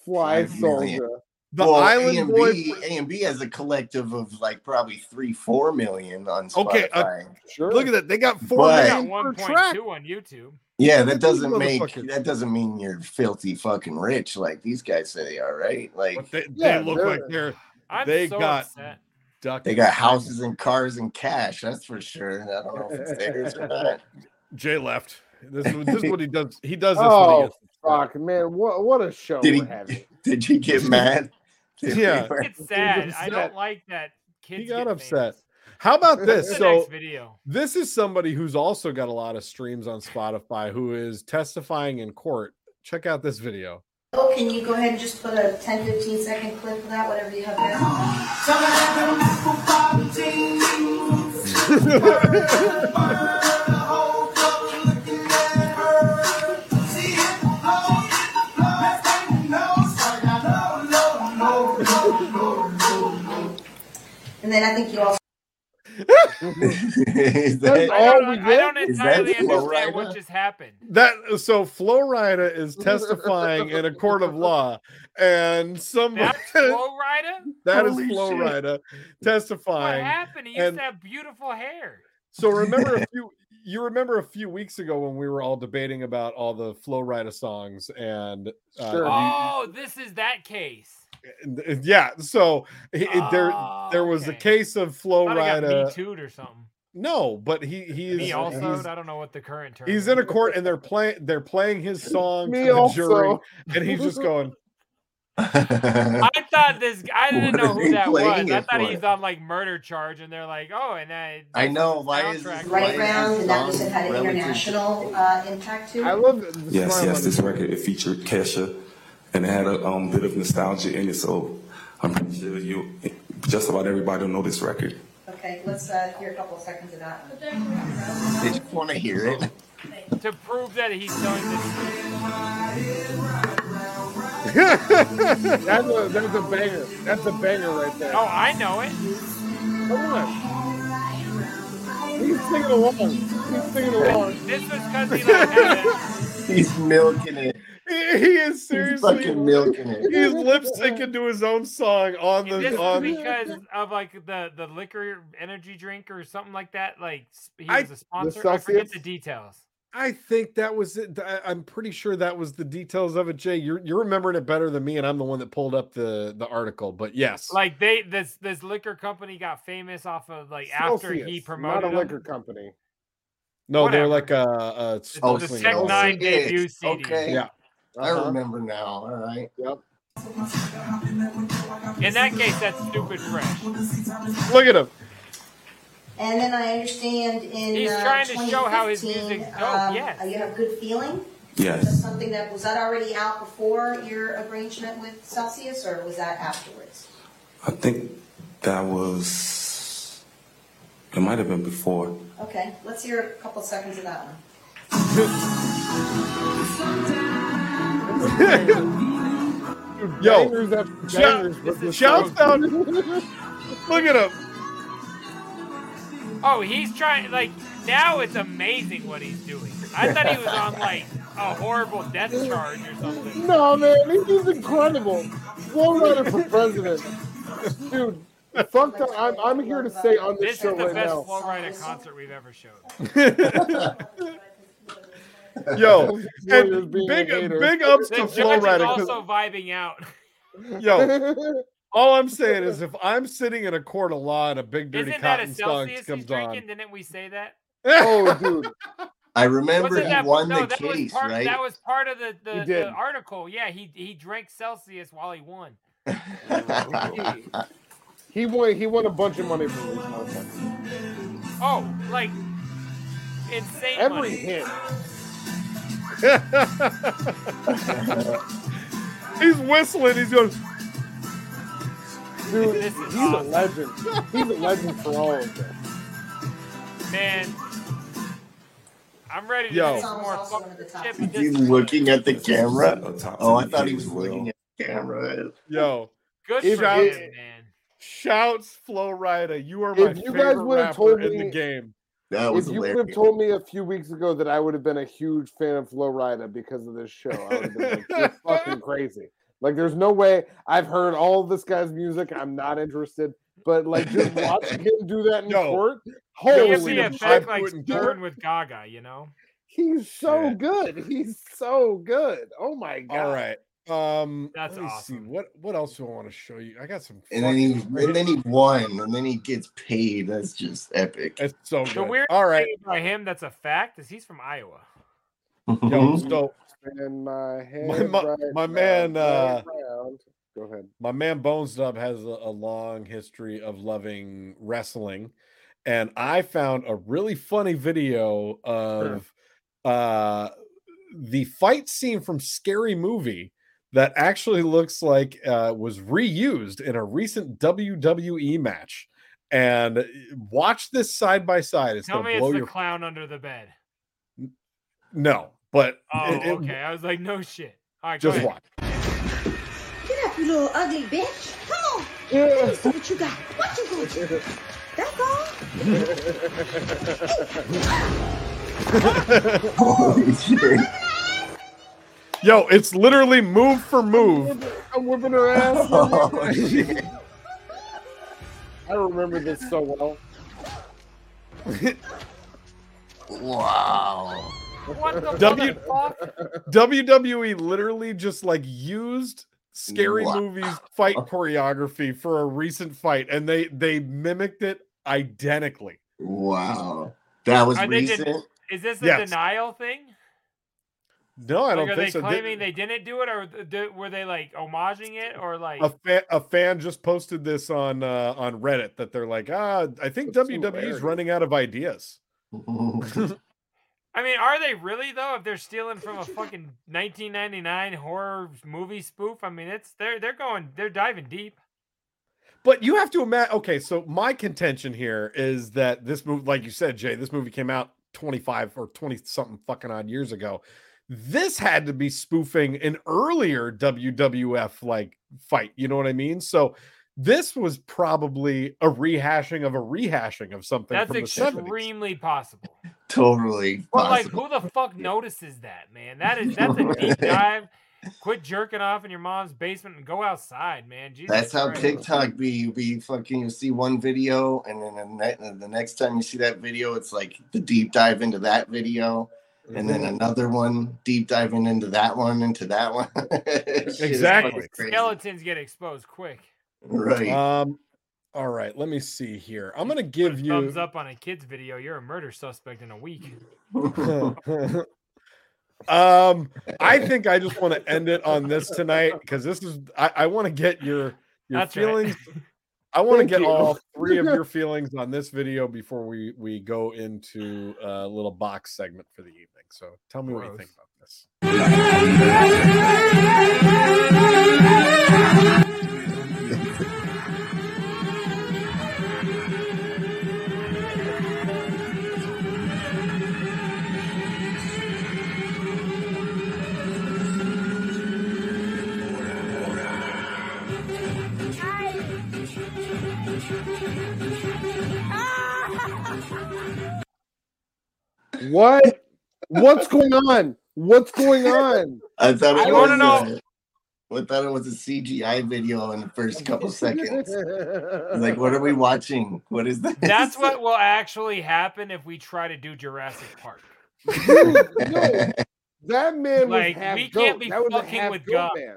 S3: Fly
S8: Five million.
S3: soldier.
S1: The
S8: well, E
S1: Island
S8: A&B,
S1: Boys.
S8: A&B has a collective of like probably three, four million on Spotify.
S1: Okay, uh,
S3: Sure.
S1: Look at that. They got four
S8: But-
S5: Got
S1: million per
S5: one point
S1: track.
S5: two on YouTube.
S8: yeah,
S1: look at
S8: that
S1: these
S8: doesn't make
S1: motherfuckers.
S8: that doesn't mean you're filthy fucking rich like these guys say they are, right? Like
S1: But they,
S3: Yeah,
S1: they look
S3: they're-
S1: like they're
S5: I'm
S1: They
S5: so
S1: got-
S5: upset.
S1: duck.
S8: they got houses and cars and cash, that's for sure. I don't know if it's theirs or not.
S1: Jay left. This, is- this is what he does. He does this.
S3: Oh,
S1: when
S3: fuck, man. What, what a show
S8: Did
S3: we're having.
S8: he did you get mad?
S1: Yeah.
S5: It's sad. I
S1: upset.
S5: don't like that. Kids
S1: got
S5: get
S1: upset.
S5: famous.
S1: How about
S5: What's
S1: this?
S5: the
S1: So
S5: next video.
S1: this is somebody who's also got a lot of streams on Spotify who is testifying in court. Check out this video.
S4: Oh, can you go ahead and just put a 10, 15 second clip of that, whatever you have there? then I think you also.
S8: Is
S1: that-
S8: that-
S1: all
S5: I
S1: we
S5: don't, I
S1: get?
S5: don't
S1: Is that
S5: entirely
S1: Flo
S5: understand
S1: Rida?
S5: what just happened.
S1: That so Florida is testifying in a court of law, and some
S5: That's Flo Rida?
S1: that is
S5: Holy
S1: Flo
S5: shit.
S1: Rida
S5: What
S1: testifying.
S5: happened? He used
S1: and-
S5: to have beautiful hair.
S1: So remember a few you remember a few weeks ago when we were all debating about all the Flow Rida songs and uh, you-
S5: Oh, this is that case.
S1: and- yeah, so he- it- there there was a case of Flow
S5: Ah, Thought I got me
S1: Rida.
S5: too'd or something.
S1: No, but he he is
S5: Me also.
S1: uh, he's-
S5: I don't know what the current term.
S1: He's
S5: is.
S1: in a court and they're playing they're playing his song
S5: Me
S1: to the
S5: also.
S1: jury and he's just going
S5: I thought this. I didn't
S1: What
S5: know
S1: are
S5: who
S1: they
S5: that was.
S1: playing
S5: I
S1: it
S5: thought
S1: for?
S5: he's on like murder charge, and they're like, oh, and I.
S8: I know. Why is this?
S4: Right
S8: why
S4: round,
S8: is
S4: and
S8: this
S4: that must
S8: song
S4: have had an
S8: relative to-
S4: international uh, impact too.
S3: I love the
S11: Yes,
S3: smile
S11: yes,
S3: on
S11: this record it featured Kesha, and it had a um, bit of nostalgia in it. So I'm pretty sure you, just about everybody will know this record.
S4: Okay, let's uh, hear a couple of seconds of that.
S8: They just want to hear it.
S5: to prove that he's doing this.
S3: his- that's, a, that's a banger. That's a banger right there.
S5: Oh, I know it.
S3: Come on. He's singing along. He's singing along.
S5: This was because he like had a-
S8: He's milking it.
S1: He is seriously
S8: fucking milking it.
S1: He's lip syncing to his own song on
S5: this
S1: the
S5: was
S1: on.
S5: because of like the the liquor energy drink or something like that. Like s- he
S1: I-
S5: was
S1: The
S5: a sponsor. I forget
S1: Celsius?
S5: the details.
S1: I think that was it. I- I'm pretty sure that was the details of it, Jay. You're you're remembering it better than me, and I'm the one that pulled up the the article. But yes,
S5: Like they this this liquor company got famous off of like after he
S3: Celsius,
S5: promoted
S3: Not a
S5: them.
S3: liquor company.
S1: no, they're like uh, uh
S5: Oh, the Tech Nine debut CD.
S8: Okay.
S1: Yeah.
S3: Uh-huh.
S8: I remember now. All right.
S3: Yep.
S5: In that case, that's stupid fresh.
S1: Look at him.
S4: And then I understand in
S5: He's
S4: uh,
S5: trying to show how his
S4: 2015,
S5: music's dope,
S4: um,
S5: yes.
S4: uh, You have good feeling.
S11: Yes.
S4: That's something that was that already out before your arrangement with Celsius, or was that afterwards?
S11: I think that was, it might have been before.
S4: Okay, let's hear a couple seconds of that one.
S1: Yo,
S3: Bangers after
S1: shout-
S3: bangers, but the
S1: shouts out.
S3: song-
S1: Look at him.
S5: Oh, he's trying like now it's amazing what he's doing. I thought he was on like a horrible death charge or something.
S3: No, man, he's just incredible. Flow Rider for president. Dude, fuck that. I'm, I'm here to say on this,
S5: This
S3: show
S5: is the
S3: right
S5: best
S3: now.
S5: Flow Rider concert we've ever showed.
S1: Yo,
S3: Warriors
S1: and
S3: being
S1: big
S3: a hater.
S1: big ups
S5: The
S1: to
S5: judge
S1: Flow
S5: is
S1: Rider. 'cause-
S5: also vibing out.
S1: Yo,
S3: Oh.
S1: all I'm saying is if I'm sitting in a court of law and a big dirty
S5: Isn't that a
S1: cotton song
S5: Celsius he's
S1: comes
S5: drinking?
S1: on,
S5: Didn't we say that?
S3: oh dude,
S8: I remember
S5: Wasn't
S8: he
S5: that-
S8: won
S5: no,
S8: the
S5: that was
S8: case,
S5: part-
S8: right?
S5: That was part of the, the,
S8: did.
S5: the article. Yeah, he he drank Celsius while he won.
S3: he won. He won a bunch of money for this content.
S5: Oh, like insane
S3: Every
S5: money.
S3: hit.
S1: he's whistling. He's going.
S3: Dude,
S5: This
S3: he's
S5: is
S3: a
S5: awesome.
S3: legend. He's a legend for all of them.
S5: Man, I'm ready to
S1: Yo.
S5: do some more fucking chip and
S8: He's
S5: dis-
S8: looking at the
S11: This is
S8: camera.
S11: a top
S8: Oh, I
S11: 10
S8: thought he
S11: case,
S8: was
S11: Will.
S8: looking at the camera.
S1: Yo,
S5: Good
S1: If
S5: for
S1: I-
S5: him, man.
S1: shouts Flow Rider. You are
S3: If
S1: my
S3: you guys
S1: favorite
S3: would've
S1: rapper
S3: told
S1: in the
S3: me-
S1: game.
S8: That was
S3: If you would have
S8: hilarious.
S3: told me a few weeks ago that I would have been a huge fan of Flo Rida because of this show, I would have been like, "You're fucking crazy." Like, there's no way I've heard all this guy's music. I'm not interested. But like, just watching him do that in
S1: Yo.
S3: court,
S5: Holy
S3: holy
S5: a
S3: shit,
S5: effect like Stern with Gaga, you know?
S3: he's so good. He's so good. Oh my god!
S1: All right. Um,
S5: That's
S1: let me see. What what else do I want to show you? I got some.
S8: And then he
S1: fucking-
S8: and then he won, and then he gets paid. That's just epic.
S1: It's so
S5: The
S1: good.
S5: weird
S1: All right.
S5: thing about him that's a fact is he's from Iowa.
S1: Yo,
S8: Mm-hmm.
S1: so
S3: In my head,
S1: My mo-
S3: right
S1: my
S3: round,
S1: man,
S3: right
S1: uh,
S3: round. Go ahead.
S1: my man Bones Dub has a, a long history of loving wrestling, and I found a really funny video of uh, the fight scene from Scary Movie that actually looks like uh, was reused in a recent WWE match. And uh, watch this side by side. It's
S5: Tell me
S1: gonna
S5: it's
S1: blow
S5: the
S1: your
S5: clown under the bed.
S1: no, but
S5: Oh,
S1: it- it-
S5: okay. I was like, no shit. All right, go
S1: just
S5: ahead.
S1: watch.
S12: Get up, you little ugly bitch. Come on.
S13: Yeah.
S4: What you got? What you going to do? That's all.
S8: Holy shit.
S1: Yo, it's literally move for move.
S3: I'm whipping her ass.
S8: Oh, shit.
S3: I remember this so well.
S8: Wow.
S5: What the
S1: W-
S5: fuck?
S1: WWE E literally just like used scary
S8: Wow.
S1: movies fight choreography for a recent fight, and they they mimicked it identically.
S8: Wow. That was
S5: Are they
S8: recent.
S5: den- is this a
S1: Yes.
S5: denial thing?
S1: No, I
S5: Like,
S1: don't
S5: are
S1: think
S5: they
S1: so. They-
S5: claiming they didn't do it, or th- th- were they like homaging it, or like?
S1: a fan, a fan just posted this on uh, on Reddit that they're like, ah, I think
S3: That's
S1: WWE's
S3: hilarious.
S1: running out of ideas.
S5: I mean, are they really though? If they're stealing from a fucking 1999 horror movie spoof, I mean, it's they're they're going they're diving deep.
S1: But you have to imagine. Okay, so my contention here is that this movie, like you said, Jay, this movie came out 25 or 20 something fucking odd years ago. This had to be spoofing an earlier WWF like fight. You know what I mean? So this was probably a rehashing of a rehashing of something
S5: That's
S1: from the 70s.
S5: extremely possible.
S8: totally
S5: But like,
S8: possible.
S5: who the fuck notices that, man? That is that's a deep dive. Quit jerking off in your mom's basement and go outside, man. Jesus
S8: That's how
S5: Christ.
S8: TikTok be. You be fucking. You see one video, and then the, ne- and the next time you see that video, it's like the deep dive into that video, and then another one deep diving into that one, into that one. Shit is fucking
S1: Exactly.
S8: crazy.
S5: Skeletons get exposed quick.
S8: Right.
S1: Um, all right, let me see here. I'm gonna
S5: Put a
S1: give you
S5: thumbs up on a kid's video. You're a murder suspect in a week.
S1: um, I think I just want to end it on this tonight because this is I, I want to get your your
S5: That's
S1: feelings.
S5: right.
S1: I want to
S3: Thank
S1: get
S3: you.
S1: all three of your feelings on this video before we we go into a little box segment for the evening. So tell me what you think about this.
S3: What? What's going on? What's going on?
S8: I thought it
S3: I
S8: was.
S3: wanna
S8: a- I thought it was a CGI video in the first couple seconds. Like, what are we watching? What is this?
S5: That's what will actually happen if we try to do Jurassic Park.
S3: No, that man
S5: Like,
S3: was half
S5: we can't
S3: goat.
S5: be
S3: that was a
S5: fucking
S3: half
S5: with
S3: goat
S5: God.
S3: man.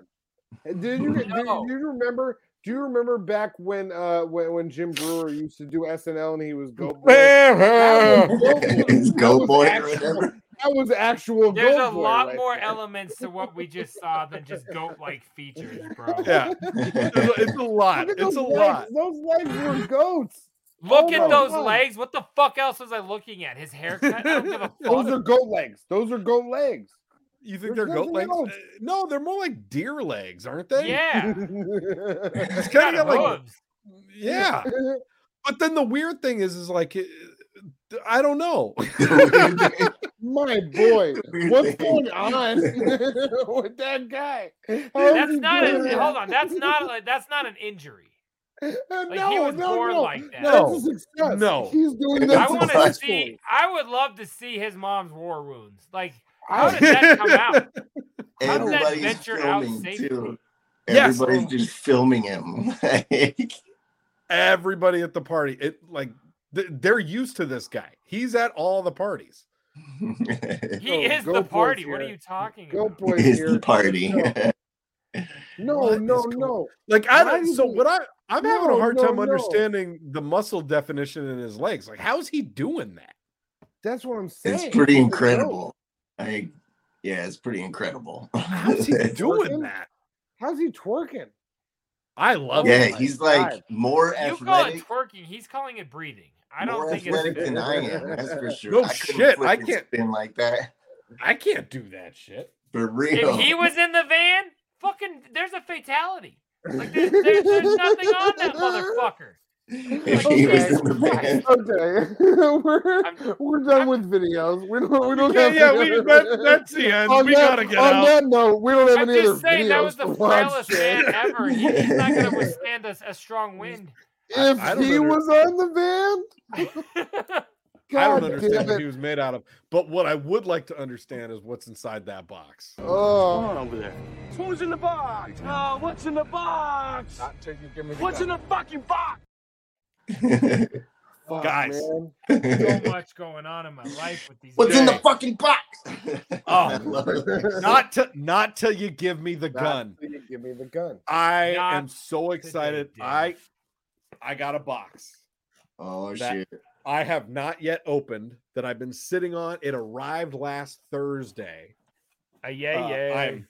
S3: And Did you, did,
S5: No.
S3: you remember? Do you remember back when uh when, when Jim Brewer used to do SNL and he was Goat Boy? That was Goat Boy.
S8: It's
S3: That
S8: Goat
S3: was
S8: Boy or
S3: actual-
S8: whatever.
S3: That was actual
S5: There's
S3: Goat
S5: a
S3: Boy
S5: lot
S3: right
S5: more
S3: there.
S5: elements to what we just saw than just goat-like features, bro.
S3: Oh
S1: Yeah, it's a, it's a lot.
S3: Look at those
S1: It's a
S3: legs.
S1: lot.
S3: Those legs were goats.
S5: Look
S3: Oh
S5: at
S3: my
S5: those
S3: God.
S5: legs. What the fuck else was I looking at? His haircut. I don't give a
S3: Those
S5: fuck.
S3: are goat legs. Those are goat legs.
S1: You think
S3: There's
S1: they're goat
S3: nothing
S1: legs?
S3: else.
S1: Uh, No, they're more like deer legs, aren't they?
S5: Yeah.
S1: It's
S5: It's
S1: kind of got
S5: got
S1: like
S5: hooves.
S1: yeah. But then the weird thing is, is like, it- I don't know.
S3: My boy,
S8: Weird
S3: what's
S8: thing.
S3: going on with that guy?
S5: That's not. A, hold on. That's not. Like, that's not an injury.
S3: Uh, no,
S5: Like, he was
S3: no,
S5: born
S3: no.
S5: like that.
S3: That's
S1: No,
S3: a success.
S1: no.
S3: he's doing this.
S5: I want to see.
S3: successfully.
S5: I would love to see his mom's war wounds. Like, how did that come out? How does that
S8: Everybody's
S5: venture out
S8: filming
S5: safely? Oh.
S8: too.
S1: Yes.
S8: Everybody's just filming him. Like,
S1: Everybody at the party, it like th- they're used to this guy. He's at all the parties.
S5: He
S3: No,
S5: is
S3: go for
S5: the
S3: it,
S5: party. What are
S3: Sierra.
S5: you talking
S3: Go
S5: about?
S3: boy
S8: It's
S3: here.
S8: the party.
S3: No,
S1: What
S3: no,
S1: is going-
S3: no.
S1: Like I
S3: Why
S1: don't.
S3: do
S1: So
S3: you-
S1: what I I'm having a
S3: No,
S1: hard
S3: no,
S1: time
S3: no.
S1: understanding the muscle definition in his legs. Like how's he doing that?
S3: That's what I'm saying.
S8: It's pretty
S3: He's a goat.
S8: incredible. I yeah, it's pretty incredible.
S1: How's he doing
S3: Twerking?
S1: that?
S3: How's he twerking?
S1: I love
S8: yeah,
S1: it.
S8: he's like
S3: God.
S8: more
S5: You call it
S8: athletic.
S5: twerking. He's calling it breathing. I don't
S8: more
S5: think
S8: athletic
S5: it's.
S8: than I am. That's for sure.
S1: No
S8: I couldn't
S1: shit, I
S8: frickin'
S1: can't-
S8: spin like that
S1: I can't do that shit.
S8: for real.
S5: If he was in the van, fucking, there's a fatality. Like, there's, there's, there's nothing on that motherfucker.
S8: if he was in the band.
S3: okay. we're, we're done with videos. We don't, we don't
S6: Yeah,
S3: have
S6: yeah,
S3: any
S6: we-
S3: other-
S6: that- that's the end.
S3: On
S6: We
S3: that-
S6: gotta get
S3: on
S6: out.
S3: that note, we don't have
S2: I'm
S3: any
S2: just
S3: other
S2: saying that
S3: videos
S2: was the
S3: to watch.
S2: frailest man ever. He- he's not going to withstand a, a strong wind.
S3: If
S1: I don't
S3: he
S1: under-
S3: was on the van,
S1: I
S3: God
S1: don't understand
S3: damn
S1: what
S3: it.
S1: he was made out of. But what I would like to understand is what's inside that box.
S3: Oh.
S1: What's going on over there?
S6: Who's in the box? Oh, what's in the box? What's in the fucking box?
S1: Guys.
S2: so much going on in my life with these.
S1: What's in the
S8: fucking box?
S1: Oh,
S8: love it.
S1: not to not till you give me the
S3: Not
S1: gun.
S3: till you Give me the gun.
S1: I am so excited. I I got a box.
S8: Oh
S1: that
S8: shit.
S1: I have not yet opened that I've been sitting on. It arrived last Thursday.
S2: Uh, yeah,
S1: Uh,
S2: yeah.
S1: I'm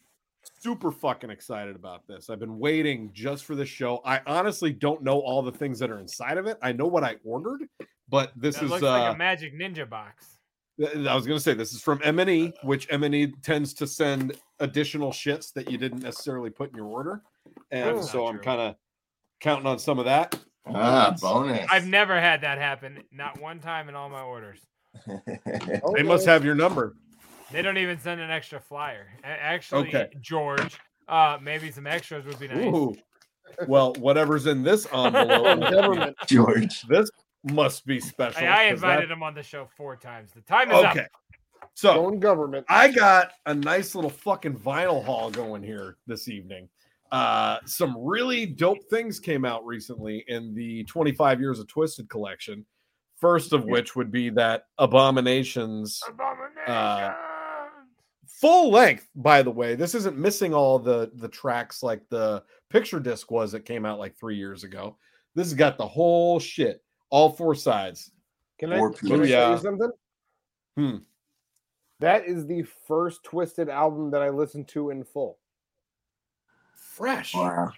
S1: super fucking excited about this. I've been waiting just for the show. I honestly don't know all the things that are inside of it. I know what I ordered, but this
S2: that
S1: is
S2: looks
S1: uh,
S2: like a magic ninja box.
S1: Th- I was going to say this is from M&E, which M&E tends to send additional shits that you didn't necessarily put in your order, and
S2: That's
S1: so I'm kind of counting on some of that.
S8: Ah,
S1: It's-
S8: bonus.
S2: I've never had that happen. Not one time in all my orders.
S3: Oh,
S1: They must have your number.
S2: They don't even send an extra flyer. A- Actually,
S1: Okay.
S2: George, uh, maybe some extras would be nice.
S1: Ooh. Well, whatever's in this envelope,
S2: Government.
S8: George,
S1: this must be special.
S2: Hey, I
S1: 'cause that-
S2: invited him on the show four times. The time is
S1: Okay.
S2: up.
S1: So
S3: government.
S1: I got a nice little fucking vinyl haul going here this evening. Uh, some really dope things came out recently in the 25 years of Twisted collection. First of which would be that Abominations, uh, full length. By the way, this isn't missing all the the tracks like the picture disc was that came out like three years ago. This has got the whole shit, all four sides.
S3: Can I,
S1: Or
S3: can I show you
S1: Booyah.
S3: something?
S1: Hmm.
S3: That is the first Twisted album that I listened to in full.
S1: Fresh.
S3: That-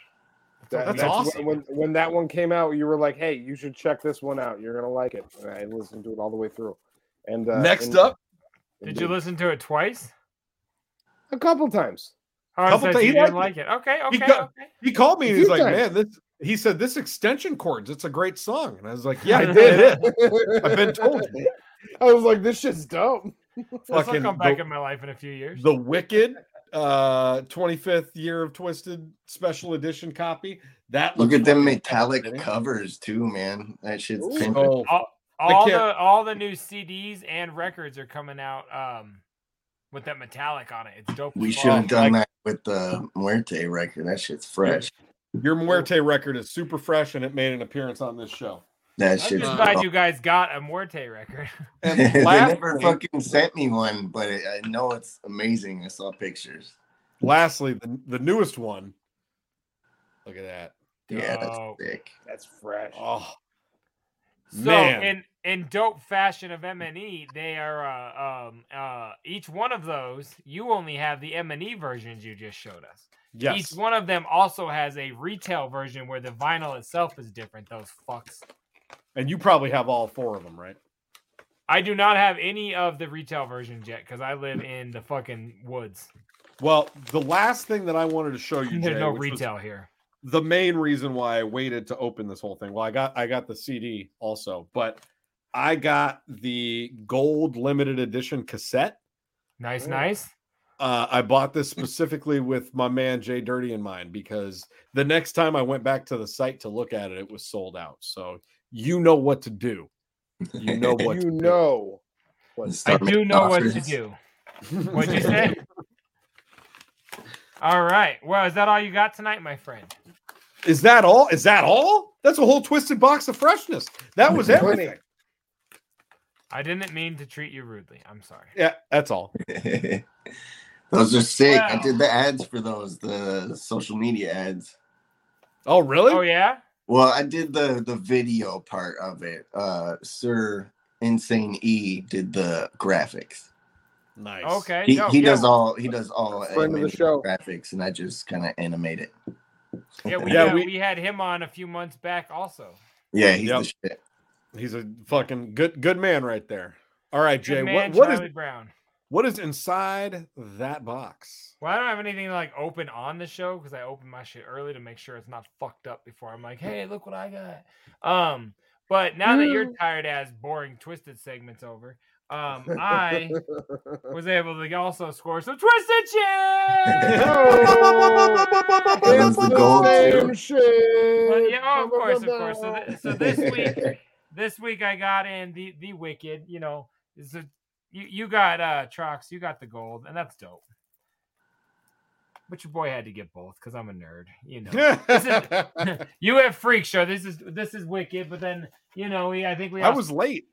S1: That's awesome.
S3: When, when that one came out, you were like, "Hey, you should check this one out. You're gonna like it." And I listened to it all the way through. And uh,
S1: Next
S3: and-
S1: up,
S2: Did you listen to it twice?
S3: a couple times.
S2: Oh,
S1: Couple
S2: so
S1: times,
S2: you
S1: he
S2: didn't like
S1: liked
S2: it. Okay,
S1: he,
S2: okay,
S1: got-
S2: okay.
S1: he called me
S3: A
S1: and he's
S3: few
S1: like, man,
S3: times.
S1: this. He said this extension chords. It's a great song, and I was like, yeah, I did. It is. I've been told you.
S3: I was like, "This shit's dope."
S2: This will
S1: Fucking
S2: come back
S1: the-
S2: in my life in a few years.
S1: The Wicked, uh, 25th year of Twisted special edition copy. That
S8: Look
S1: looks
S8: at them
S1: fucking
S8: metallic
S1: fascinating.
S8: covers too, man. That shit's
S1: Ooh.
S8: pink.
S1: Oh,
S2: all,
S1: I
S2: all
S1: can't-
S2: the all the new CDs and records are coming out um, with that metallic on it. It's dope.
S8: We
S2: as fuck.
S8: should have done
S2: Like,
S8: that with the Muerte record. That shit's fresh.
S1: Your Muerte record is super fresh, and it made an appearance on this show.
S8: That
S2: I'm
S8: shit's
S2: just glad you guys got a Muerte record.
S8: they never
S1: Lastly-
S8: fucking sent me one, but I I know it's amazing. I saw pictures.
S1: Lastly, the, the newest one. Look at that.
S8: Yeah, that's
S2: Dope.
S8: sick.
S3: That's fresh.
S1: Oh
S2: So
S1: man,
S2: in in dope fashion of M and E, they are uh, um uh each one of those. You only have the M and E versions you just showed us.
S1: yes.
S2: Each one of them also has a retail version where the vinyl itself is different. Those fucks.
S1: and you probably have all four of them, right?
S2: I do not have any of the retail versions yet because I live in the fucking woods.
S1: Well, the last thing that I wanted to show you,
S2: There's
S1: Jay,
S2: no
S1: which was-
S2: retail here.
S1: the main reason why I waited to open this whole thing. Well, I got I got the CD also, but I got the gold limited edition cassette.
S2: Nice,
S1: Oh.
S2: nice.
S1: Uh, I bought this specifically with my man Jay Dirty in mind because the next time I went back to the site to look at it, it was sold out. So you know what to do. You know what.
S3: you know. What
S2: I
S8: Start
S2: do
S8: making
S2: know what to
S8: offers.
S2: do. What'd you say? all right. Well, is that all you got tonight, my friend?
S1: Is that all? Is that all? That's a whole twisted box of freshness. That was
S3: Plenty.
S1: everything.
S2: I didn't mean to treat you rudely. I'm sorry.
S1: Yeah, that's all.
S8: those are sick. I
S2: Wow.
S8: did the ads for those, the social media ads.
S1: Oh, really?
S2: Oh yeah.
S8: Well, I did the the video part of it. Uh Sir Insane E did the graphics.
S1: Nice.
S2: Okay.
S8: He,
S2: no,
S8: he
S2: yeah.
S8: does all he does all
S3: Friend of the
S8: animated
S3: show.
S8: graphics and I just kind of animate it.
S2: Yeah, we,
S1: Yeah,
S2: had,
S1: we-
S2: we had him on a few months back also.
S8: Yeah, he's
S1: Yep.
S8: the shit.
S1: He's a fucking good good man right there. All right,
S2: Good
S1: Jay.
S2: man,
S1: what, what is
S2: Charlie Brown?
S1: What is inside that box?
S2: Well, I don't have anything like open on the show because I open my shit early to make sure it's not fucked up before I'm like, hey, look what I got. Um, but now that
S1: Mm.
S2: your tired ass boring twisted segment's over, um, I was able to also score some twisted shit.
S8: That was the goal, too.
S2: But yeah, oh, of course, of course. So, th- so this week, this week I got in the the wicked. You know, is a, you you got uh Trox, you got the gold, and that's dope. But your boy had to get both because I'm a nerd. You know, This is- you have freak show. This is this is wicked. But then you know, we I think we
S1: I
S2: also-
S1: was late.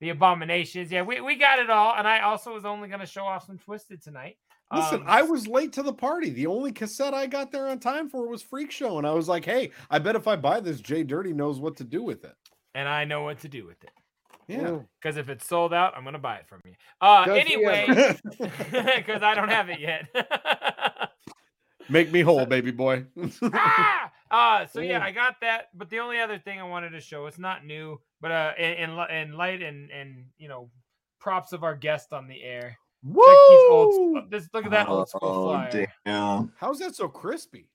S2: the abominations. Yeah, we we got it all, and I also was only gonna show off some twisted tonight.
S1: Listen,
S2: Um,
S1: I was late to the party. The only cassette I got there on time for was Freak Show, and I was like, "Hey, I bet if I buy this, Jay Dirty knows what to do with it."
S2: and I know what to do with it.
S1: Yeah.
S2: Because if it's sold out, I'm gonna buy it from you. Uh,
S1: Does he
S2: anyway,
S1: ever?
S2: because I don't have it yet.
S1: Make me whole, baby boy.
S2: Ah! Uh, so yeah,
S1: Ooh.
S2: I got that. But the only other thing I wanted to show, it's not new, but uh, in in, li- in light and and you know, props of our guest on the air. Check these old, s- this look at that old school
S8: Oh,
S2: flyer.
S8: damn.
S1: How's that so crispy?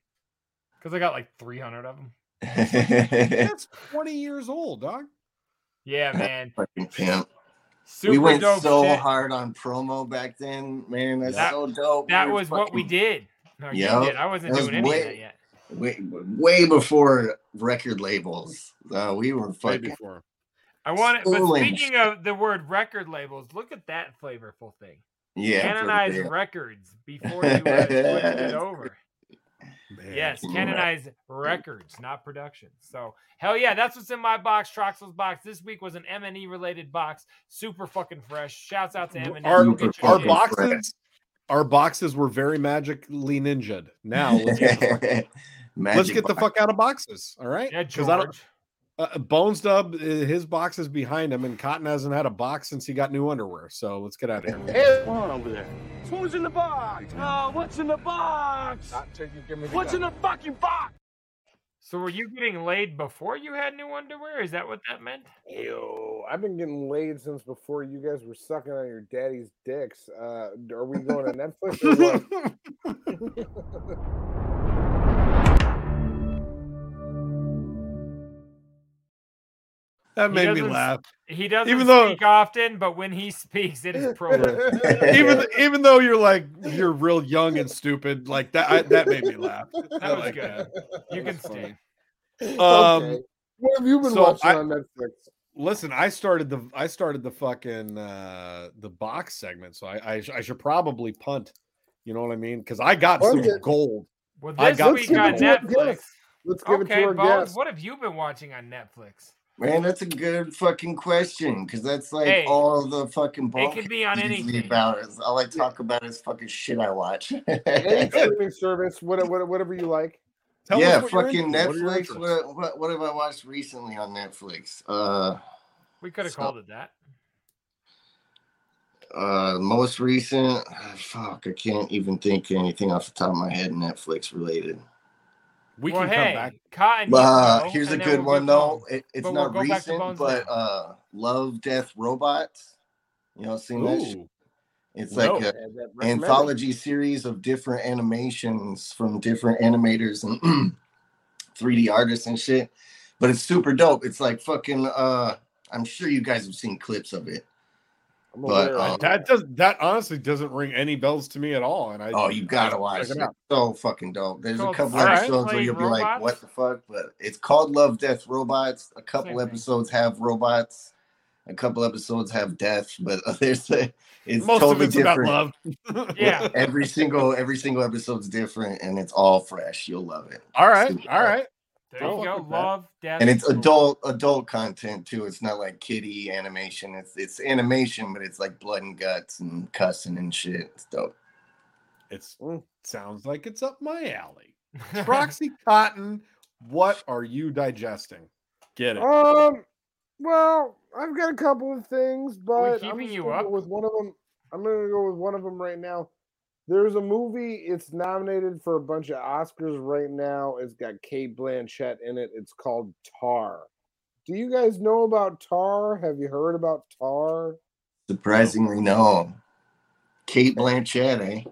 S2: Because I got like 300 of them.
S1: That's 20 years old, dog.
S2: Yeah, man.
S8: Fucking pimp. we
S2: Super
S8: went
S2: dope
S8: so
S2: shit.
S8: hard on promo back then, man. That's
S2: That-
S8: so dope.
S2: That
S8: We were
S2: was what we
S8: fucking-
S2: did. No, you
S8: Yeah,
S2: did. I wasn't
S8: that was
S2: doing any
S8: way-
S2: of that yet.
S8: way, way before record labels. Uh, we were
S1: Way
S8: fucking.
S1: before.
S2: I want it. But
S8: Stolen
S2: speaking of the word record labels, look at that flavorful thing.
S8: Yeah, for
S2: Canonize
S8: real.
S2: Records before you uh, switched it over.
S1: Man.
S2: Yes,
S8: Right.
S2: Canonize Records, not production. So hell yeah, that's what's in my box, Troxel's box. This week was an M and E related box, super fucking fresh. Shouts out to M and E.
S1: Our,
S8: Super
S1: our
S8: fucking fresh.
S1: boxes, our boxes were very magically ninja'd. Now let's get, the fuck- let's
S8: Magic
S1: get the
S8: box.
S1: fuck out of boxes. All right.
S2: Yeah,
S1: 'Cause I don't-
S2: George.
S1: Uh, Bones Dub, uh, his box is behind him, and Cotton hasn't had a box since he got new underwear. So let's get out of here.
S14: Hey, what's on over there? Who's in the box? Oh, what's in the box? What's in the fucking box?
S2: So were you getting laid before you had new underwear? Is that what that meant?
S3: Ew, I've been getting laid since before you guys were sucking on your daddy's dicks. Uh, are we going to Netflix or what?
S1: That
S2: He
S1: made me
S2: doesn't-
S1: laugh.
S2: He doesn't
S1: Even though-
S2: speak often, but when he speaks, it is pro.
S1: even th- even though you're like you're real young and stupid, like that I, that made me laugh. I
S2: That was
S1: like
S2: good. You can stay.
S1: that. Um,
S3: Okay. What have you been
S1: so
S3: watching
S1: I-
S3: on Netflix?
S1: listen, I started the I started the fucking uh the box segment, so I I, sh- I should probably punt. You know what I mean? Because I got
S3: Punt
S1: some
S3: it.
S1: gold.
S2: Well,
S1: I
S2: this
S1: got
S2: week
S1: you.
S2: on
S1: Let's
S3: it
S1: give
S3: to our
S2: Netflix.
S3: guest. Let's give it
S2: Okay,
S3: to our
S2: Bones,
S3: guest.
S2: what have you been watching on Netflix?
S8: Man, that's a good fucking question because that's like
S2: Hey,
S8: all the fucking.
S2: it could be on
S8: podcast is
S2: anything.
S8: About is all I talk about is fucking shit I watch.
S3: Any streaming service, whatever, whatever you like.
S1: Tell us
S8: yeah,
S1: what you're
S8: fucking
S1: into. What are your
S8: Netflix.
S1: interests?
S8: What, what what have I watched recently on Netflix? Uh,
S2: We could have
S8: So-
S2: called it that.
S8: uh, most recent. ah, Fuck, I can't even think of anything off the top of my head Netflix related.
S1: We
S2: well,
S1: can
S2: hey,
S1: come back.
S2: Cotton. you
S8: Uh,
S2: go,
S8: here's a
S2: and then
S8: good
S2: we'll
S8: one
S2: go
S8: though.
S2: Bones.
S8: It,
S2: But
S8: it's
S2: we'll
S8: not
S2: go back to
S8: recent,
S2: Bones
S8: but
S2: now.
S8: uh, Love, Death, Robots. You know, seen that? shit?
S1: Ooh,
S8: It's
S1: no.
S8: like a
S3: Had that recommended.
S8: anthology series of different animations from different animators and 3D artists and shit. But it's super dope. It's like fucking. Uh, I'm sure you guys have seen clips of it.
S3: I'm
S8: But,
S3: aware of
S8: uh,
S3: that.
S1: that does that honestly doesn't ring any bells to me at all. And I
S8: Oh, you gotta
S1: I-
S8: watch
S1: check
S8: it.
S1: it out.
S8: So fucking dope. There's a
S2: Called
S8: couple
S1: Alright.
S8: episodes where you'll be like,
S2: Robots?
S8: "What the fuck?" But it's called Love, Death, Robots. A couple
S2: Same thing.
S8: episodes have robots. A couple episodes have death, but there's a, it's
S1: Most
S8: totally
S1: of it's
S8: different.
S1: about love.
S2: Yeah.
S8: every single every single episode's different, and it's all fresh. You'll love it.
S1: all right,
S8: Super
S1: all
S8: dope.
S1: right.
S2: There
S1: I'll
S2: you
S1: fuck
S2: go.
S1: with that.
S2: Love, death,
S8: and it's
S2: Robots.
S8: adult adult content too. It's not like kiddie animation. It's it's animation, but it's like blood and guts and cussing and shit. It's dope.
S1: It's
S3: Mm.
S1: sounds like it's up my alley. Proxy Cotton, what are you digesting? Get it.
S3: Um, well, I've got a couple of things, but I'm
S2: keeping
S3: just
S2: you
S3: gonna go
S2: up?
S3: with one of them. I'm gonna go with one of them right now. There's a movie. It's nominated for a bunch of Oscars right now. It's got Kate Blanchett in it. It's called Tar. Do you guys know about Tar? Have you heard about Tar?
S8: Surprisingly, no. Kate Blanchett, eh?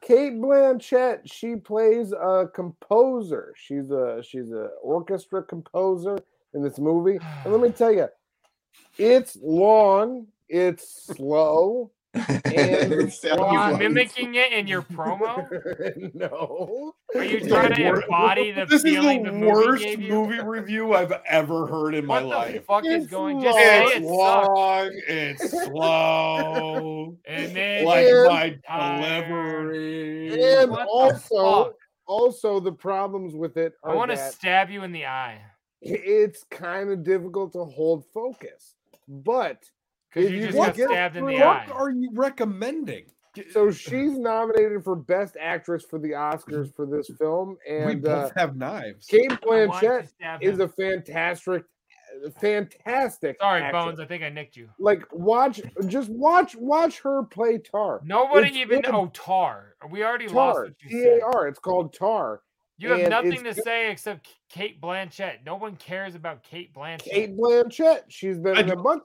S3: Kate Blanchett, she plays a composer. She's a she's a orchestra composer in this movie. And let me tell you, it's long, it's slow, and the
S2: You're
S3: plot-
S2: mimicking it in your promo?
S3: no.
S2: Are you trying to embody the
S1: this
S2: feeling
S1: is the,
S2: the movie
S1: worst
S2: gave
S1: movie,
S2: you?
S1: review I've ever heard in
S2: What
S1: my
S2: the
S1: life.
S2: fuck is going? Just say
S1: It's
S2: it
S1: long,
S2: sucks.
S1: it's slow,
S2: And then
S1: like
S3: you're
S1: my delivery.
S3: And
S2: What the
S3: also,
S2: fuck?
S3: also the problems with it
S2: I
S3: are
S2: want to
S3: that
S2: stab you in the eye
S3: it's kind of difficult to hold focus. But
S2: because
S3: if
S2: you
S3: you
S2: just
S3: can
S2: got
S3: get
S2: stabbed in the
S3: through-
S2: eye.
S1: are you recommending?
S3: so she's nominated for Best Actress for the Oscars for this film, and
S1: we both
S3: uh,
S1: have knives.
S3: Kate
S2: I wanted to
S3: Blanchett
S2: stab
S3: is
S2: him.
S3: a fantastic, fantastic.
S2: Sorry,
S3: actress.
S2: Bones. I think I nicked you.
S3: Like watch, just watch, watch her play Tar.
S2: Nobody
S3: It's
S2: even.
S3: good.
S2: Oh, tar. We already lost.
S3: Tar,
S2: What you
S3: T
S2: said.
S3: A R. It's called Tar.
S2: You have
S3: and
S2: nothing to
S3: it's
S2: say except K- Kate Blanchett. No one cares about Kate Blanchett.
S3: Kate Blanchett. She's been
S1: I
S3: in a
S1: do-
S3: bunch.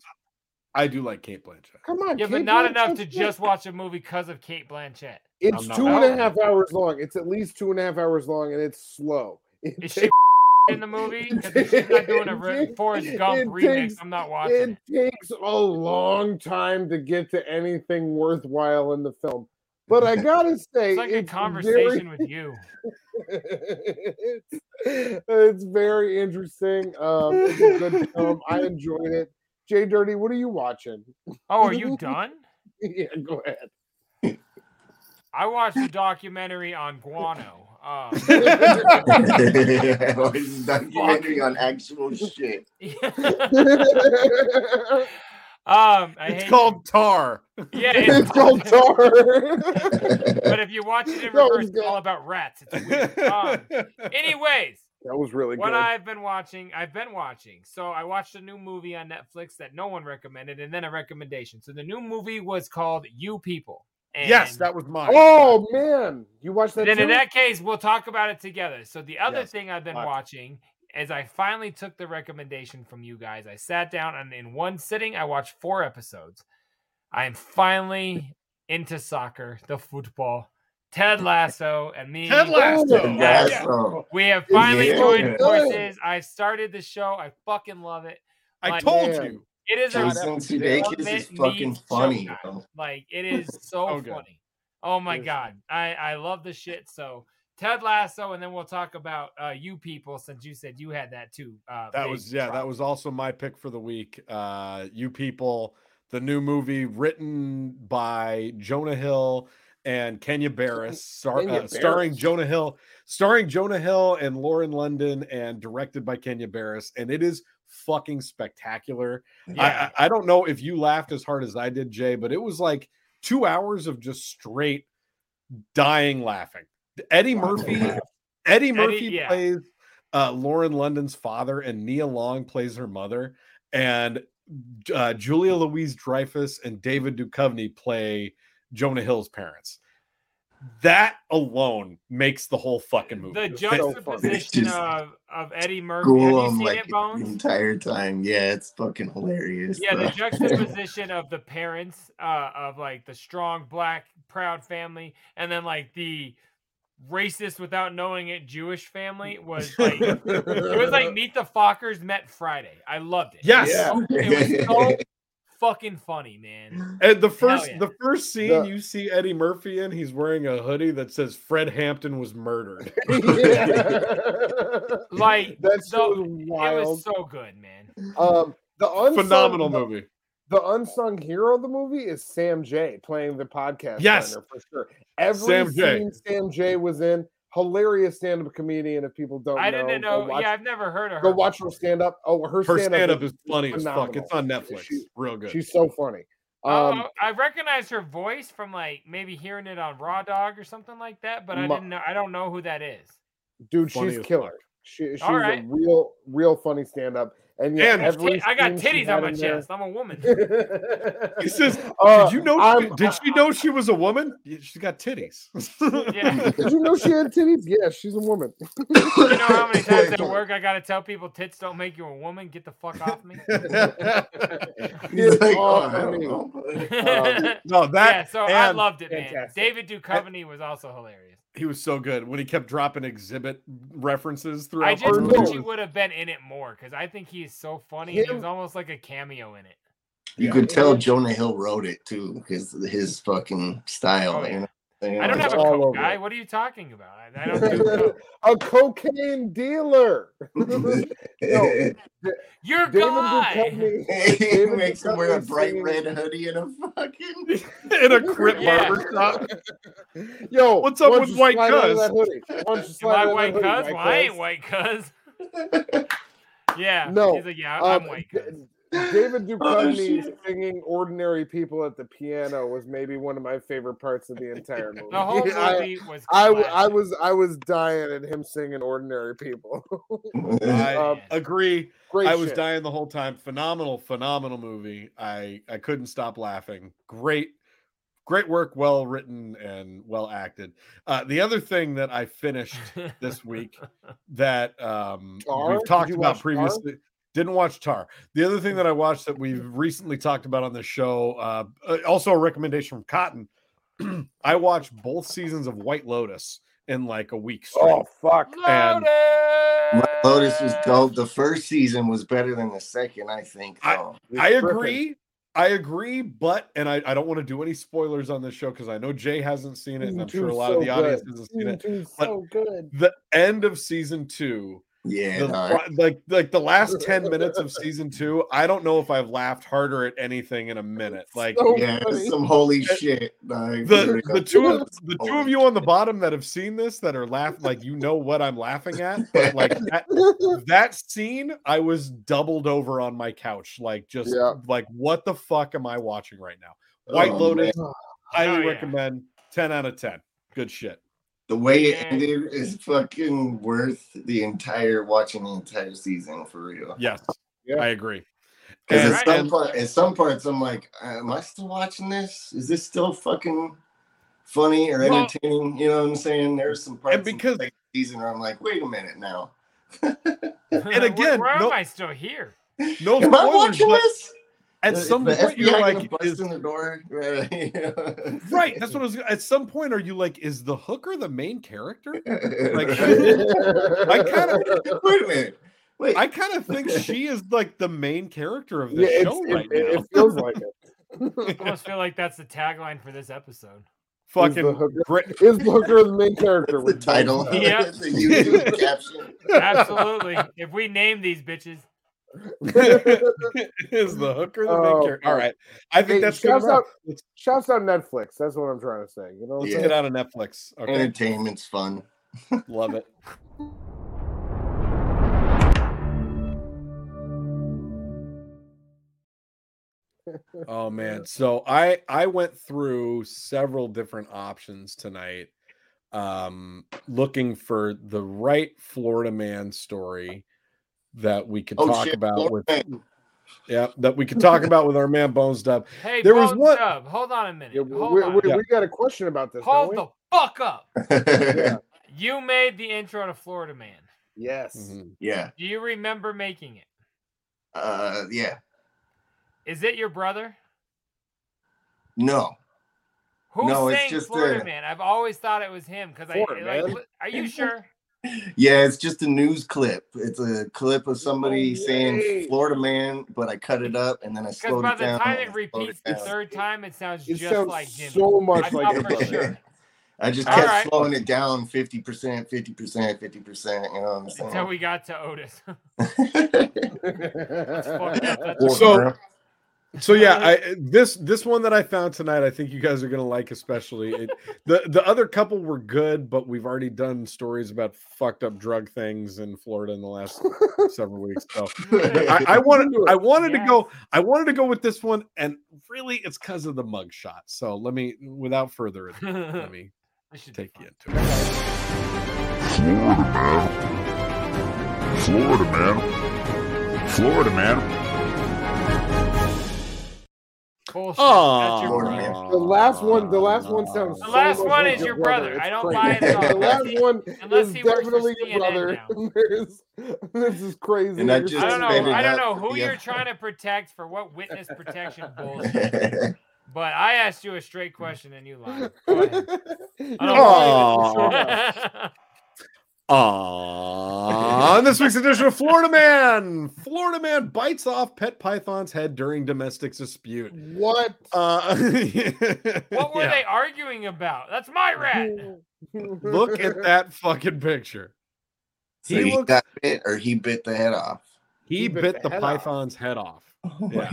S1: I do like Kate Blanchett.
S3: Come on,
S2: yeah, but
S3: Kate
S2: not enough
S3: Blanchett's
S2: to
S3: good.
S2: just watch a movie because of Kate Blanchett.
S3: It's
S1: I'm not
S3: two and a
S1: out.
S3: half hours long. It's at least two and a half hours long, and it's slow. It
S2: Is she
S3: takes-
S2: in the movie? 'Cause if she's not doing a re-
S3: It
S2: Forrest Gump
S3: takes-
S2: remix, I'm not watching it.
S3: it takes a long time to get to anything worthwhile in the film. But I gotta say,
S2: It's like a
S3: it's
S2: conversation with you.
S3: Very, it's, it's very interesting. Um, it's a good film. I enjoyed it. Jay Dirty, what are you watching?
S2: Oh, are you done?
S3: yeah, go ahead.
S2: I watched a documentary on guano. Um,
S8: It's a documentary on actual shit.
S2: um, I
S1: It's
S2: hate-
S1: called Tar.
S2: Yeah,
S3: it's called Tar.
S2: but if you watch it in
S3: No, it's
S2: reverse, it's all about rats. It's weird. Um, anyways,
S3: That was really
S2: what
S3: good.
S2: I've been watching, I've been watching. So I watched a new movie on Netflix that no one recommended, and then a recommendation. So the new movie was called You People. And
S1: yes, that was mine.
S3: oh man, you watched that?
S2: then in
S3: too?
S2: that case, we'll talk about it together. So the other
S1: Yes,
S2: thing I've been
S1: watch it.
S2: watching is I finally took the recommendation from you guys. I sat down and in one sitting, I watched four episodes. I am finally into soccer, the football, Ted Lasso, and me.
S1: Ted Lasso.
S2: Yeah.
S8: Lasso.
S2: We have finally
S8: Yeah.
S2: joined
S8: Good.
S2: forces. I started the show. I fucking love it.
S1: I
S2: Like,
S1: told
S3: man.
S1: you.
S2: It is a
S8: Jason Sudeikis is
S2: government
S8: fucking
S2: needs
S8: funny.
S2: showtime.
S8: Bro.
S2: Like it is so
S1: Oh, good.
S2: funny. Oh my
S3: It is
S2: god, I I love the shit. So Ted Lasso, and then we'll talk about uh, you people since you said you had that too. Uh,
S1: That
S2: big
S1: was yeah, that
S2: problem.
S1: was also my pick for the week. Uh You People, the new movie written by Jonah Hill and Kenya Barris, star,
S3: Kenya
S1: uh, starring
S3: Barris.
S1: Jonah Hill, starring Jonah Hill and Lauren London, and directed by Kenya Barris, and it is fucking spectacular. I-
S2: yeah.
S1: I, I don't know if you laughed as hard as I did, Jay, but it was like two hours of just straight dying laughing. Eddie Murphy, Eddie Murphy
S2: yeah.
S1: plays uh, Lauren London's father, and Nia Long plays her mother, and uh, Julia Louise Dreyfus and David Duchovny play Jonah Hill's parents. That alone makes the whole fucking movie.
S2: the
S1: They-
S2: juxtaposition
S8: Just
S2: of of Eddie Murphy. Have you
S8: School
S2: seen
S8: him like
S2: it,
S8: the
S2: Bones?
S8: entire time. Yeah, it's fucking hilarious.
S2: Yeah, the
S8: bro.
S2: juxtaposition of the parents uh, of like the strong black proud family, and then like the racist without knowing it Jewish family was like it was like meet the Fockers met Friday. I loved it.
S1: Yes.
S2: it was so fucking funny, man.
S1: And the first
S2: yeah.
S1: the first scene
S3: The-
S1: you see Eddie Murphy in, he's wearing a hoodie that says Fred Hampton was murdered.
S3: Yeah.
S2: Like
S3: That's
S2: so-
S3: so
S2: it
S3: wild.
S2: was so good, man.
S3: um, the unsung,
S1: Phenomenal
S3: the,
S1: movie.
S3: The unsung hero of the movie is Sam J playing the podcast.
S1: Yes.
S3: partner for sure. Every
S1: Sam Jay.
S3: scene Sam J was in, hilarious stand-up comedian. If people don't,
S2: I
S3: know,
S2: didn't
S3: go
S2: know.
S3: watch,
S2: Yeah, I've never heard of her.
S3: go watch her stand up. Oh, her,
S1: Her
S3: stand-up
S1: stand up
S3: is-
S1: is funny as fuck. It's
S3: phenomenal.
S1: on Netflix.
S3: She-
S1: Real good.
S3: She's so funny.
S2: Oh,
S3: Um,
S2: I recognize her voice from like maybe hearing it on Raw Dog or something like that, but I
S3: Mu-
S2: didn't know. I don't know who that is.
S3: dude,
S1: funny
S3: she's
S1: as
S3: killer.
S1: fuck.
S3: She, she's
S2: All right.
S3: a real, real funny stand up. And, yet
S2: And
S3: every
S2: I got
S3: scene she
S2: titties
S3: had
S2: on my
S3: in there-
S2: chest. I'm a woman.
S1: He says,
S3: Uh,
S1: "Did you know? She, did she know she was a woman? Yeah, She's got titties."
S3: Did you know she had titties? Yeah, she's a woman.
S2: You know how many times at work I gotta tell people tits don't make you a woman? Get the fuck off me.
S3: He's like,
S1: "Oh, I
S3: don't Um,
S1: know." No, that
S2: yeah, so I
S1: and-
S2: loved it, man.
S1: Fantastic.
S2: David Duchovny was also hilarious.
S1: He was so good when he kept dropping exhibit references throughout.
S2: I just
S1: the
S2: wish
S1: movie.
S2: he would have been in it more because I think he is so funny and he was almost like a cameo in it.
S8: You could tell Jonah Hill wrote it too, because his fucking style. you know?
S2: Oh, I don't have a
S8: All
S2: coke
S8: over
S2: guy.
S8: it.
S2: What are you talking about? I, I don't do coke.
S3: a cocaine dealer. no,
S2: You're
S3: David
S2: God.
S3: Duchovny-
S8: He
S3: David
S8: makes him wear a
S3: Duchovny
S8: bright
S3: singing-
S8: red hoodie and a fucking
S1: in a crip
S8: Yeah.
S1: barber shop.
S3: Yo,
S1: what's up
S3: why don't
S1: with
S3: you
S1: white
S3: slide under that
S1: cuz?
S3: hoodie? Why don't you
S2: Am
S3: slide
S2: I
S3: under that hoodie, white
S2: white cuz? Well, I ain't
S3: cuz?
S2: white cuz. yeah.
S3: No,
S2: He's like, yeah,
S3: um,
S2: I'm white cuz.
S3: David
S8: Oh,
S3: Duchovny
S2: shit.
S3: singing "Ordinary People" at the piano was maybe one of my favorite parts of the entire movie.
S2: The whole
S3: I-
S2: movie was
S3: I, w- I was I was dying at him singing "Ordinary People."
S1: I
S3: Um,
S1: agree.
S3: great
S1: I was
S3: shit.
S1: dying the whole time. Phenomenal, phenomenal movie. I I couldn't stop laughing. Great, great work. Well written and well acted. Uh, the other thing that I finished this week that um,
S3: Tar?
S1: we've
S3: Did
S1: talked
S3: you watch
S1: about
S3: Tar?
S1: previously. Didn't watch Tar. The other thing that I watched that we've recently talked about on the show, uh, uh, also a recommendation from Cotton. I watched both seasons of White Lotus in like a week.
S3: Oh fuck!
S1: And
S8: White Lotus was dope. The first season was better than the second, I think. Though.
S1: I agree. I agree, but and I, I don't want to do any spoilers on this show because I know Jay hasn't seen it, and I'm sure a lot of the audience hasn't seen it. but
S3: so good.
S1: The end of season two,
S8: Yeah,
S1: the,
S8: no,
S1: fi- like like the last ten minutes of season two. I don't know if I've laughed harder at anything in a minute. Like,
S8: So Yeah, it's funny. some holy
S1: It-
S8: shit, like,
S1: the
S8: straight
S1: the
S8: up.
S1: two of, the two
S8: Holy
S1: of you on the bottom that have seen this that are laughing like you know what I'm laughing at, but like that, that scene, I was doubled over on my couch, like just
S3: Yeah.
S1: like what the fuck am I watching right now? White
S8: Oh,
S1: Lotus,
S8: man.
S1: highly recommend. Ten out of ten. Good shit.
S8: The way it ended is fucking worth the entire watching the entire season for real.
S1: Yes, I agree.
S8: Because
S1: And-
S8: at, some part, at some parts, I'm like, am I still watching this? Is this still fucking funny or
S1: Well-
S8: entertaining? you know what I'm saying? There's some parts because in the second season where I'm like, wait a minute now.
S1: and again,
S2: where
S1: no,
S2: am I still here?
S1: no
S8: Am I
S1: spoilers,
S8: watching
S1: but
S8: this?
S1: at
S8: Is
S1: some
S8: the
S1: point you're
S8: FBI gonna
S1: like,
S8: bust
S1: is-
S8: in the door.
S1: right. That's what I was. At some point, are you like, is the hooker the main character? Like, I kind of
S8: wait a minute. Wait,
S1: I kind of think she is like the main character of
S3: Yeah,
S1: this
S3: it's-
S1: show
S3: it-
S1: right
S3: it-
S1: now.
S3: it feels like it.
S2: I almost feel like that's the tagline for this episode.
S3: Is the
S1: Fucking
S3: hooker,
S1: great.
S3: is the hooker the main character? with
S8: title.
S2: Yeah.
S8: The YouTube caption.
S2: Absolutely. If we name these bitches,
S1: is the hooker the
S3: Oh,
S1: main character? All
S3: fuck.
S1: right, I think
S3: Hey,
S1: that's good.
S3: shouts
S1: enough.
S3: out, shouts out Netflix. That's what I'm trying to say. You know, what I'm
S1: Let's
S3: saying?
S1: get out of Netflix. Okay,
S8: Entertainment's fun.
S1: love it. oh man so i i went through several different options tonight um looking for the right florida man story that we could
S8: Oh,
S1: talk
S8: shit,
S1: about
S8: Florida
S1: with yeah that we could talk about with our man bones dub
S2: hey,
S1: there
S2: Bones
S1: was one
S2: Dub, hold on a minute.
S3: Yeah, we,
S2: hold
S3: we,
S2: on.
S3: we-
S1: Yeah.
S3: we got a question about this.
S2: Hold
S3: don't
S2: the fuck up.
S3: we? Yeah.
S2: You made the intro to Florida Man.
S3: Yes.
S8: Mm-hmm.
S5: Mm-hmm.
S8: Yeah.
S2: Do you remember making it?
S8: Uh, yeah.
S2: Is it your brother?
S8: No.
S2: Who
S8: No, it's
S2: sang
S8: just,
S2: Florida
S8: uh,
S2: Man? I've always thought it was him because I
S3: Florida
S2: like,
S3: Man.
S2: li- are you sure?
S8: Yeah, it's just a news clip. It's a clip of somebody saying
S3: way.
S8: Florida man, but I cut it up and then I
S2: Because
S8: slowed
S2: by
S8: it
S2: the
S8: down.
S2: time it
S8: and I slowed
S2: repeats the
S8: down.
S2: third time, it sounds
S3: It
S2: just
S3: sounds
S2: like Jimmy.
S3: so much
S2: I
S3: like
S2: thought
S3: his
S2: for
S8: brother.
S2: sure.
S8: I just
S2: All
S8: kept
S2: right.
S8: slowing it down 50%, 50%, 50%. You know what I'm saying?
S2: Until we got to Otis.
S8: Poor
S1: So-
S8: girl.
S1: so yeah i this this one that i found tonight i think you guys are gonna like especially it, the the other couple were good but we've already done stories about fucked up drug things in florida in the last several weeks so i, I wanted i wanted to go i wanted to go with this one and really it's because of the mug shot so let me without further ado let me take you into it
S15: Florida man. Florida man.
S9: Florida, man.
S5: Bullshit.
S3: Oh, the last one. The last one sounds.
S5: The
S3: so
S5: last
S3: much
S5: one
S3: like
S5: is your brother. I don't buy it
S3: It's
S5: at all.
S3: crazy. The last one
S5: Unless
S3: is
S5: he works for
S3: definitely your brother.
S5: CNN
S3: There's- this is crazy.
S8: And I
S3: You're
S8: just
S3: so
S5: I don't know.
S8: maybe
S5: I don't
S8: not
S5: know
S8: the
S5: who you're
S8: other-
S5: trying to protect for what witness protection bullshit. But I asked you a straight question and you lied. Go ahead. I don't believe it.
S1: On this week's edition of Florida Man, Florida Man bites off pet python's head during domestic dispute.
S3: What?
S1: Uh,
S5: What were
S1: yeah.
S5: they arguing about? That's my rat.
S1: Look at that fucking picture.
S8: So
S1: He
S8: he,
S1: looks-
S8: got bit or he bit the head off.
S1: He, bit, the, python's head off. Yeah.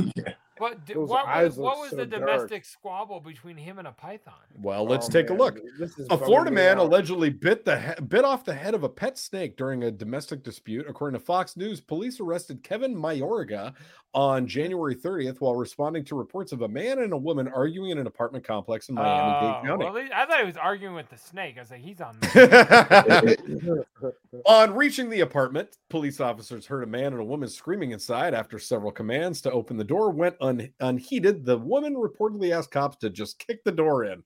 S5: What, d-
S3: Those
S5: what
S3: eyes
S5: was,
S3: look
S5: what was
S3: so
S5: the
S3: dark.
S5: domestic squabble between him and a python?
S1: Well, let's
S3: Oh,
S1: take
S3: man,
S1: a look.
S3: dude, this is
S1: A
S3: bumming
S1: Florida
S3: me
S1: man
S3: out.
S1: allegedly bit the he- bit off the head of a pet snake during a domestic dispute. According to Fox News, police arrested Kevin Mayorga on January 30th while responding to reports of a man and a woman arguing in an apartment complex in
S3: Uh,
S1: Miami-Dade
S5: Oh,
S1: County.
S5: well, I thought he was arguing with the snake. I was like, he's on.
S1: On reaching the apartment, police officers heard a man and a woman screaming inside after several commands to open the door went un- unheeded. The woman reportedly asked cops to just kick the door in.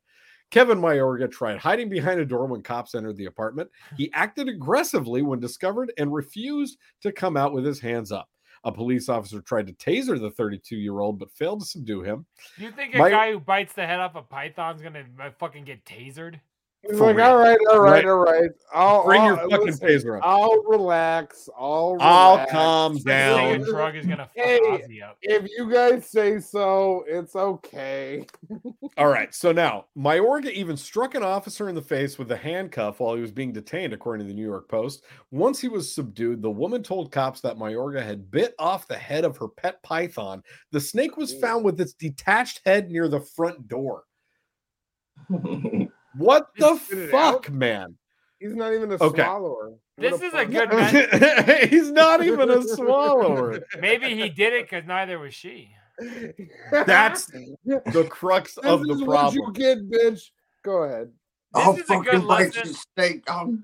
S1: Kevin Mayorga tried hiding behind a door when cops entered the apartment. He acted aggressively when discovered and refused to come out with his hands up. A police officer tried to taser the 32 year old but failed to subdue him.
S5: You think a
S1: My-
S5: guy who bites the head off a python's gonna uh, fucking get tasered?
S3: He's
S1: For
S3: like,
S1: real.
S3: all right, all right,
S1: Right.
S3: all right. I'll,
S1: Bring your
S3: I'll-
S1: fucking
S3: listen,
S1: taser up.
S3: I'll relax. I'll
S1: I'll
S3: relax.
S1: calm
S5: Taking
S1: down.
S5: a drug is gonna fuck
S3: Hey,
S5: Ozzy up.
S3: If you guys say so, it's okay.
S1: All right. So now Mayorga even struck an officer in the face with a handcuff while he was being detained, according to the New York Post. Once he was subdued, the woman told cops that Mayorga had bit off the head of her pet python. The snake was found with its detached head near the front door. What the
S3: spit it
S1: fuck, man?
S3: He's not even a
S1: Okay.
S3: swallower.
S5: This
S3: What
S5: is a
S3: punk.
S5: good match.
S1: He's not even a swallower.
S5: Maybe he did it because neither was she.
S1: That's the crux
S3: This
S1: of the
S3: is
S1: problem.
S3: What you get, bitch. Go ahead.
S8: Oh
S5: This is a good lesson.
S8: Snake. Oh.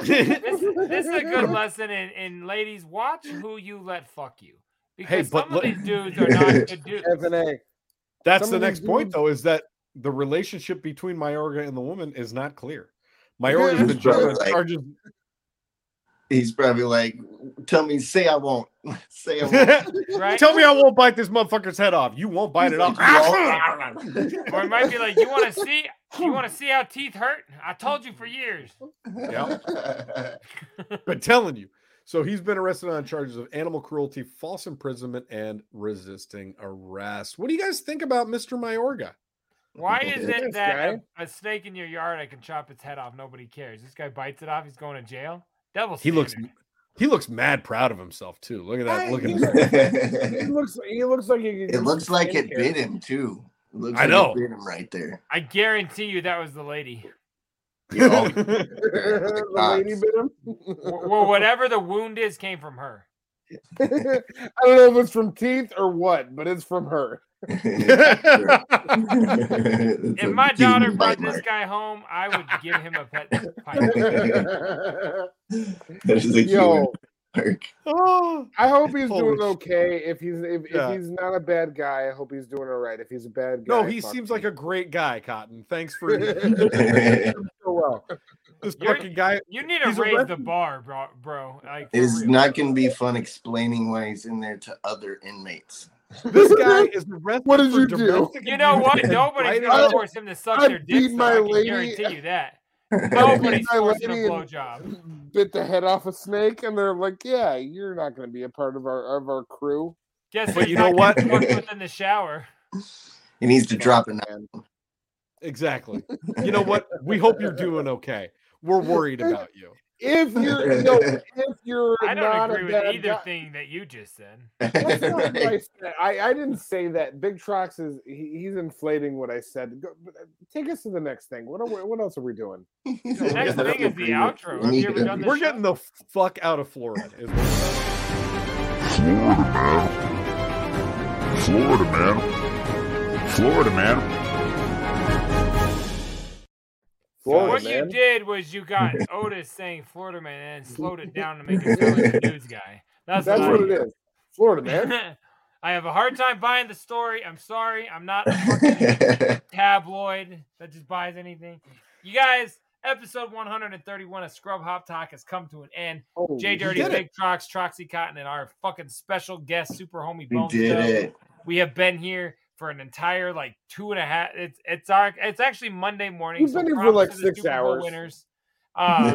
S5: this, this is a good lesson in, in ladies watch who you let fuck you because
S1: but
S5: some
S1: look-
S5: of these dudes are not good dudes.
S3: F and A.
S1: That's
S3: Some
S1: the
S3: of these
S1: next point,
S3: dudes-
S1: though, is that the relationship between Mayorga and the woman is not clear. Mayorga has
S3: that's
S1: been charged
S8: true.
S1: with
S8: Like-
S1: charges.
S8: He's probably like, tell me, say I won't. Say I won't.
S5: Right?
S1: Tell me I won't bite this motherfucker's head off. You won't bite it off.
S5: Or it might be like, you want to see, you want to see how teeth hurt? I told you for years.
S1: Yeah. But telling you. So he's been arrested on charges of animal cruelty, false imprisonment, and resisting arrest. What do you guys think about Mr. Mayorga?
S5: Why is
S3: This
S5: it that a, a snake in your yard I can chop its head off? Nobody cares. This guy bites it off. He's going to jail. Devil.
S1: He looks
S5: standard.
S1: he looks mad proud of himself too. Look at that.
S3: Hey,
S1: Look at
S3: he
S1: that.
S3: He
S8: it
S3: looks. He looks like he. could use
S8: looks
S3: some
S8: like it
S3: skincare.
S8: bit him too. It looks
S1: I
S8: like
S1: know.
S8: It bit him right there.
S5: I guarantee you that was the lady,
S8: You know?
S3: the lady bit him.
S5: or, or whatever the wound is came from her.
S3: I don't know if it's from teeth or what, but it's from her.
S8: If
S5: If my daughter brought this guy home, I would give him a pet python.
S8: That is a human
S3: Yo,
S8: mark.
S1: Oh,
S3: I hope he's
S1: Holy
S3: doing okay. If he's if,
S1: Yeah.
S3: if he's not a bad guy, I hope he's doing all right. If he's a bad guy,
S1: no, he
S3: fuck
S1: seems
S3: him.
S1: like a great guy, Cotton. Thanks for
S3: so well.
S1: this
S5: You're-
S1: fucking guy.
S5: You need to
S1: He's a
S5: raise the
S1: refugee.
S5: bar, bro. bro. Like, for
S8: It's
S5: real.
S8: not going to be fun explaining why he's in there to other inmates.
S1: This guy is arrested.
S3: What did
S1: for
S3: you do?
S1: domestic
S5: You know what?
S1: abuse and
S5: Nobody's
S1: biting
S5: gonna
S1: off-
S5: force him to suck
S3: I
S5: their
S3: beat
S5: dick. So
S3: my
S5: I can
S3: lady-
S5: guarantee you that.
S3: I beat
S5: Nobody's
S3: my
S5: forcing a
S3: lady and-
S5: blowjob.
S3: Bit the head off a snake, and they're like, "Yeah, you're not going to be a part of our of our crew."
S5: Guess
S1: But
S5: he's
S1: you
S5: not
S1: know what?
S5: getting fucked within the shower.
S8: He needs to drop it.
S3: And
S1: Exactly. You know what? We hope you're doing okay. We're worried about you.
S3: if you're you know, if you're
S5: I don't
S3: not
S5: agree
S3: a
S5: with
S3: bad
S5: either
S3: guy-
S5: thing that you just said.
S3: That's not what I, said. I I didn't say that. Big Trox is he, he's inflating what I said. Go, but, uh, take us to the next thing. What are, we- what else are we doing?
S5: The next thing is the outro. Have you ever done this?
S1: We're
S5: show?
S1: getting the fuck out of Florida. is what-
S9: Florida, man. Florida, man. Florida, man.
S5: So what
S3: Florida,
S5: you
S3: man.
S5: did was you got Otis saying Florida man and then slowed it down to make it sound like a news guy. That's,
S3: That's
S5: what,
S3: what
S5: I
S3: it
S5: did.
S3: is. Florida man.
S5: I have a hard time buying the story. I'm sorry. I'm not a fucking tabloid that just buys anything. You guys, episode 131 of Scrub Hop Talk has come to an end.
S3: Oh,
S5: Jay
S3: we
S5: Dirty,
S3: did
S5: Big
S3: it.
S5: Trox, Troxy Cotton, and our fucking special guest, Super Homie
S8: We
S5: Bones.
S8: did
S5: Joe.
S8: it.
S5: We have been here for an entire like two and a half. It's it's our it's actually Monday morning.
S3: We've
S5: so
S3: been here for,
S5: props
S3: like,
S5: to the
S3: six
S5: Super Bowl
S3: hours.
S5: Winners, uh,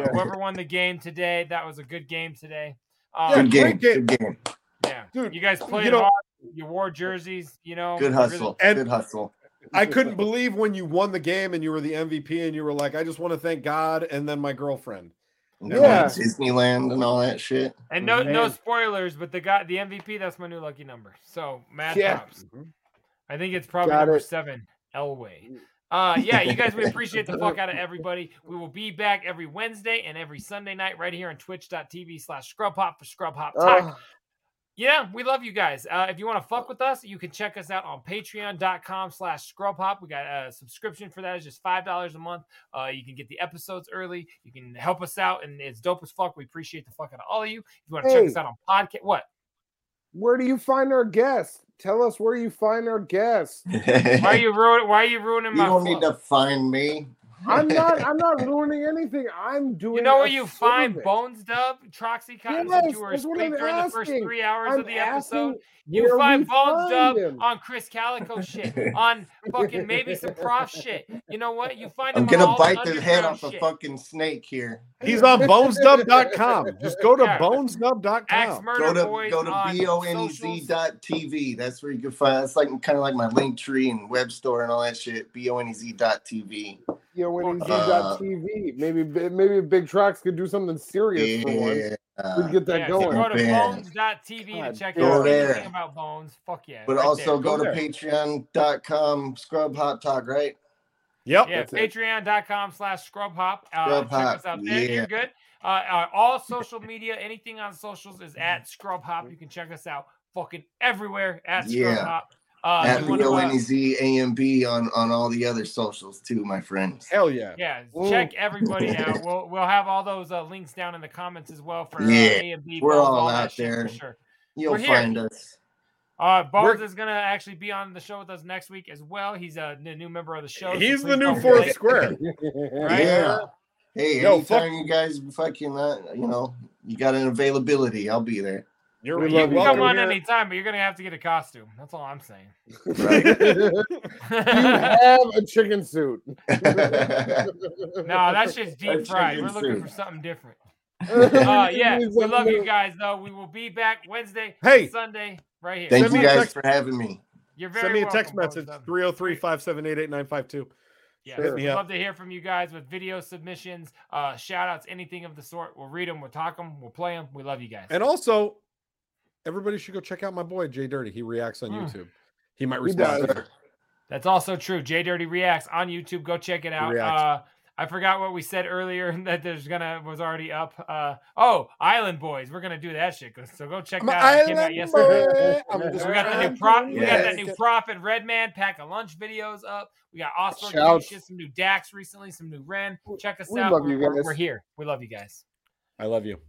S3: Yeah.
S5: whoever won the game today, that was a good game today. Um,
S8: Good game. Good game.
S5: yeah, dude, you guys played
S1: you know-
S5: hard. You wore jerseys. You know,
S8: Good
S5: you really-
S8: hustle.
S1: And-
S8: Good hustle.
S1: I couldn't believe when you won the game and you were the MVP and you were like, I just want to thank God and then my girlfriend.
S8: And
S1: And
S8: going
S1: like,
S8: to Disneyland and all that shit.
S5: And no, no
S1: Man.
S5: spoilers, but the guy, the MVP, that's my new lucky number. So mad
S3: Yeah.
S5: props. I think it's probably
S3: Got
S5: number
S3: it.
S5: seven. Elway. Uh, yeah, you guys, we appreciate the fuck out of everybody. We will be back every Wednesday and every Sunday night right here on twitch.tv slash scrub hop for scrub hop talk.
S3: Ugh.
S5: Yeah, we love you guys. Uh, if you want to fuck with us, you can check us out on patreon.com slash scrubhop. We got a subscription for that. It's just $5 a month. Uh, you can get the episodes early. You can help us out, and it's dope as fuck. We appreciate the fuck out of all of you. If you want to check
S3: Hey.
S5: us out on podcast, what?
S3: Where do you find our guests? Tell us where you find our guests.
S5: Why are you, ruin- why are you ruining
S8: You
S5: my
S8: don't
S5: flow?
S8: need to find me.
S3: I'm not. I'm not ruining anything. I'm doing.
S5: You know where
S3: a
S5: you find
S3: service.
S5: Bones Dub, Troxy Cotton,
S3: Yes,
S5: since you were
S3: that's
S5: asleep
S3: what I'm
S5: during the first
S3: asking.
S5: three hours
S3: I'm
S5: of the episode.
S3: asking
S5: You
S3: where
S5: find
S3: we
S5: Bones
S3: find
S5: Dub
S3: him.
S5: on Chris Calico shit, on fucking maybe some prof shit. You know what? You find
S8: I'm
S5: him on
S8: gonna
S5: all the
S8: bite the head
S5: underground
S8: off a
S5: shit.
S8: fucking snake here.
S1: He's on bonesnub.com. Just go to
S5: Yeah. Axe
S1: bonesnub.com.
S5: Murder
S8: Go to
S5: Boys
S8: go to
S5: on
S8: b o n E z
S5: socials.
S8: dot tv. That's where you can find. It's like kind of like my link tree and web store and all that shit. B o n E z dot tv.
S3: You know, when he's
S8: Uh,
S3: on TV, maybe maybe Big Trucks could do something serious for once. We'd get that
S5: Yeah, so
S3: going.
S5: go to
S8: Man.
S5: bones.tv
S3: God
S5: to check
S3: damn.
S5: out
S8: Go there.
S5: anything about Bones. Fuck yeah.
S8: But
S5: right
S8: also
S5: there.
S3: Go
S8: go, to
S3: there.
S8: patreon.com scrub hot talk, right?
S1: Yep.
S5: Yeah,
S3: That's it.
S5: patreon.com slash scrub hop. Uh,
S8: Scrub
S5: check
S8: Hop,
S5: us out there. You're
S8: yeah.
S5: good. Uh, uh, all social media, anything on socials is at scrub hop. You can check us out fucking everywhere at scrub
S8: Yeah.
S5: hop. Uh,
S8: At
S5: you
S8: B
S5: wanna,
S8: O
S5: uh,
S8: N E Z A M B on on all the other socials too, my friends.
S1: Hell yeah.
S5: yeah,
S3: Ooh.
S5: check everybody uh, out. We'll we'll have all those uh, links down in the comments as well for uh,
S8: Yeah,
S5: A and B.
S8: we're
S5: both,
S8: all
S5: that
S8: out
S5: shit
S8: there.
S5: for sure.
S8: You'll
S5: We're here.
S8: find us.
S5: Uh, Bones
S1: We're-
S5: is gonna actually be on the show with us next week as well. He's a n- new member of the show. so
S1: He's the
S5: please
S1: new
S5: don't
S1: fourth
S5: forget.
S1: square.
S5: Right?
S8: Yeah. Hey,
S1: Yo, fuck-
S8: anytime you guys fucking, uh, you know, you got an availability, I'll be there.
S1: You're,
S3: We
S1: you're
S3: love you.
S5: Come
S1: welcome
S5: on
S1: here.
S5: anytime, but you're gonna have to get a costume. That's all I'm saying.
S3: you
S5: no,
S3: have a chicken suit.
S5: that's just deep fried.
S8: chicken
S5: We're looking
S8: soup.
S5: for something different. Uh,
S3: Uh,
S5: yeah, we love you guys though. We will be back Wednesday,
S1: Hey.
S5: Sunday, right here.
S8: Thank
S1: Send
S8: you
S1: me a
S8: guys
S1: text-
S8: for having me.
S5: You're very
S1: Send me a text
S5: welcome,
S1: message
S5: Bones Up.
S1: 303 578 8952.
S5: Yeah,
S1: Hit me
S5: we'd
S1: up.
S5: love to hear from you guys with video submissions, uh, shout outs, anything of the sort. We'll read them, we'll talk them, we'll play them. We love you guys.
S1: And also, everybody should go check out my boy Jay Dirty. He reacts on
S5: Mm.
S1: YouTube. He might
S3: He
S1: respond.
S3: does.
S5: That's also true. J Dirty Reacts on YouTube. Go check it out.
S1: Reacts.
S5: Uh, I forgot what we said earlier that there's gonna was already up. Uh, oh, Island Boys, we're gonna do that shit. So go check
S1: I'm
S5: that out. It Came out
S1: island
S5: yesterday.
S1: boy. I'm just
S5: We got the
S1: trying
S5: new prop.
S1: to
S5: We got that
S1: make
S5: new
S1: it.
S5: prophet Redman pack of lunch videos up. We got all sorts of new
S3: Shout.
S5: shit. Some new Dax recently. Some new Ren. Check us
S3: we
S5: out.
S3: love
S5: We're,
S3: you
S5: we're-
S3: guys.
S5: we're here. We love you guys.
S1: I love you.